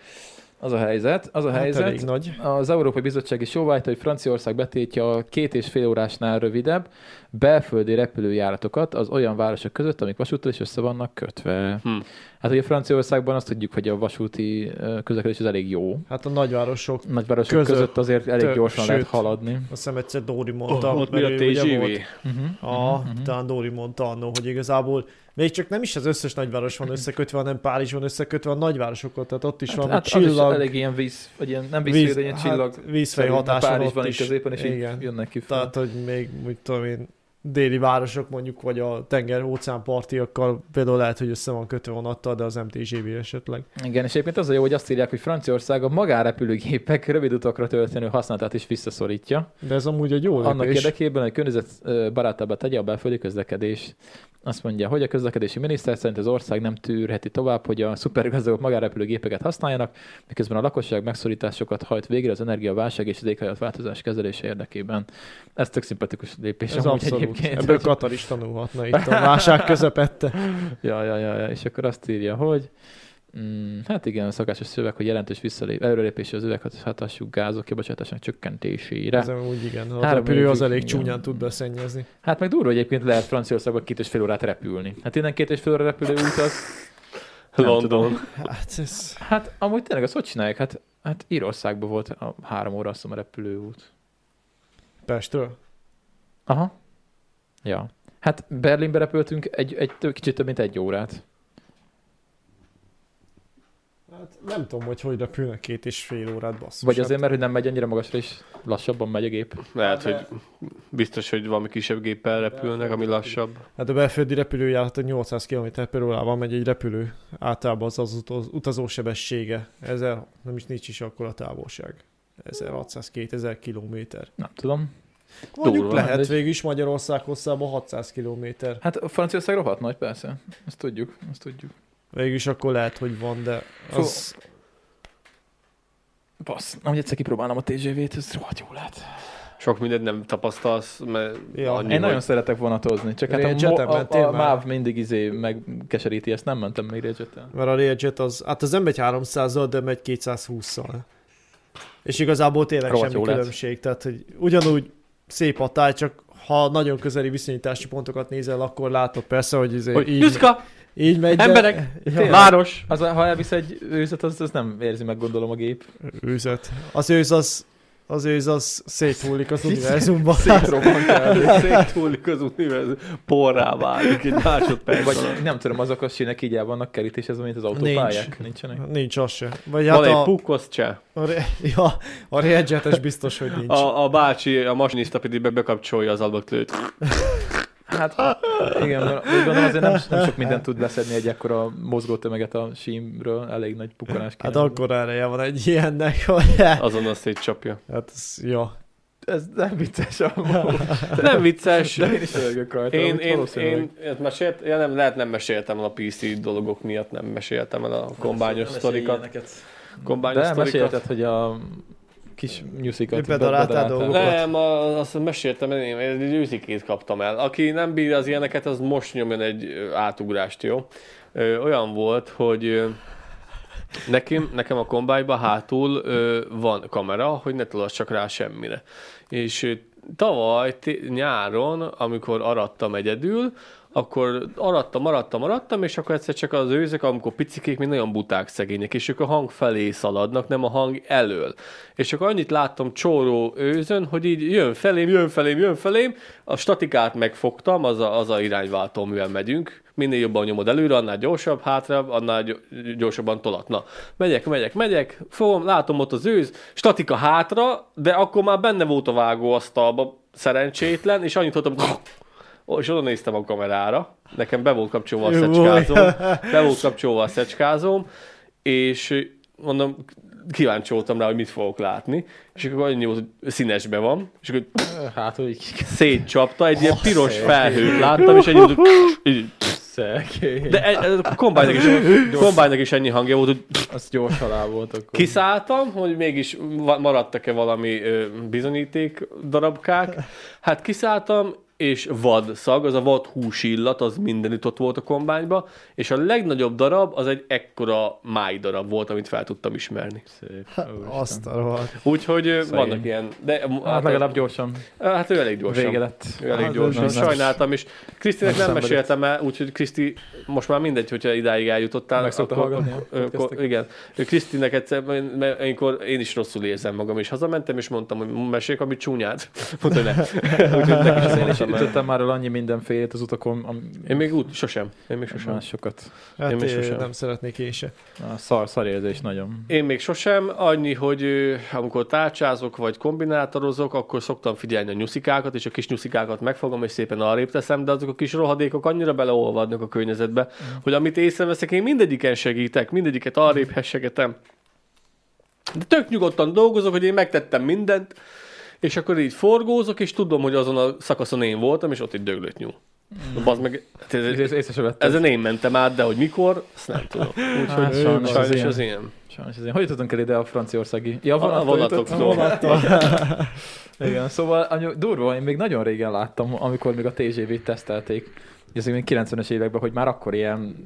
Az a helyzet, az a
Hát
helyzet.
elég nagy.
Az Európai Bizottság is jóváhagyta, hogy Franciaország betiltja a két és fél órásnál rövidebb belföldi repülőjáratokat az olyan városok között, amik vasúttal is össze vannak kötve.
Hm.
Hát ugye Franciaországban azt tudjuk, hogy a vasúti ö, közlekedés az elég jó.
Hát a nagyvárosok,
Nagyvárosok
Közö-
között, között azért elég
tö-
gyorsan lehet
sőt.
haladni.
azt hiszem egyszer Dóri mondta.
Oh,
Ott, ott mi a
mert ő ugye volt-
TGV?
Uh-huh.
Ah, talán Dóri mondta annó, hogy igazából még csak nem is az összes nagyváros van összekötve, hanem Párizs van összekötve a nagyvárosokkal, tehát ott is
Hát,
van
hát
hát,
az is
csillag,
elég ilyen víz, vagy ilyen, nem vízfél, víz, de ilyen csillag.
hát, vízfej hatáson
Párizsban
ott
is
is.
középen, és
Igen.
így jönnek ki. fel.
Tehát, hogy még, úgy tudom én, déli városok mondjuk, vagy a tenger óceánpartiakkal például lehet, hogy össze van kötve vonattal, de az MTGB esetleg.
Igen, és egyébként az a jó, hogy azt írják, hogy Franciaország a magárepülőgépek rövid utakra történő használatát is visszaszorítja.
De ez amúgy egy jó
Annak
lépés.
érdekében, hogy környezetbarátabbá tegye a belföldi közlekedés. Azt mondja, hogy a közlekedési miniszter szerint az ország nem tűrheti tovább, hogy a szupergazdagok magárepülőgépeket használjanak, miközben a lakosság megszorításokat hajt végre az energiaválság és az éghajlatváltozás kezelése érdekében. Ez tök szimpatikus lépés.
ez
amúgy
abszolút.
egyébként.
Ebből Katar is tanulhatna itt a válság közepette.
Ja, ja, ja, ja, és akkor azt írja, hogy mm, hát igen, a szakásos szöveg, hogy jelentős visszalép, előrelépés az üveghatású gázok kibocsátásának csökkentésére.
Ez amúgy igen, a
Három
repülő az
évig,
elég
igen.
csúnyán tud beszennyezni.
Hát meg durva hogy egyébként lehet Franciaországban két és fél órát repülni. Hát innen két és fél óra repülő út az, Nem
London.
Hát ez...
hát amúgy tényleg azt hogy csinálják? Hát, hát Írországban volt a három óra azt hiszem, a repülőút.
Pestről?
Aha. Ja. Hát Berlinbe repültünk egy, egy tő- kicsit több mint egy órát.
Hát nem tudom, hogy hogy repülnek két és fél órát, basszus.
Vagy
hát
azért, mert hogy nem megy annyira magasra, és lassabban megy a gép.
Lehet, hogy biztos, hogy valami kisebb géppel repülnek, ami lassabb.
Hát a belföldi repülőjárat a 800 km per órában megy egy repülő. Általában az az utaz, utazósebessége. Ezer, nem is nincs is akkor a távolság. 1600-2000 kilométer.
Nem tudom.
Mondjuk
Durva.
lehet
Mindegy.
végül is Magyarország hosszában 600 kilométer.
Hát Franciaország rohadt nagy, persze. Ezt tudjuk, ezt tudjuk.
Végül is akkor lehet, hogy van, de az...
Basz, amúgy egyszer kipróbálom a TGV-t, ez rohadt jó lehet.
Sok mindent nem tapasztalsz, mert
Ja.
ja.
Én
annyi
nagyon
vagy.
szeretek vonatozni, csak hát a,
Railjet-en
mo- a,
mentél
a
már?
MÁV mindig izé megkeseríti, ezt nem mentem még Railjet-en.
Mert a Railjet az, hát az nem megy 300-zal, de megy 220-szal. És igazából tényleg
Rohadt
semmi
jó lett.
különbség. Tehát, hogy ugyanúgy szép a táj, csak ha nagyon közeli viszonyítási pontokat nézel, akkor látod persze, hogy, izé,
Hogy
így,
Juszka,
így megy. de-
emberek,
Ja.
város.
Az, ha elvisz egy őzet, az, az nem érzi meg, gondolom a gép.
Őzet. Az őz az, az őz az széthullik az univerzumban.
Szétrobbant el.
Széthullik az univerzum, porrá válik egy másodperc. Vagy
Vagy nem tudom, azok a sínek így el vannak kerítéshez, mint az autópályák. Nincs. Nincsenek.
Ninch az se. Vagy hát
van egy
a,
pukkosz cseh.
a, re- ja, a Railjet-es biztos, hogy nincs.
A, a bácsi, a masinista pedig be- bekapcsolja az ablaklőt.
Hát igen, mert úgy gondolom azért nem, nem sok mindent tud leszedni egy ekkora mozgó tömeget a símről, elég nagy pukkanás
Hát
kéne.
akkor ereje van egy ilyennek, hogy hát
Azon azt egy csapja.
ez, ja.
Ez nem vicces amúgy.
Nem vicces.
De én is örgök rajta.
Én,
amúgy
én,
valószínűleg.
én, ezt mesélt, ja, nem, lehet nem meséltem el a PC dolgok miatt, nem meséltem el a kombányos
Nem mesélj
sztorikat.
ilyeneket.
Kombányos
De
sztorikat.
mesélted, hogy a kis nyuszikat
Mibe daráltál dolgokat?
Nem, a- azt meséltem, én én egy őszikét kaptam el. Aki nem bírja az ilyeneket, az most nyomjon egy ö, átugrást, jó? Ö, olyan volt, hogy ö, nekem, nekem a kombájban hátul ö, van kamera, hogy ne tudod csak rá semmire. És ö, tavaly té- nyáron, amikor arattam egyedül, akkor arattam, arattam, arattam, és akkor egyszer csak az őzek, amikor picikék, még nagyon buták szegények, és ők a hang felé szaladnak, nem a hang elől. És akkor annyit láttam csóró őzön, hogy így jön felém, jön felém, jön felém, a statikát megfogtam, az a, az a irányváltó, amivel megyünk, minél jobban nyomod előre, annál gyorsabb, hátra, annál gy- gyorsabban tolat. Na, megyek, megyek, megyek, fogom, látom ott az őz, statika hátra, de akkor már benne volt a vágóasztalba, szerencsétlen, és annyit hallottam, Ó, és oda néztem a kamerára, nekem be volt kapcsolva a
Jó,
szecskázom, be volt kapcsolva a szecskázom, és mondom, kíváncsi voltam rá, hogy mit fogok látni, és akkor annyi volt, hogy színesbe van, és akkor
Hát, hogy
szétcsapta, egy ilyen piros felhőt láttam, és egy így, így
Szegény.
De e- e- kombánynak is, kombánynak is ennyi hangja volt, hogy
Az gyors halál volt akkor.
kiszálltam, hogy mégis va- maradtak-e valami ö, bizonyíték darabkák. Hát kiszálltam, és vad szag, az a vad hús illat, az mindenütt ott volt a kombányba, és a legnagyobb darab az egy ekkora máj darab volt, amit fel tudtam ismerni.
Szép. Úristen.
Azt a rohadt.
Úgyhogy ö,
Szegény.
vannak ilyen, de
Hát legalább gyorsan.
hát ő elég gyorsan.
Vége lett.
Ő elég
Hát,
gyorsan.
ez nem-
Sajnáltam, és Krisztinek
Nem
nem
szenvedett.
meséltem el, úgyhogy Kriszti, most már mindegy, hogyha idáig eljutottál.
Meg szokta
akkor-
hallgatni a
ö,
podcastek?
Akkor, igen. Ő Krisztinek egyszer, m- m- amikor én is rosszul érzem magam, és hazamentem, és mondtam, hogy mesék, amit csúnyát. Mondta, hogy ne. Úgyhogy neki is
Én is
mondtam el.
ütöttem már el annyi mindenfélét az utakon, am...
Én még úgy, sosem. Én még sosem.
másokat.
Hát
Én
én
is sosem.
nem szeretnék én se.
Na, Szar, szar érzés nagyon.
Én még sosem, annyi, hogy ö, amikor tárcsázok vagy kombinátorozok, akkor szoktam figyelni a nyuszikákat, és a kis nyuszikákat megfogom, és szépen arrébb teszem, de azok a kis rohadékok annyira beleolvadnak a környezetbe, hogy amit észreveszek, én mindegyiken segítek, mindegyiket arrébb hessegetem. De tök nyugodtan dolgozok, hogy én megtettem mindent, és akkor így forgózok, és tudom, hogy azon a szakaszon én voltam, és ott egy döglött nyúl. Mm. Bazd meg,
És
ez,
ezt észre sem vettem.
ezen én mentem át, de hogy mikor, azt nem tudom. Úgyhogy
Hát, sajnos az
sajnos
ilyen.
az ilyen.
Sajnos ezért. Hogy jutottunk el ide a franciaországi? Ja,
A vonatoktól.
Igen, szóval anyu, durva, én még nagyon régen láttam, amikor még a TGV-t tesztelték. Ez még 90-es években, hogy már akkor ilyen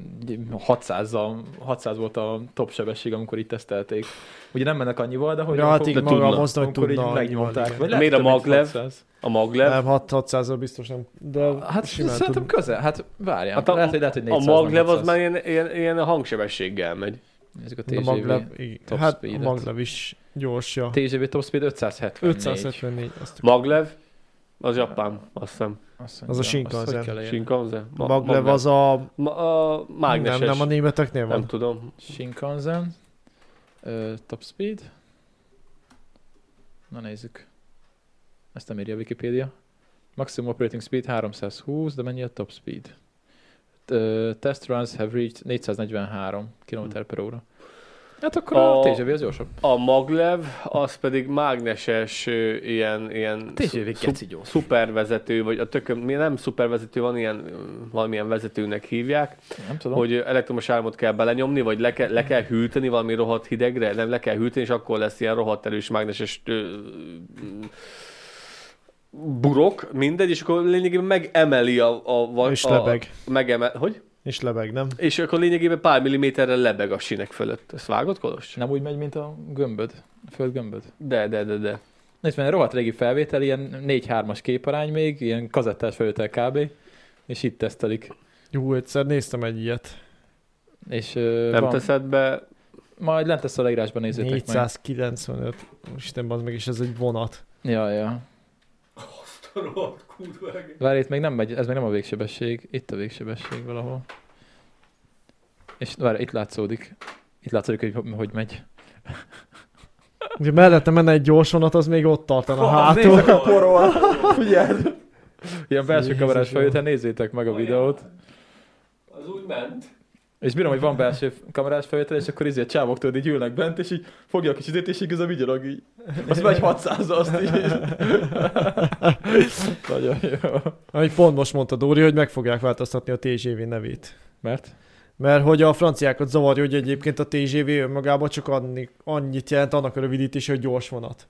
600, 600 volt a top sebesség, amikor itt tesztelték. Ugye nem mennek annyival, de hogy
Ja, hát így
de
maga a
tudnak,
mozdony
amikor
tudna
így
annyival,
megnyomták.
igen.
Vagy
De
lehet,
miért a
hogy
maglev?
600.
A maglev.
Nem, 600 biztos nem. De
Hát
simán
szerintem
tudom.
közel, hát várjál.
Hát
Hát
a-
a, lehet, hogy, lehet, hogy
A
400
maglev az
600.
már ilyen, ilyen, ilyen hangsebességgel megy.
Nézzük a
A
TGV.
maglev, igen.
top
hát a
speed-et.
maglev is gyorsja.
TGV top speed 574.
574. Azt
Maglev, az japán, azt hiszem.
Azt
Az a
mondja, azt
Shinkansen.
hogy kell leírni?
Shinkansen? Ma-
maglev az a...
Ma, a mágneses.
Nem, nem a németeknél
nem
van.
tudom.
Shinkansen. Ö, top speed. Na nézzük. Ezt nem írja a Wikipedia. Maximum operating speed 320, de mennyi a top speed? Ö, test runs have reached 443 km per óra. Hát akkor a,
A-
a TGV az gyorsabb.
A maglev, az pedig mágneses ö, ilyen, ilyen szu-
gyors.
szupervezető, vagy a tököm, mi nem szupervezető, van ilyen, ö, valamilyen vezetőnek hívják,
Nem tudom.
hogy elektromos áramot kell belenyomni, vagy le, ke, le kell hűteni valami rohadt hidegre, nem le kell hűteni, és akkor lesz ilyen rohadt erős mágneses ö, burok, mindegy, és akkor lényegében megemeli a... a, va-
És
a,
lebeg.
Megemel, hogy?
És lebeg, nem?
És akkor lényegében pár milliméterre lebeg a sinek fölött. Ezt vágod, Kolos?
Nem úgy megy, mint a gömböd, a földgömböd.
De, de, de, de.
Itt van egy rohadt régi felvétel, ilyen 4-3-as képarány még, ilyen kazettás felvétel kb. És itt tesztelik.
Jó, egyszer néztem egy ilyet.
És ö,
Nem
van,
teszed be.
majd lent lesz a leírásban, nézzétek
495. Isten, az meg is ez egy vonat.
meg. Ja, ja. Várj, itt még nem megy, ez még nem a végsebesség. Itt a végsebesség valahol. És várj, itt látszódik. Itt látszódik, hogy hogy megy.
Ugye mellette menne egy gyors vonat, az még ott tartana hátul.
a porol. Figyeld. Ilyen belső
Jézus,
kamerás
jó.
felvétel, nézzétek meg a videót.
Az úgy ment.
És bírom, hogy van belső kamerás felvétel, és akkor izé a csávok tudod, így ülnek bent, és így fogja a kis időt, és igazából vigyorog így. Azt megy 600 azt így. Nagyon jó.
Amit pont most mondta Dóri, hogy meg fogják változtatni a TGV nevét.
Mert?
Mert hogy a franciákat zavarja, hogy egyébként a TGV önmagában csak annyi, annyit jelent annak a rövidítése, hogy gyors vonat.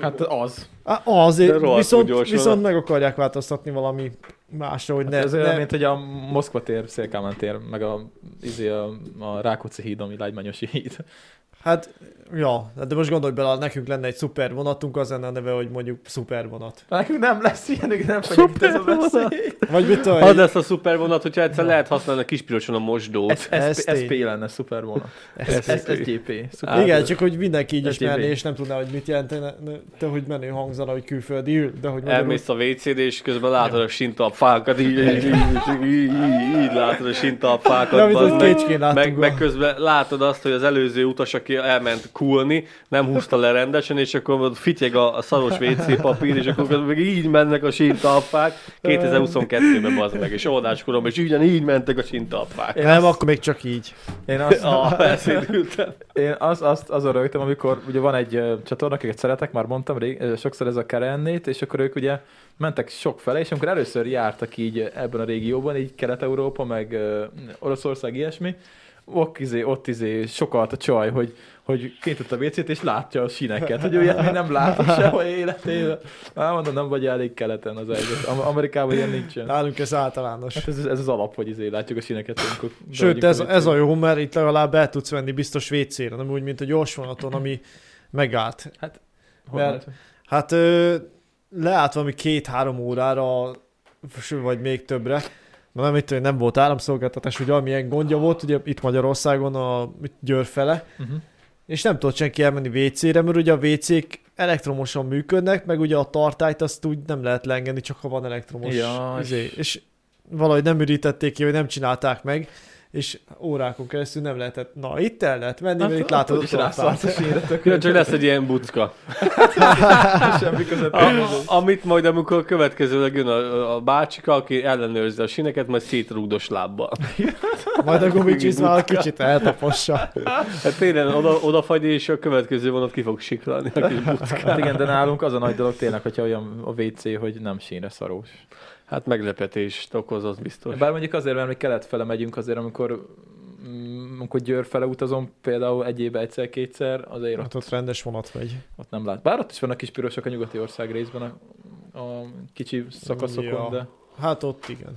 Hát az.
Á,
De
azért,
rohadtul
viszont,
gyors
viszont
vonat.
meg akarják változtatni valami másra, hogy
Hát
ne,
ez olyan,
ne,
mint hogy a Moszkva tér, Szélkámán tér, meg a, izé, a, a Rákóczi híd, ami Lágymányosi híd.
Hát, ja, de most gondolj bele, nekünk lenne egy szuper vonatunk, az lenne a neve, hogy mondjuk szuper vonat.
Nekünk nem lesz ilyen, nem fog ez a veszély.
Vagy mit tudom,
Az
én,
lesz a szupervonat, hogyha egyszer lehet használni a kispiroson a mosdót.
Ez, ez,
ST.
SP, SP lenne, szuper volna. Ez, ez, ez GP. Szuper.
igen, csak hogy mindenki így
STV.
ismerné, és nem tudná, hogy mit jelent, de hogy menő hangzana, hogy külföldi ül, de hogy magyarul...
Elmész a WC-d, és közben látod a sintalpfákat, így, így, így, így, így, így látod a
De
sintalpfákat,
amit
bazd
az
meg,
kécskén láttunk.
meg, meg
a-
közben látod azt, hogy az előző utas, aki aki elment kulni, nem húzta le rendesen, és akkor ott fityeg a, a szaros WC papír, és akkor meg így mennek a síntalpák. 2022-ben bazd meg, és oldáskorom, és ugyanígy mentek a síntalpák.
Én nem, akkor még csak így.
Én azt,
Ah, elszédültem.
Én az, azt, azon rögtem, amikor ugye van egy ö, csatorna, akiket szeretek, már mondtam rég, ö, sokszor ez a Kerennét, és akkor ők ugye mentek sok fele, és amikor először jártak így ebben a régióban, így Kelet-Európa, meg ö, Oroszország, ilyesmi, ott izé, ott izé sokat a csaj, hogy, hogy kinyitott a WC-t, és látja a síneket, hogy ő ilyet még nem látott sehol életében. Á, mondom, nem vagy elég keleten az egyet. Amerikában ilyen nincsen.
Nálunk ez általános.
Hát ez, ez az alap, hogy izé látjuk a síneket, amikor...
Sőt,
bemegyünk
ez,
a
ez a
WC-be.
jó, mert itt legalább el tudsz venni biztos WC-re, nem úgy, mint a gyorsvonaton, ami megállt.
Honnan?
mert- Hát ö, leállt valami két-három órára, s- vagy még többre, mert nem, mit tudom, én, nem volt áramszolgáltatás, hogy valamilyen gondja volt, ugye itt Magyarországon a Győr fele,
Mhm.
és nem tudott senki elmenni WC-re, mert ugye a WC-k elektromosan működnek, meg ugye a tartályt azt úgy nem lehet leengedni, csak ha van elektromos.
Jaj.
Izé. És valahogy nem ürítették ki, vagy nem csinálták meg, és órákon keresztül nem lehetett. Na, itt el lehet menni, mert itt látod a
hogy is rászállt
tartályt.
a sínre, tök
Külön csak lesz egy ilyen bucka.
semmi között.
A, amit majd amikor következőleg jön a, a bácsika, aki ellenőrzi a síneket, majd szétrúgdos lábbal.
Majd a gumicsizmával kicsit eltapossa.
Hát tényleg oda, odafagy, és a következő vonat ki fog siklani a kis bucka.
Hát igen, de nálunk az a nagy dolog tényleg, hogyha olyan a WC, hogy nem sínre szarós.
Hát meglepetést okozott biztos.
Bár mondjuk azért, mert mi kelet fele megyünk azért, amikor mm, amikor Győr fele utazom, például egy évben egyszer-kétszer, azért ott,
Hát ott rendes vonat megy.
ott nem lát. Bár ott is vannak kis pirosok a nyugati ország részben a, a kicsi szakaszokon,
Ja.
de,
Hát ott igen.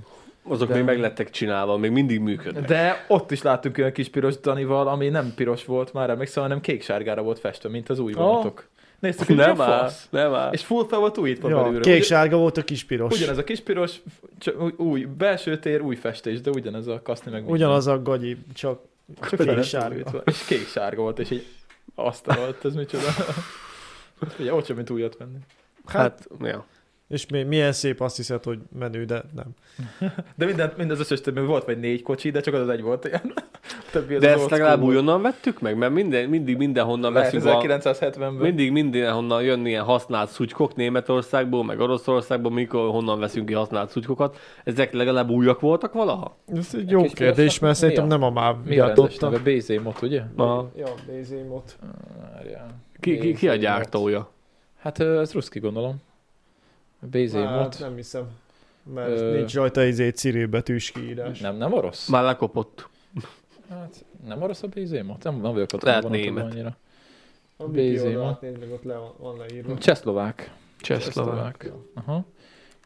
Azok
de-
még meg lettek csinálva, még mindig működnek.
de ott is láttunk olyan kis piros Danival, ami nem piros volt már, emlékszel, hanem kék-sárgára volt festve, mint az új
Ó.
vonatok. Néztük, hogy
Nem
nem
áll,
fasz.
nem áll.
És full fel volt újítva
Ja,
belülről.
kék-sárga volt a kis piros.
Ugyanez a kispiros, csak új- új belső tér, új festés, de ugyanez a kaszni meg minden.
Ugyanaz a gagyi, csak
Csak
kék
kék
sárga.
sárga. És kék sárga volt, és így azt volt, ez micsoda. Ugye, ott sem, mint újat venni.
hát,
Hát, ja.
és mi, milyen szép azt hiszed, hogy menő, de nem.
De minden, mind az összes többi volt vagy négy kocsi, de csak az az egy volt ilyen. A Többi az
De
az
ezt
old
legalább
school.
újonnan vettük meg, mert minden, mindig mindenhonnan
Lehet
veszünk a,
1970-ben.
Mindig mindenhonnan jön ilyen használt szutykok Németországból, meg Oroszországból, mikor honnan veszünk ki használt szutykokat. Ezek legalább újak voltak valaha?
Ez egy
A
jó
kis
kérdés,
pirosnak
mert
mi
szerintem
a-
nem a MÁV
Mi a rendes
gyártotta.
neve? BZ mot, ugye?
Aha.
Ja, Bézémot.
Várjál.
Ki, ki, ki a
BZ mot.
gyártója?
Hát ö, ez ruszki gondolom. BZ
Hát,
mot.
nem hiszem. Mert
Ö-
nincs rajta izé Cyril betűs kiírás.
Nem, nem orosz?
Már lekopott.
Hát nem orosz a BZ mot? Nem, nem vagyok ott.
Lehet
abban, nem tudom
német.
annyira.
A Wiki
Bézémot.
oldalát nézd meg, ott le van, van leírva.
Csehszlovák.
Csehszlovák.
Csehszlovák. Aha.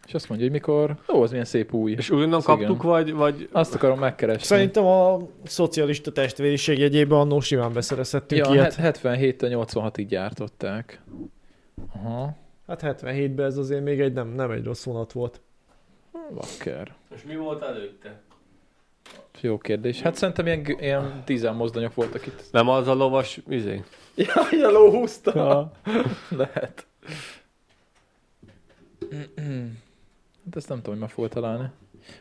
És azt mondja, hogy mikor... Ó, az milyen szép új.
És újonnan
Igen.
kaptuk, vagy, vagy
Azt akarom megkeresni.
Szerintem a szocialista testvériség jegyében annó simán beszerezhettünk
ja, hát-
ilyet.
het- 77-től 86-ig gyártották. Aha,
Hát 77-ben ez azért még egy nem, nem egy rossz vonat volt.
vakker.
És mi volt előtte?
Jó kérdés. Hát szerintem ilyen, g- ilyen dízel mozdonyok voltak itt.
Nem az a lovas, izé.
Jaj, a ló húzta! Lehet. Hát ezt nem tudom, hogy meg fog találni.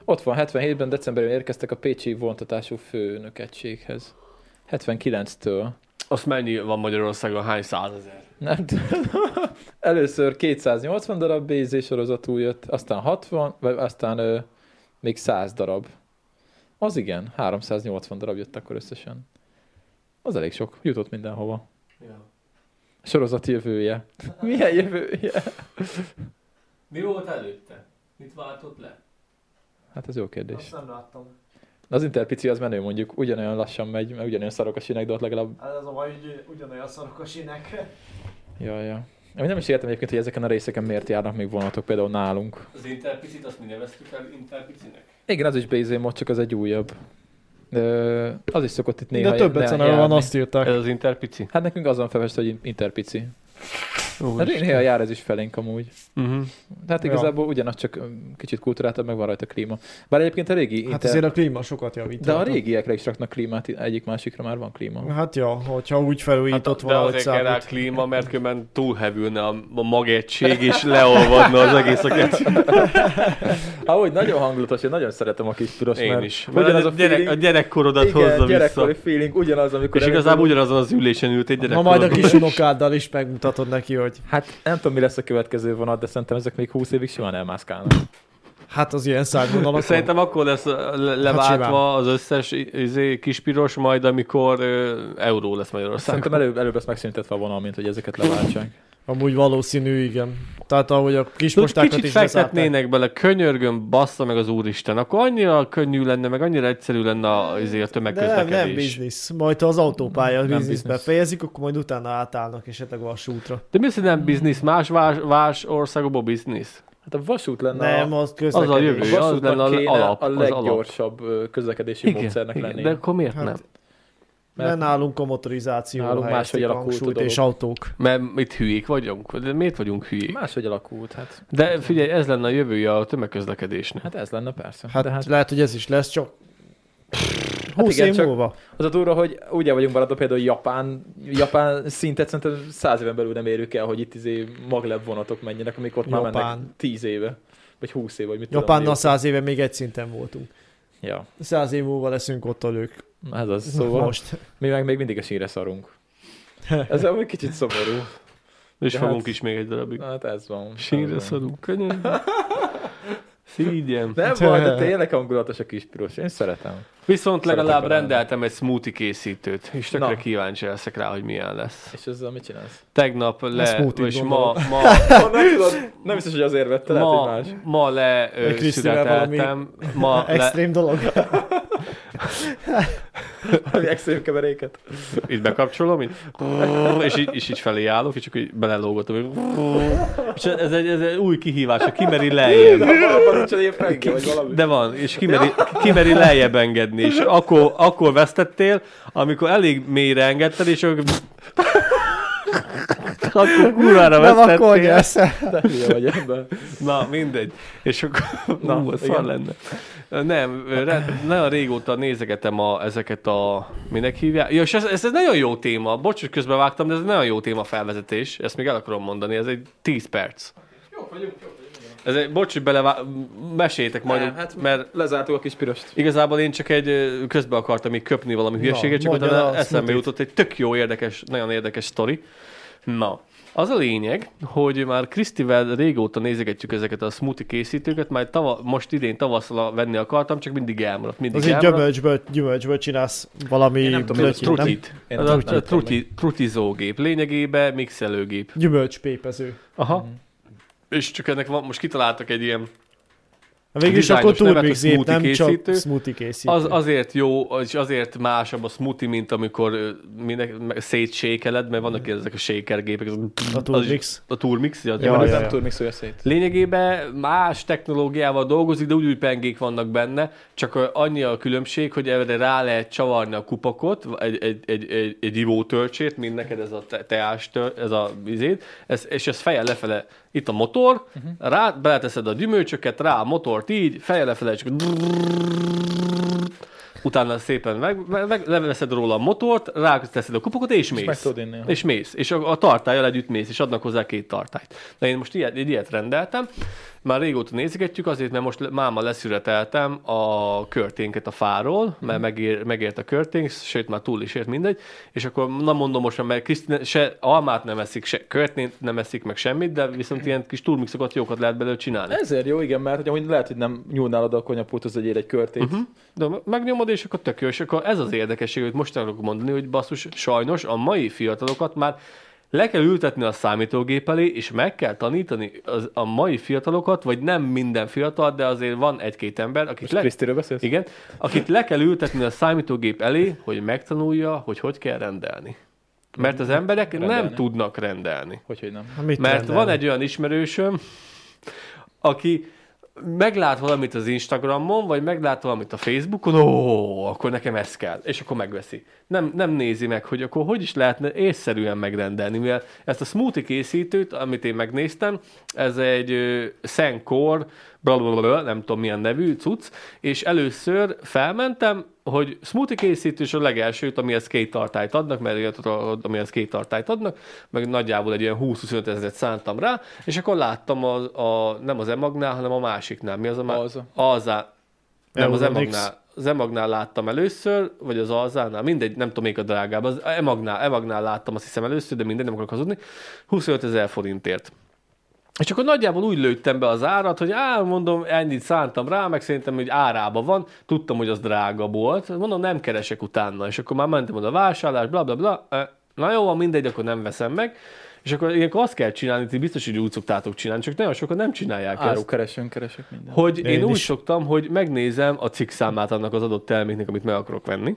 Ott van, 77-ben decemberben érkeztek a Pécsi vontatású főnökegységhez. 79-től.
Azt mennyi van Magyarországon, hány százezer?
Nem tudom. Először 280 darab BZ sorozatú jött, aztán 60, vagy aztán ö, még 100 darab. Az igen, 380 darab jött akkor összesen. Az elég sok, jutott mindenhova.
Ja.
Sorozat jövője. Milyen jövője?
Mi volt előtte? Mit váltott le?
Hát ez jó kérdés.
nem láttam.
Az interpici az menő mondjuk, ugyanolyan lassan megy, mert ugyanolyan szarok a sínek, de ott legalább...
Hát ez a baj, hogy ugyanolyan szarok a sinek.
Ja, ja. Ami nem is értem egyébként, hogy ezeken a részeken miért járnak még vonatok, például nálunk.
Az Interpicit, azt mi neveztük el Interpicinek?
Igen, az is BZ mod, csak az egy újabb. Ö, az is szokott itt néha
De több
néha
ezen van,
járni.
azt írták.
Ez az Interpici?
Hát nekünk azon felvest, hogy interpici. Hát néha jár ez is felénk amúgy.
Uh-huh.
Tehát
Ja.
igazából ugyanaz, csak öm, kicsit kultúráltabb, meg van rajta klíma. Bár egyébként a régi...
Hát
inter-
azért a klíma sokat javít.
De a régiekre is raknak klímát, egyik-másikra már van klíma.
Hát ja, hogyha úgy felújított
Hát,
hát,
de
valahogy
azért kell rá
számít.
klíma, mert különben túlhevülne a, a magegység, és leolvadna az egész a kettő.
Ahogy nagyon hangulatos, én nagyon szeretem a kis piros,
Én
mert
is. Mert
ugyanaz a
a, gyerek, a
feeling,
gyerekkorodat
igen,
hozza
gyerekkori
vissza.
feeling, ugyanaz, amikor...
És igazából ugyanazon az ülésen ült egy
Na
gyerekkorod.
majd a kis unokáddal is megmutatod neki, hogy
Hát nem tudom, mi lesz a következő vonat, de szerintem ezek még 20 évig simán elmászkálnak.
hát az ilyen szárvonalakon.
Szerintem akkor Hát lesz le- leváltva az összes i- izé, kispiros, majd amikor ö, euró lesz Magyarország.
Szerintem előbb, előbb ezt megszüntetve a vonal, mint hogy ezeket leváltsák.
Amúgy valószínű, igen. Tehát ahogy a kis
Tudod,
postákat
kicsit
is bezárták.
fektetnének bele, könyörgöm, bassza meg az úristen, akkor annyira könnyű lenne, meg annyira egyszerű lenne a, izé, a
De nem,
tömegközlekedés.
nem biznisz. Majd ha az autópálya biznisz
biznisz.
befejezik, akkor majd utána átállnak esetleg vasútra.
De mi az, hogy nem biznisz? Más, vás, más országokban biznisz?
Hát a vasút lenne
nem,
a,
az
a
közlekedés.
a
jövő. az lenne
vasútnak
a
kéne
alap,
a
az
leggyorsabb ö, közlekedési módszernek lenni.
de akkor miért
Hát,
hát, nem?
Mert-
Mert nálunk a motorizáció
Nálunk
helyezték
máshogy
a
alakult a
hangsúlyt
dolog.
és autók.
Mert itt hülyék vagyunk. De miért vagyunk hülyék?
Máshogy alakult, hát,
De figyelj, ez lenne a jövője a tömegközlekedésnek.
hát ez lenne persze.
Hát,
de
hát
hát
lehet, hogy ez is lesz, csak 20
igen,
év
csak-
múlva.
az a durva, hogy úgy el vagyunk maradva például Japán, Japán szintet szerintem száz éven belül nem érjük el, hogy itt izé maglev vonatok menjenek, amik ott már mennek
Japán.
tíz éve, vagy húsz év, vagy mit
Japánnal
tudom.
száz éve még egy szinten voltunk.
Japánnal
Száz év múlva leszünk ott a lők.
Ja, ez az. Szóval Most.
Most.
mi meg még mindig a sírre szarunk. Ez amúgy kicsit szomorú.
És
De
fogunk
hát-
is még egy darabig.
Hát ez van. Ez
Sírre
van.
szorunk, könnyen. Szígyen.
Nem baj, de tényleg hangulatos a kis piros. Én szeretem.
Viszont legalább
Szeretek ajánlani.
rendeltem egy smoothie készítőt, és tökre
Na.
kíváncsi leszek rá, hogy milyen lesz.
És ezzel mit csinálsz?
Tegnap le,
smoothie-t
és ma,
gondolom.
ma,
nem, tudod, nem biztos, hogy azért vette, lehet, hogy
ma,
más.
ma le ö,
Meg Krisztivel valami
szüreteltem, ma le,
Extrém dolog.
Valami extrém keveréket.
itt bekapcsolom, így, és, így, és így felé állok, és csak így belelógatom. így, És ez egy, ez egy új kihívás, hogy kimeri lejjebb.
Parancsol ilyen penge, vagy valami.
De van, és kimeri, kimeri lejjebb engedni, és akkor, akkor vesztettél, amikor elég mélyre engedted, és akkor... akkor kurvára
Nem akkor
vesztettél.
nyersz.
Te hülye vagy ember.
Na, mindegy. És akkor...
Na,
Na, Ú, az szar lenne. Nem, re- nagyon régóta nézegetem a, ezeket a... Minek hívják? Ja, és ez, ez, egy nagyon jó téma. Bocs, hogy közben vágtam, de ez egy nagyon jó téma felvezetés. Ezt még el akarom mondani. Ez egy 10 perc. Ez egy, bocs, hogy belevá... Meséljétek majd,
Nem, hát-
mert
Lezártuk a kis pirost.
Igazából én csak egy ö, közbe akartam így köpni valami hülyeséget, csak
mondja
utána
le a
eszembe
smoothie-t.
jutott egy tök jó érdekes, nagyon érdekes sztori. Na, az a lényeg, hogy már Krisztivel régóta nézegetjük ezeket a smoothie készítőket, már tava, most idén tavasszal venni akartam, csak mindig elmaradt, mindig
Az így
elmaradt.
gyümölcsből, gyümölcsből csinálsz valami
Én nem tudom, hogy
blöttyöt, nem?
Trutit.
Én
Az
nem
a, a
tudtam
truti, trutizógép. Lényegében mixelőgép.
Gyümölcspépező.
Aha.
Mhm.
És csak ennek van, most kitaláltak egy ilyen
Végül is
Dizájnos
akkor
nevet, a
turmix gép,
smoothie
nem csak
készítő.
smoothie készítő.
Az, azért jó, és azért másabb a smoothie, mint amikor ö, minek me- szétsékeled, mert vannak ezek a shakergépek, az,
a turmix.
a turmix, ja,
Ja,
Én
ja,
ja.
nem tudom, mixolja szét.
Lényegében más technológiával dolgozik, de úgy, úgy pengék vannak benne, csak ö, annyi a különbség, hogy erre rá lehet csavarni a kupakot, egy, egy, egy, egy, egy ivótörcsét, mint neked ez a te- teás, tör, ez a vizét, ez, és ez feje lefele. Itt a motor,
Mhm.
uh-huh. rá, beleteszed a gyümölcsöket, rá a motort így, feje lefele, csak utána szépen meg, meg, meg leveszed róla a motort, ráteszed a kupakot, és mész.
meg tudod inni, aha.
és mész. És a, a tartályjal együtt mész, és adnak hozzá két tartályt. Na én most ilyet, egy ilyet rendeltem, már régóta nézegetjük azért, mert most le- máma leszüreteltem a körténket a fáról, mert megér, megért a körténk, sőt már túl is ért mindegy, és akkor na mondom most, mert Krisztina se almát nem eszik, se körtént nem eszik, meg semmit, de viszont ilyen kis turmixokat jókat lehet belőle csinálni.
Ezért jó, igen, mert hogy amúgy lehet, hogy nem nyúlnál oda a konyapulthoz, hogy ér egy körtét. Uh-huh.
De megnyomod, és akkor tök jó. És akkor ez az érdekesség, hogy most akarok mondani, hogy basszus, sajnos a mai fiatalokat már le kell ültetni a számítógép elé, és meg kell tanítani az, a mai fiatalokat, vagy nem minden fiatal, de azért van egy-két ember, akit le,
Krisztiről beszélsz?
igen, akit le kell ültetni a számítógép elé, hogy megtanulja, hogy hogy kell rendelni. Mert az emberek
Rendelni.
nem tudnak rendelni.
Hogy, hogy nem.
Hát Mit
Mert
rendelni?
van egy olyan ismerősöm, aki meglát valamit az Instagramon, vagy meglát valamit a Facebookon, ó, akkor nekem ez kell, és akkor megveszi. Nem, nem nézi meg, hogy akkor hogy is lehetne észszerűen megrendelni, mivel ezt a smoothie készítőt, amit én megnéztem, ez egy ö, Senkor, blablabla, nem tudom milyen nevű cucc, és először felmentem, hogy smoothie készítő, és a legelsőt, amihez két tartályt adnak, mert ilyet tudod, amihez két tartályt adnak, meg nagyjából egy ilyen 20-25 ezeret szántam rá, és akkor láttam az, a, nem az emagnál, hanem a másiknál. Mi az a má-
Alza.
Alza. Nem, az
Euronix.
emagnál. Az emagnál láttam először, vagy az alzánál, mindegy, nem tudom, melyik a drágább. Az emagnál, emagnál láttam azt hiszem először, de mindegy, nem akarok hazudni. 25 ezer forintért. És akkor nagyjából úgy lőttem be az árat, hogy á, mondom, ennyit szántam rá, meg szerintem, hogy árába van, tudtam, hogy az drága volt, mondom, nem keresek utána, és akkor már mentem oda a vásárlás, bla, bla, bla, Eh, na jó, van mindegy, akkor nem veszem meg, és akkor ilyenkor azt kell csinálni, ti biztos, hogy úgy szoktátok csinálni, csak nagyon sokan nem csinálják ezt.
Árukeresőn keresek mindent.
Hogy én,
Én
úgy
is.
szoktam, hogy megnézem a cikk számát annak az adott terméknek, amit meg akarok venni.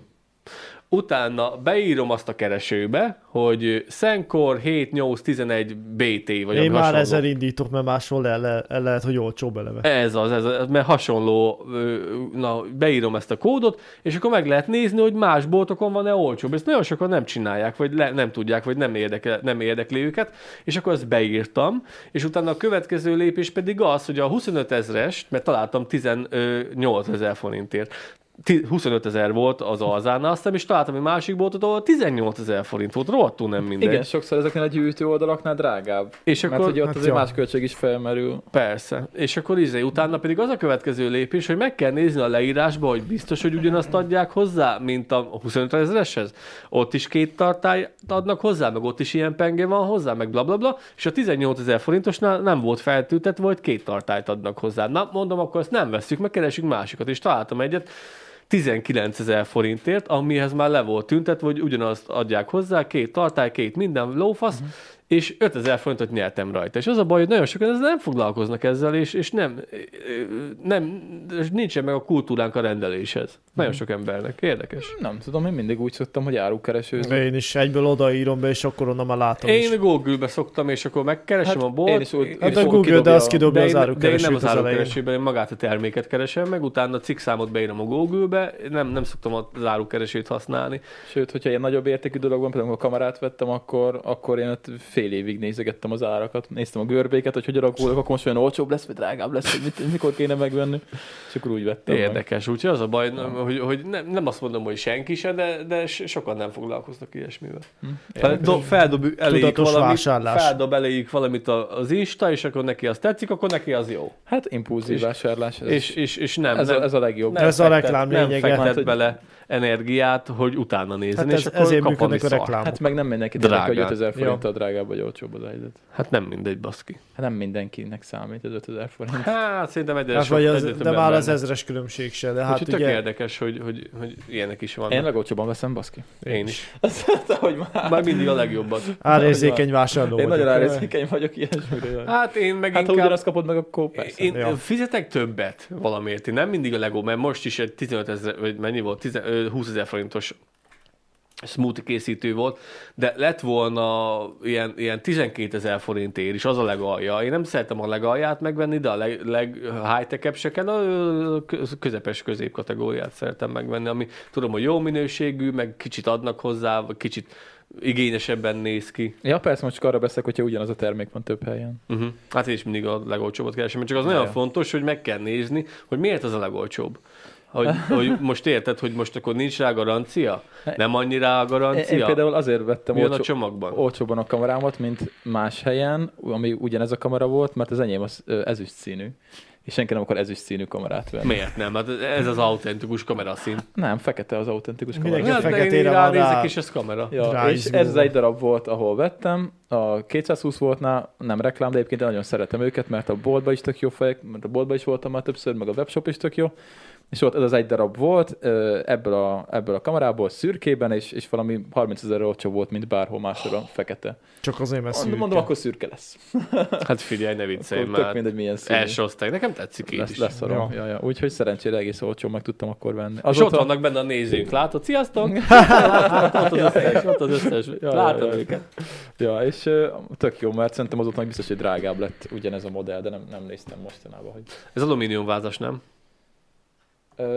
Utána beírom azt a keresőbe, hogy Szenkor 7-8-11 BT, vagy
Én
ami
már
hasonló.
ezzel indítok, mert máshol el, el, el lehet, hogy olcsóbb eleve.
Ez az, ez az, mert hasonló, ö, na, beírom ezt a kódot, és akkor meg lehet nézni, hogy más boltokon van-e olcsóbb. Ezt nagyon sokan nem csinálják, vagy le, nem tudják, vagy nem, érdekel, nem érdekli őket, és akkor ezt beírtam, és utána a következő lépés pedig az, hogy a 25 ezres, mert találtam 18 ezer forintért, Ti- 25 ezer volt az alzánál, aztán is találtam egy másik boltot, ahol 18 ezer forint volt, rohadtul nem mindegy.
Igen, sokszor ezeknél a gyűjtő oldalaknál drágább.
És
Mert
akkor-
hogy ott
hát
azért
jó.
más költség is felmerül.
Persze. És akkor izé, utána pedig az a következő lépés, hogy meg kell nézni a leírásba, hogy biztos, hogy ugyanazt adják hozzá, mint a 25 ezereshez. Ott is két tartályt adnak hozzá, meg ott is ilyen penge van hozzá, meg blablabla. Bla, bla. És a 18 ezer forintosnál nem volt feltűtetve, hogy két tartályt adnak hozzá. Na, mondom, akkor ezt nem veszük, meg keresünk másikat. És találtam egyet, 19 ezer forintért, amihez már le volt tüntetve, hogy ugyanazt adják hozzá, két tartály, két minden lófasz, uh-huh. és 5000 forintot nyertem rajta. És az a baj, hogy nagyon sokan ezzel nem foglalkoznak ezzel, és, és nem, ö, nem, és nincsen meg a kultúránk a rendeléshez. Nagyon sok embernek. Érdekes.
Nem tudom, én mindig úgy szoktam, hogy árukeresőzök.
Én is egyből odaírom be, és akkor onnan már látom is.
E- Én Google-be szoktam, és akkor megkeresem
Hát
a bolt.
én is úgy-
Hát
és
a
akkor
Google, de
kidobja
azt
a-
kidobja
De
az
én, de én nem
árukeresőt
az
az elején.
árukeresőben, én magát a terméket keresem meg, utána a cikkszámot beírom a Google-be, nem, nem szoktam az árukeresőt használni.
Sőt, hogyha ilyen nagyobb értékű dolog van, például amikor a kamerát vettem, akkor, akkor én ott fél évig nézegettem az árakat. Néztem a görbéket, hogy hogy alakulnak, akkor most olyan olcsóbb lesz, vagy drágább lesz, hogy mit, mikor kéne megvenni. És akkor úgy vettem meg.
Érdekes, úgyhogy az a baj, nem, hogy, hogy nem, nem azt mondom, hogy senki se, de, de so- sokan nem foglalkoznak ilyesmivel. Hm. Fel-
Érdekes.
do- Feldob eléjük
Tudatos
valamit,
vásárlás.
feldob eléjük valamit a- az Insta, és akkor neki az tetszik, akkor neki az jó.
Hát impulzív
És-
vásárlás. Ez,
És, és, és nem,
ez,
nem,
a, ez a legjobb.
nem
Ez a
fektet-
reklám
nem
lényege.
fektet
Hát, hogy-
bele energiát, hogy utána nézzen,
Hát
és
ez,
akkor
ezért
kap, ami
működnek a
szar.
reklámok.
Hát meg nem mindenki tudja, hogy
Drágán.
5000 forinttal drágább vagy olcsóbb az helyzet.
Hát nem mindegy, baszki.
Hát nem mindenkinek számít az 5000 forint.
Hát szerintem egyre
Hát
sok,
vagy az,
egyre több
de már az
embernek.
ezres különbség se, de
Hát
hát
Úgyhogy tök
ugye...
érdekes, hogy, hogy, hogy ilyenek
Én
is vannak.
legolcsóban veszem, baszki.
Én, én is.
hogy már.
Már mindig a legjobbat.
Árérzékeny vásárló
Én nagyon
vagyok.
árérzékeny vagyok ilyesmire. Hát,
Hát én meg
hát ha
inkább...
ugyanazt kapod meg, akkor persze.
Én
Ja.
fizetek többet valamiért, én nem mindig a Lego, mert most is egy 15 ezer, vagy mennyi volt, 10, ö, 20 ezer forintos smoothie készítő volt, de lett volna ilyen, ilyen 12 ezer forintért is, az a legalja. Én nem szeretem a legalját megvenni, de a leg, leg high se kell, a ö, köz- közepes középkategóriát szeretem megvenni, ami tudom, hogy jó minőségű, meg kicsit adnak hozzá, vagy kicsit igényesebben néz ki.
Ja, persze, most csak arra beszélek, hogyha ugyanaz a termék van több helyen.
Uh-huh. Hát én is mindig a legolcsóbbat keresem, mert csak az nagyon
Ja.
fontos, hogy meg kell nézni, hogy miért az a legolcsóbb. Hogy, hogy most érted, hogy most akkor nincs rá garancia? Nem annyi rá a
Én, E- én
garancia?
például azért vettem
Mi van Hát, a
olcsó,
csomagban?
olcsóban a kamerámat, mint más helyen, ami ugyanez a kamera volt, mert az enyém az ö, ezüst színű. És senki nem akar ezüst színű kamerát venni.
Miért nem? Hát ez az autentikus kameraszín.
Nem, fekete az autentikus kamera.
Hát,
Mindenki
de én így
feketére van
ránézek,
rá.
és ez kamera.
Ja,
Rá
és
is
ez az
múlva.
egy darab volt, ahol vettem, a 220 voltnál, nem reklám, de egyébként én nagyon szeretem őket, mert a boltba is tök jó fejek, mert a boltba is voltam már többször, meg a webshop is tök jó, és ott ez az egy darab volt, ö, ebből a, ebből a kamerából, szürkében, és, és valami 30 ezer olcsóbb volt, mint bárhol máshol a fekete.
Csak azért, mert
Mondom,
szürke.
mondom, akkor szürke lesz.
Hát figyelj, ne viccelj
Akkor tök
már.
mindegy, milyen szürke.
Első osztály, nekem tetszik így
Lesz,
is.
lesz ja.
Ja.
Ja, ja. Úgyhogy szerencsére egész olcsó meg tudtam akkor venni.
És ott vannak benne a nézők, látod? Sziasztok! Ott az összes, ott az összes.
ja,
Látod
ja.
őket?
Ja, és ö, tök jó, mert szerintem azóta meg biztos, hogy drágább lett ugyanez a modell, de nem, nem néztem mostanában, hogy...
Ez alumíniumvázas, nem?
Ö,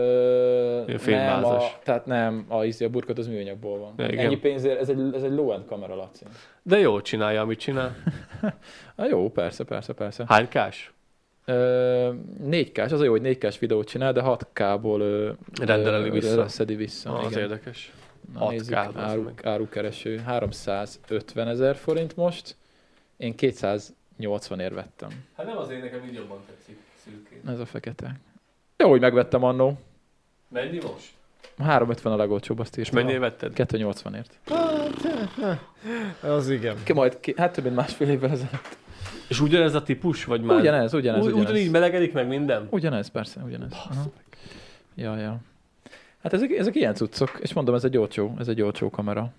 Ilyen félvázas.
nem, a, tehát nem, a, ízi, a burkot az műanyagból van.
Ja, igen.
Ennyi pénzért, ez egy, ez egy low-end kamera, Laci.
De jó csinálja, amit csinál.
Na jó, persze, persze, persze.
Hánykás?
Ö, 4K-s, az a jó, hogy 4K-s videót csinál, de 6K-ból ö,
Rendeleli
ö,
vissza.
Szedi vissza.
Ah, az
igen.
érdekes.
Na,
6K-ból
nézzük,
az
áru,
meg.
árukereső. 350 ezer forint most. Én 280 ér vettem.
Hát nem azért nekem így jobban tetszik szürkén.
Ez a fekete. Jó, hogy megvettem annó.
Mennyi most?
350 a legolcsóbb, azt
És
írtam.
mennyi vetted?
280 ért.
Az igen.
Ki majd, ki, hát több mint másfél évvel ezelőtt.
És ugyanez a típus, vagy már?
Ugyanez, ugyanez,
Ugyanez.
ugyanez.
Ugyanígy melegedik meg minden?
Ugyanez, persze, ugyanez. Aha. Ja, ja. Hát ezek, ezek ilyen cuccok, és mondom, ez egy olcsó, ez egy olcsó kamera.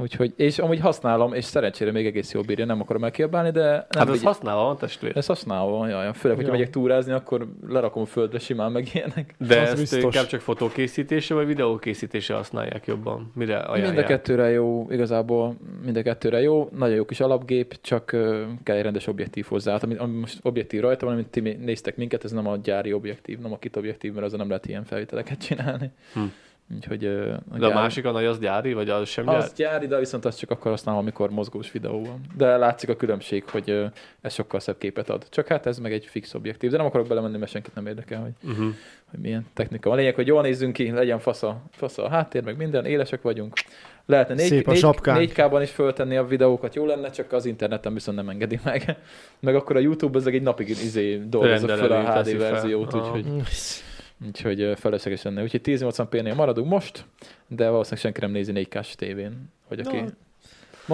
Úgyhogy, és amúgy használom, és szerencsére még egész jól bírja, nem akarom elkiabálni, de nem
Hát ez
vigy-
használva van testvér.
ez használva, jaj, főleg, hogyha
Ja.
megyek túrázni, akkor lerakom a földre simán meg ilyenek.
De
Az
ezt
biztos.
inkább csak fotókészítése vagy videókészítése használják jobban. Mire
Mind a
ajánlják?
kettőre jó, igazából mind a kettőre jó. Nagyon jó kis alapgép, csak ö, kell egy rendes objektív hozzá. Hát, Ami, ami most objektív rajta van, amit ti mi- néztek minket, ez nem a gyári objektív, nem a kit objektív, mert azon nem lehet ilyen felvételeket csinálni.
Hm.
Úgyhogy, ö, a
De a
gyár-
másik a nagy az gyári, vagy az sem gyári?
Az gyári, de viszont azt csak akkor használom, amikor mozgós videó van. De látszik a különbség, hogy ö, ez sokkal szebb képet ad. Csak hát ez meg egy fix objektív, de nem akarok belemenni, mert senkit nem érdekel, hogy
Uh-huh.
hogy milyen technika. van. A lényeg, hogy jól nézzünk ki, legyen fasza, fasza a háttér, meg minden, élesek vagyunk. Lehetne négy,
Szép a
négy,
sapkánk.
4K-ban is föltenni a videókat, jó lenne, csak az interneten viszont nem engedi meg. Meg akkor a YouTube ezek egy napig izé dolgozza
Rendelő,
fel a
teszi
HD
fel.
verziót,
Aha.
úgyhogy,
Hm,
úgyhogy ö, felesleges lenne. Úgyhogy 1080p-nél maradunk most, de valószínűleg senki nem nézi 4K-s tévén. Vagy aki...
Na,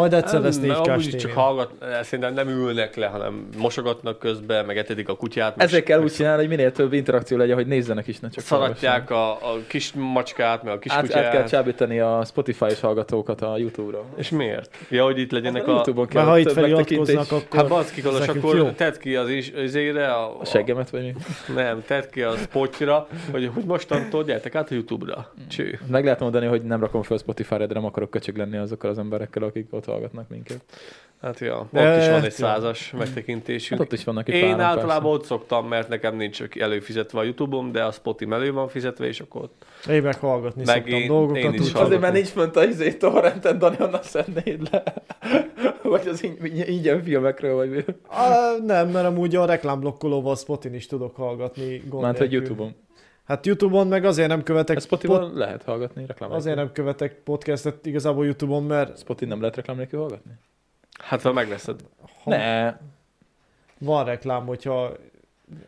Majd egyszer lesz
Nem, mert
4
amúgy is csak hallgat, eh, szerintem nem ülnek le, hanem mosogatnak közben, meg etedik a kutyát, meg
Ezért kell úgy csinálni, hogy minél több interakció legyen, hogy nézzenek is, ne csak hallgassanak.
szaratják a, a kis macskát, meg a kis
Át,
kutyát.
át kell csábítani a Spotify-os hallgatókat a YouTube-ra.
És miért? Ja, hogy itt legyenek
Hát
a...
YouTube-on kell
Mert ha itt
több megtekintés.
feliratkoznak,
Hát
akkor...
baszki, Kolos,
nekünk
akkor
jó.
tedd ki az is, izére, a,
A seggemet vagy mi?
a, nem, tedd ki a spotjra, hogy, hogy mostantól gyertek át a YouTube-ra. Cső.
Meg lehet mondani, hogy nem rakom fel Spotify-ra, de nem akarok köcsög lenni azokkal az emberekkel, akik ott hallgatnak minket.
Hát ja, ott
De-
is van egy
ja.
százas megtekintésünk.
Hát ott is vannak itt
Én
páran,
általában ott szoktam, mert nekem nincs előfizetve a YouTube-om, de a Spotim elő van fizetve, és akkor ott
Én meg hallgatni
Meg
szoktam
én-
dolgokat.
én is
úgy
persze. Azért, mert
hallgatom.
nincs fönt a izé torrenten, Dani, onnan szednéd le. vagy az ing- ingyen filmekről, vagy mi.
Á, nem, mert amúgy a reklámblokkolóval Spotin is tudok hallgatni gond
Mert hogy
nélkül.
YouTube-on.
Hát Youtube-on meg azért nem követek
Hát
A
pot-
Spotify-on lehet hallgatni reklám.
azért nem követek podcastet igazából Youtube-on, mert
Spotify nem lehet reklám nélkül hallgatni?
hát ha megveszed.
ha
Ne,
van reklám, hogyha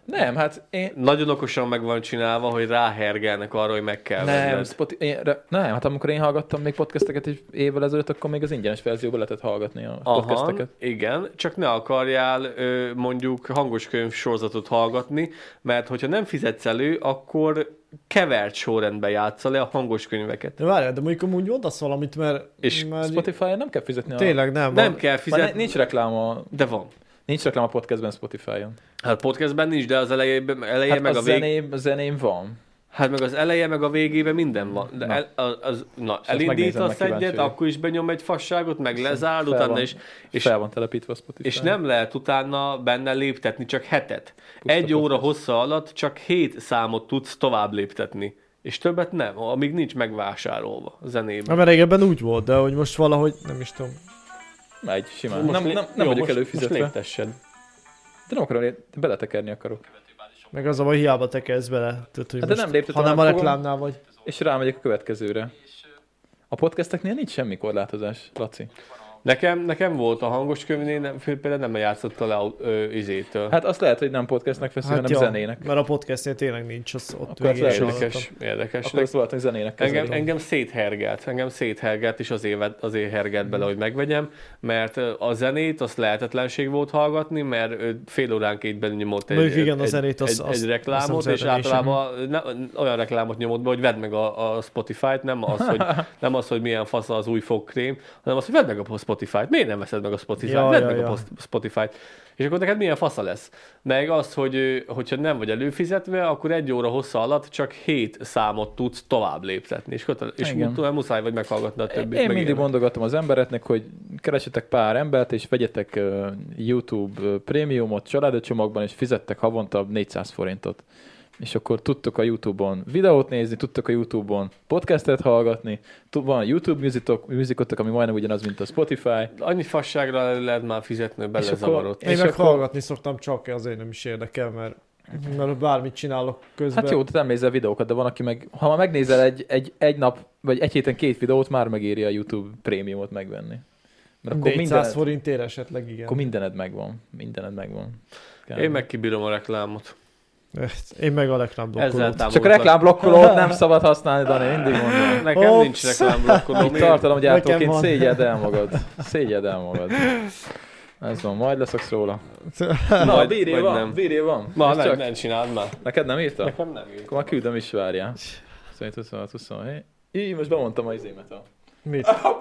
nem, hát én,
Nagyon okosan meg van csinálva, hogy ráhergelnek arra, hogy meg kell
nem,
venned.
Spotify, én, re, nem, hát amikor én hallgattam még podcasteket egy évvel ezelőtt, akkor még az ingyenes verzióban lehetett hallgatni a
Aha,
podcasteket.
igen, csak ne akarjál ö, mondjuk hangos könyv sorozatot hallgatni, mert hogyha nem fizetsz elő, akkor kevert sorrendben játsza le a hangos könyveket.
De várjál, de mondjuk amúgy odasz valamit, mert...
És
mert
Spotify-on nem kell fizetni a
Tényleg nem.
Nem
a-
kell
Már
fizetni,
ne, nincs reklám a,
de van.
nincs reklám a podcastben Spotify-on.
Hát podcastben nincs, de az elejében, eleje
Hát
meg
a,
a,
a,
vég...
zeném, a zeném van.
Hát meg az eleje, meg a végében minden van. De
Na.
el, az, az, na,
ezt megnézem,
elindítasz
mert kíváncsi
egyet,
vagyok.
akkor is benyom egy fasságot, meg
Viszont
lezárd,
fel
utána
van-
is.
És
És-
fel van telepítve a Spotify.
És nem lehet utána benne léptetni csak hetet.
Puszta
Egy óra
podcast.
hossza alatt csak hét számot tudsz tovább léptetni. És többet nem, amíg nincs megvásárolva a
Na,
zenében.
mert régebben úgy volt, de hogy most valahogy, nem is tudom.
Megy, simán. nem, nem, nem vagyok előfizetve.
Most léptessed.
de nem akarom, lé- beletekerni akarok.
Meg az a baj, hiába tekersz bele. Tehát,
Hát
hogy
de
most,
nem lépted,
ha nem a
hanem fogom.
reklámnál vagy.
És rámegyek a következőre. A podcasteknél nincs semmi korlátozás, Laci.
Nekem, nekem volt a hangos könyvnél, nem, Phil például nem játszotta le ö, izétől. Hát,
Hát azt lehet, hogy nem podcastnek veszünk,
Hát
hanem
ja,
zenének.
mert a podcastnél tényleg nincs, az ott
Akkor
még én
lehet,
sem hallottam.
érdekes, érdekes.
Akkor azt valószínűleg zenének
Engem,
kezelik.
engem széthergelt, engem széthergelt, és azért, vet- azért hergelt
Mm.
bele, hogy megvegyem, mert ö, a zenét azt lehetetlenség volt hallgatni, mert ö, fél óránként benyomott egy,
Mondjuk igen, a
egy-
zenét azt-
egy,
azt-
egy
azt
reklámot,
nem
és
szeretem én sem.
általában ne, olyan reklámot nyomott be, hogy vedd meg a, a Spotify-t, nem az, hogy, nem az, hogy milyen fasz az új fogkrém, hanem az, hogy vedd meg a Spotify-t, miért nem veszed meg a Spotify-t,
Ja,
vedd
ja,
meg
ja.
a post- Spotify-t. És akkor neked milyen fasza lesz? Meg az, hogy ö, hogyha nem vagy előfizetve, akkor egy óra hossza alatt csak hét számot tudsz tovább léptetni, és, kötele, és
Igen.
utána muszáj vagy meghallgatni a többit.
Én
meg
mindig
ilyenek.
mondogatom az embereknek, hogy keresetek pár embert, és vegyetek ö, YouTube ö, prémiumot családi csomagban, és fizettek havonta 400 forintot. És akkor tudtok a YouTube-on videót nézni, tudtok a YouTube-on podcastet hallgatni, tu- van YouTube musicotok, musicotok, ami majdnem ugyanaz, mint a Spotify. Hát
Annyi fasságra lehet már fizetni, hogy
És akkor-
belezavarodsz.
Én
És
meg
akkor-
hallgatni szoktam, csak azért nem is érdekel, mert, mert bármit csinálok közben.
Hát jó, te nem nézel videókat, de van, aki meg, ha már megnézel egy, egy, egy nap, vagy egy héten két videót, már megéri a YouTube prémiumot megvenni. Mert akkor
400
mindened,
forintért esetleg, igen.
akkor mindened megvan. Mindened megvan.
Én meg kibírom a reklámot.
Én meg a reklámblokkolót.
Ezzel támogatlak.
Csak reklámblokkolót nem szabad használni, Dani, mindig mondom.
Nekem
Ops.
nincs reklámblokkoló.
Itt
miért?
Nekem
tartalomgyártóként
van.
szégyed el magad. Szégyed el magad. Ez van, majd leszoksz róla.
Vagy-
bíré
vagy
van,
nem.
bíré van.
Ma
Ez
nem,
csak-
nem csináld már.
Neked nem írta?
Nekem nem jó.
Akkor már küldöm is, várjál. Szerint 26, 27. Így, most bemondtam az izémet a...
Mit?
A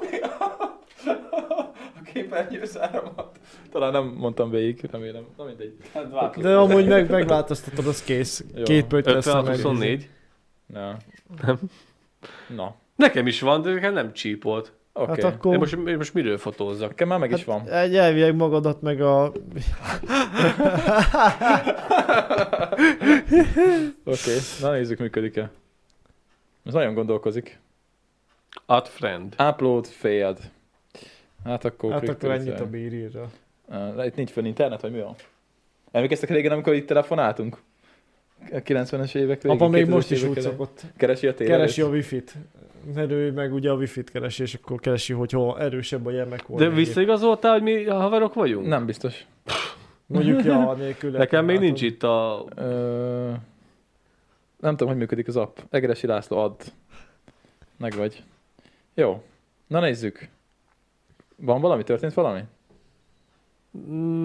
képernyőszáramat. Talán nem mondtam végig, remélem. Na mindegy.
Hát
De amúgy meg, megváltoztatod, az kész.
Jó.
Két pötty lesz. a
56
meg-
24.
Na.
Nem.
Na.
Nekem is van, de nekem nem csípolt.
Oké. Okay.
Hát
Én
akkor... hát-
most, én most miről fotózzak?
Nekem már meg is van.
Egy elvileg magadat meg a...
Oké, okay. na nézzük, működik-e. Ez nagyon gondolkozik.
Ad friend.
Upload failed. Hát akkor...
Hát akkor
click to
ennyit a
return.
bírírra.
Ah, Itt nincs fönn internet, vagy mi van? Emlékeztek régen, amikor itt telefonáltunk? A 90-es évek végén.
Apa még
2000-es
most is
évek
úgy
elején.
szokott.
Keresi a térerőt?
Keresi a wifi-t. Mert ő meg ugye a wifi-t keresi, és akkor keresi, hogy hol erősebb a gyermek
De visszaigazoltál, hogy mi haverok vagyunk?
Nem biztos.
Mondjuk, ja, nélkül.
Nekem még nincs itt a...
Ö... Nem tudom, hogy működik az app. Egeresi László, add. Meg vagy. Jó. Na nézzük. Van valami? Történt valami?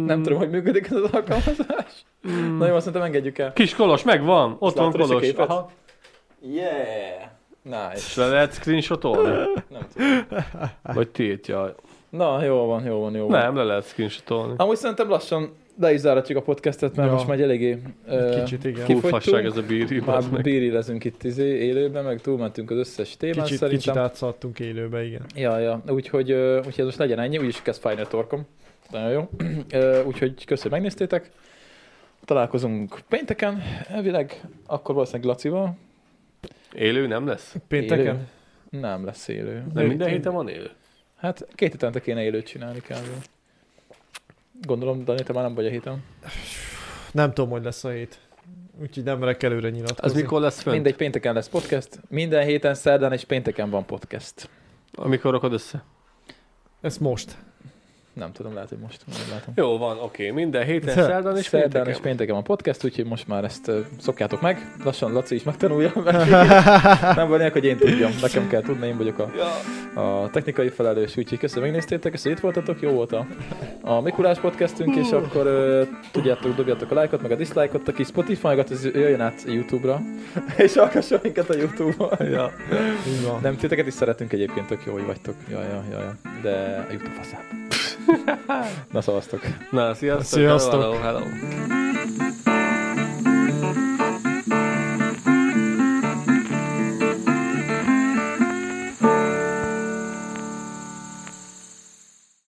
Nem tudom, hogy működik ez az alkalmazás.
Mm.
Na jó, azt mondtam, engedjük el.
Kis Kolos, megvan.
Azt
Ott van
látod is a
Kolos.
képet?
Aha.
Yeah! Nice.
És le lehet screenshotolni?
Nem tudom.
Vagy tiltja?
Na, jó van, jó van, jó van.
Nem, le lehet screenshotolni.
Amúgy szerintem lassan le is záratjuk a podcastet, mert
Ja.
most már egy eléggé ö,
Kicsit, igen.
Hú,
kifogytunk.
fasság ez a bíri. bazd
Már
meg.
bírilezünk itt izé, élőben, meg túlmentünk az összes témán
Kicsit,
szerintem.
kicsit átszaladtunk élőbe, igen.
Ja, ja, úgyhogy, ö, úgyhogy ez most legyen ennyi, úgyis kezd fájni a torkom. Nagyon jó. Ö, Úgyhogy köszönöm, hogy megnéztétek. Találkozunk pénteken, elvileg, akkor valószínűleg Lacival.
Élő nem lesz?
Élő?
Pénteken?
Nem lesz élő.
Nem
Én-
minden
én-
héten van élő?
Hát két hetente kéne élőt csinálni kell. Gondolom, Dani, te már nem vagy a héten.
Nem tudom, hogy lesz a hét. Úgyhogy nem merek előre
Az
nyilatkozni.
mikor lesz fönt?
Mindegy, pénteken lesz podcast. Minden héten szerdán és pénteken van podcast.
Amikor rakod össze?
Ez most.
Nem tudom, lehet, hogy most nem látom.
Jó, van, oké. Minden héten,
Szer-
szerdán és
szerdán
pénteken.
és pénteken van podcast, úgyhogy most már ezt ö, szokjátok meg. Lassan Laci is megtanulja, mert nem van ilyen, hogy én tudjam. Nekem kell tudni, én vagyok a,
Ja.
a technikai felelős, úgyhogy köszönöm, hogy megnéztétek, köszönöm, hogy itt voltatok, jó volt a, a Mikulás podcastünk, és akkor ö, tudjátok, dobjátok a lájkot, meg a dislike-ot, aki Spotify-ot, az jöjjön át YouTube-ra, és hallgasson minket a YouTube-on. Ja.
Így van.
Nem, titeket is szeretünk egyébként, tök jó, hogy vagytok. Jaj, jaj, jaj, jaj. de a YouTube faszát. Na szavaztok.
Na, sziasztok.
Sziasztok.
Hello, hello.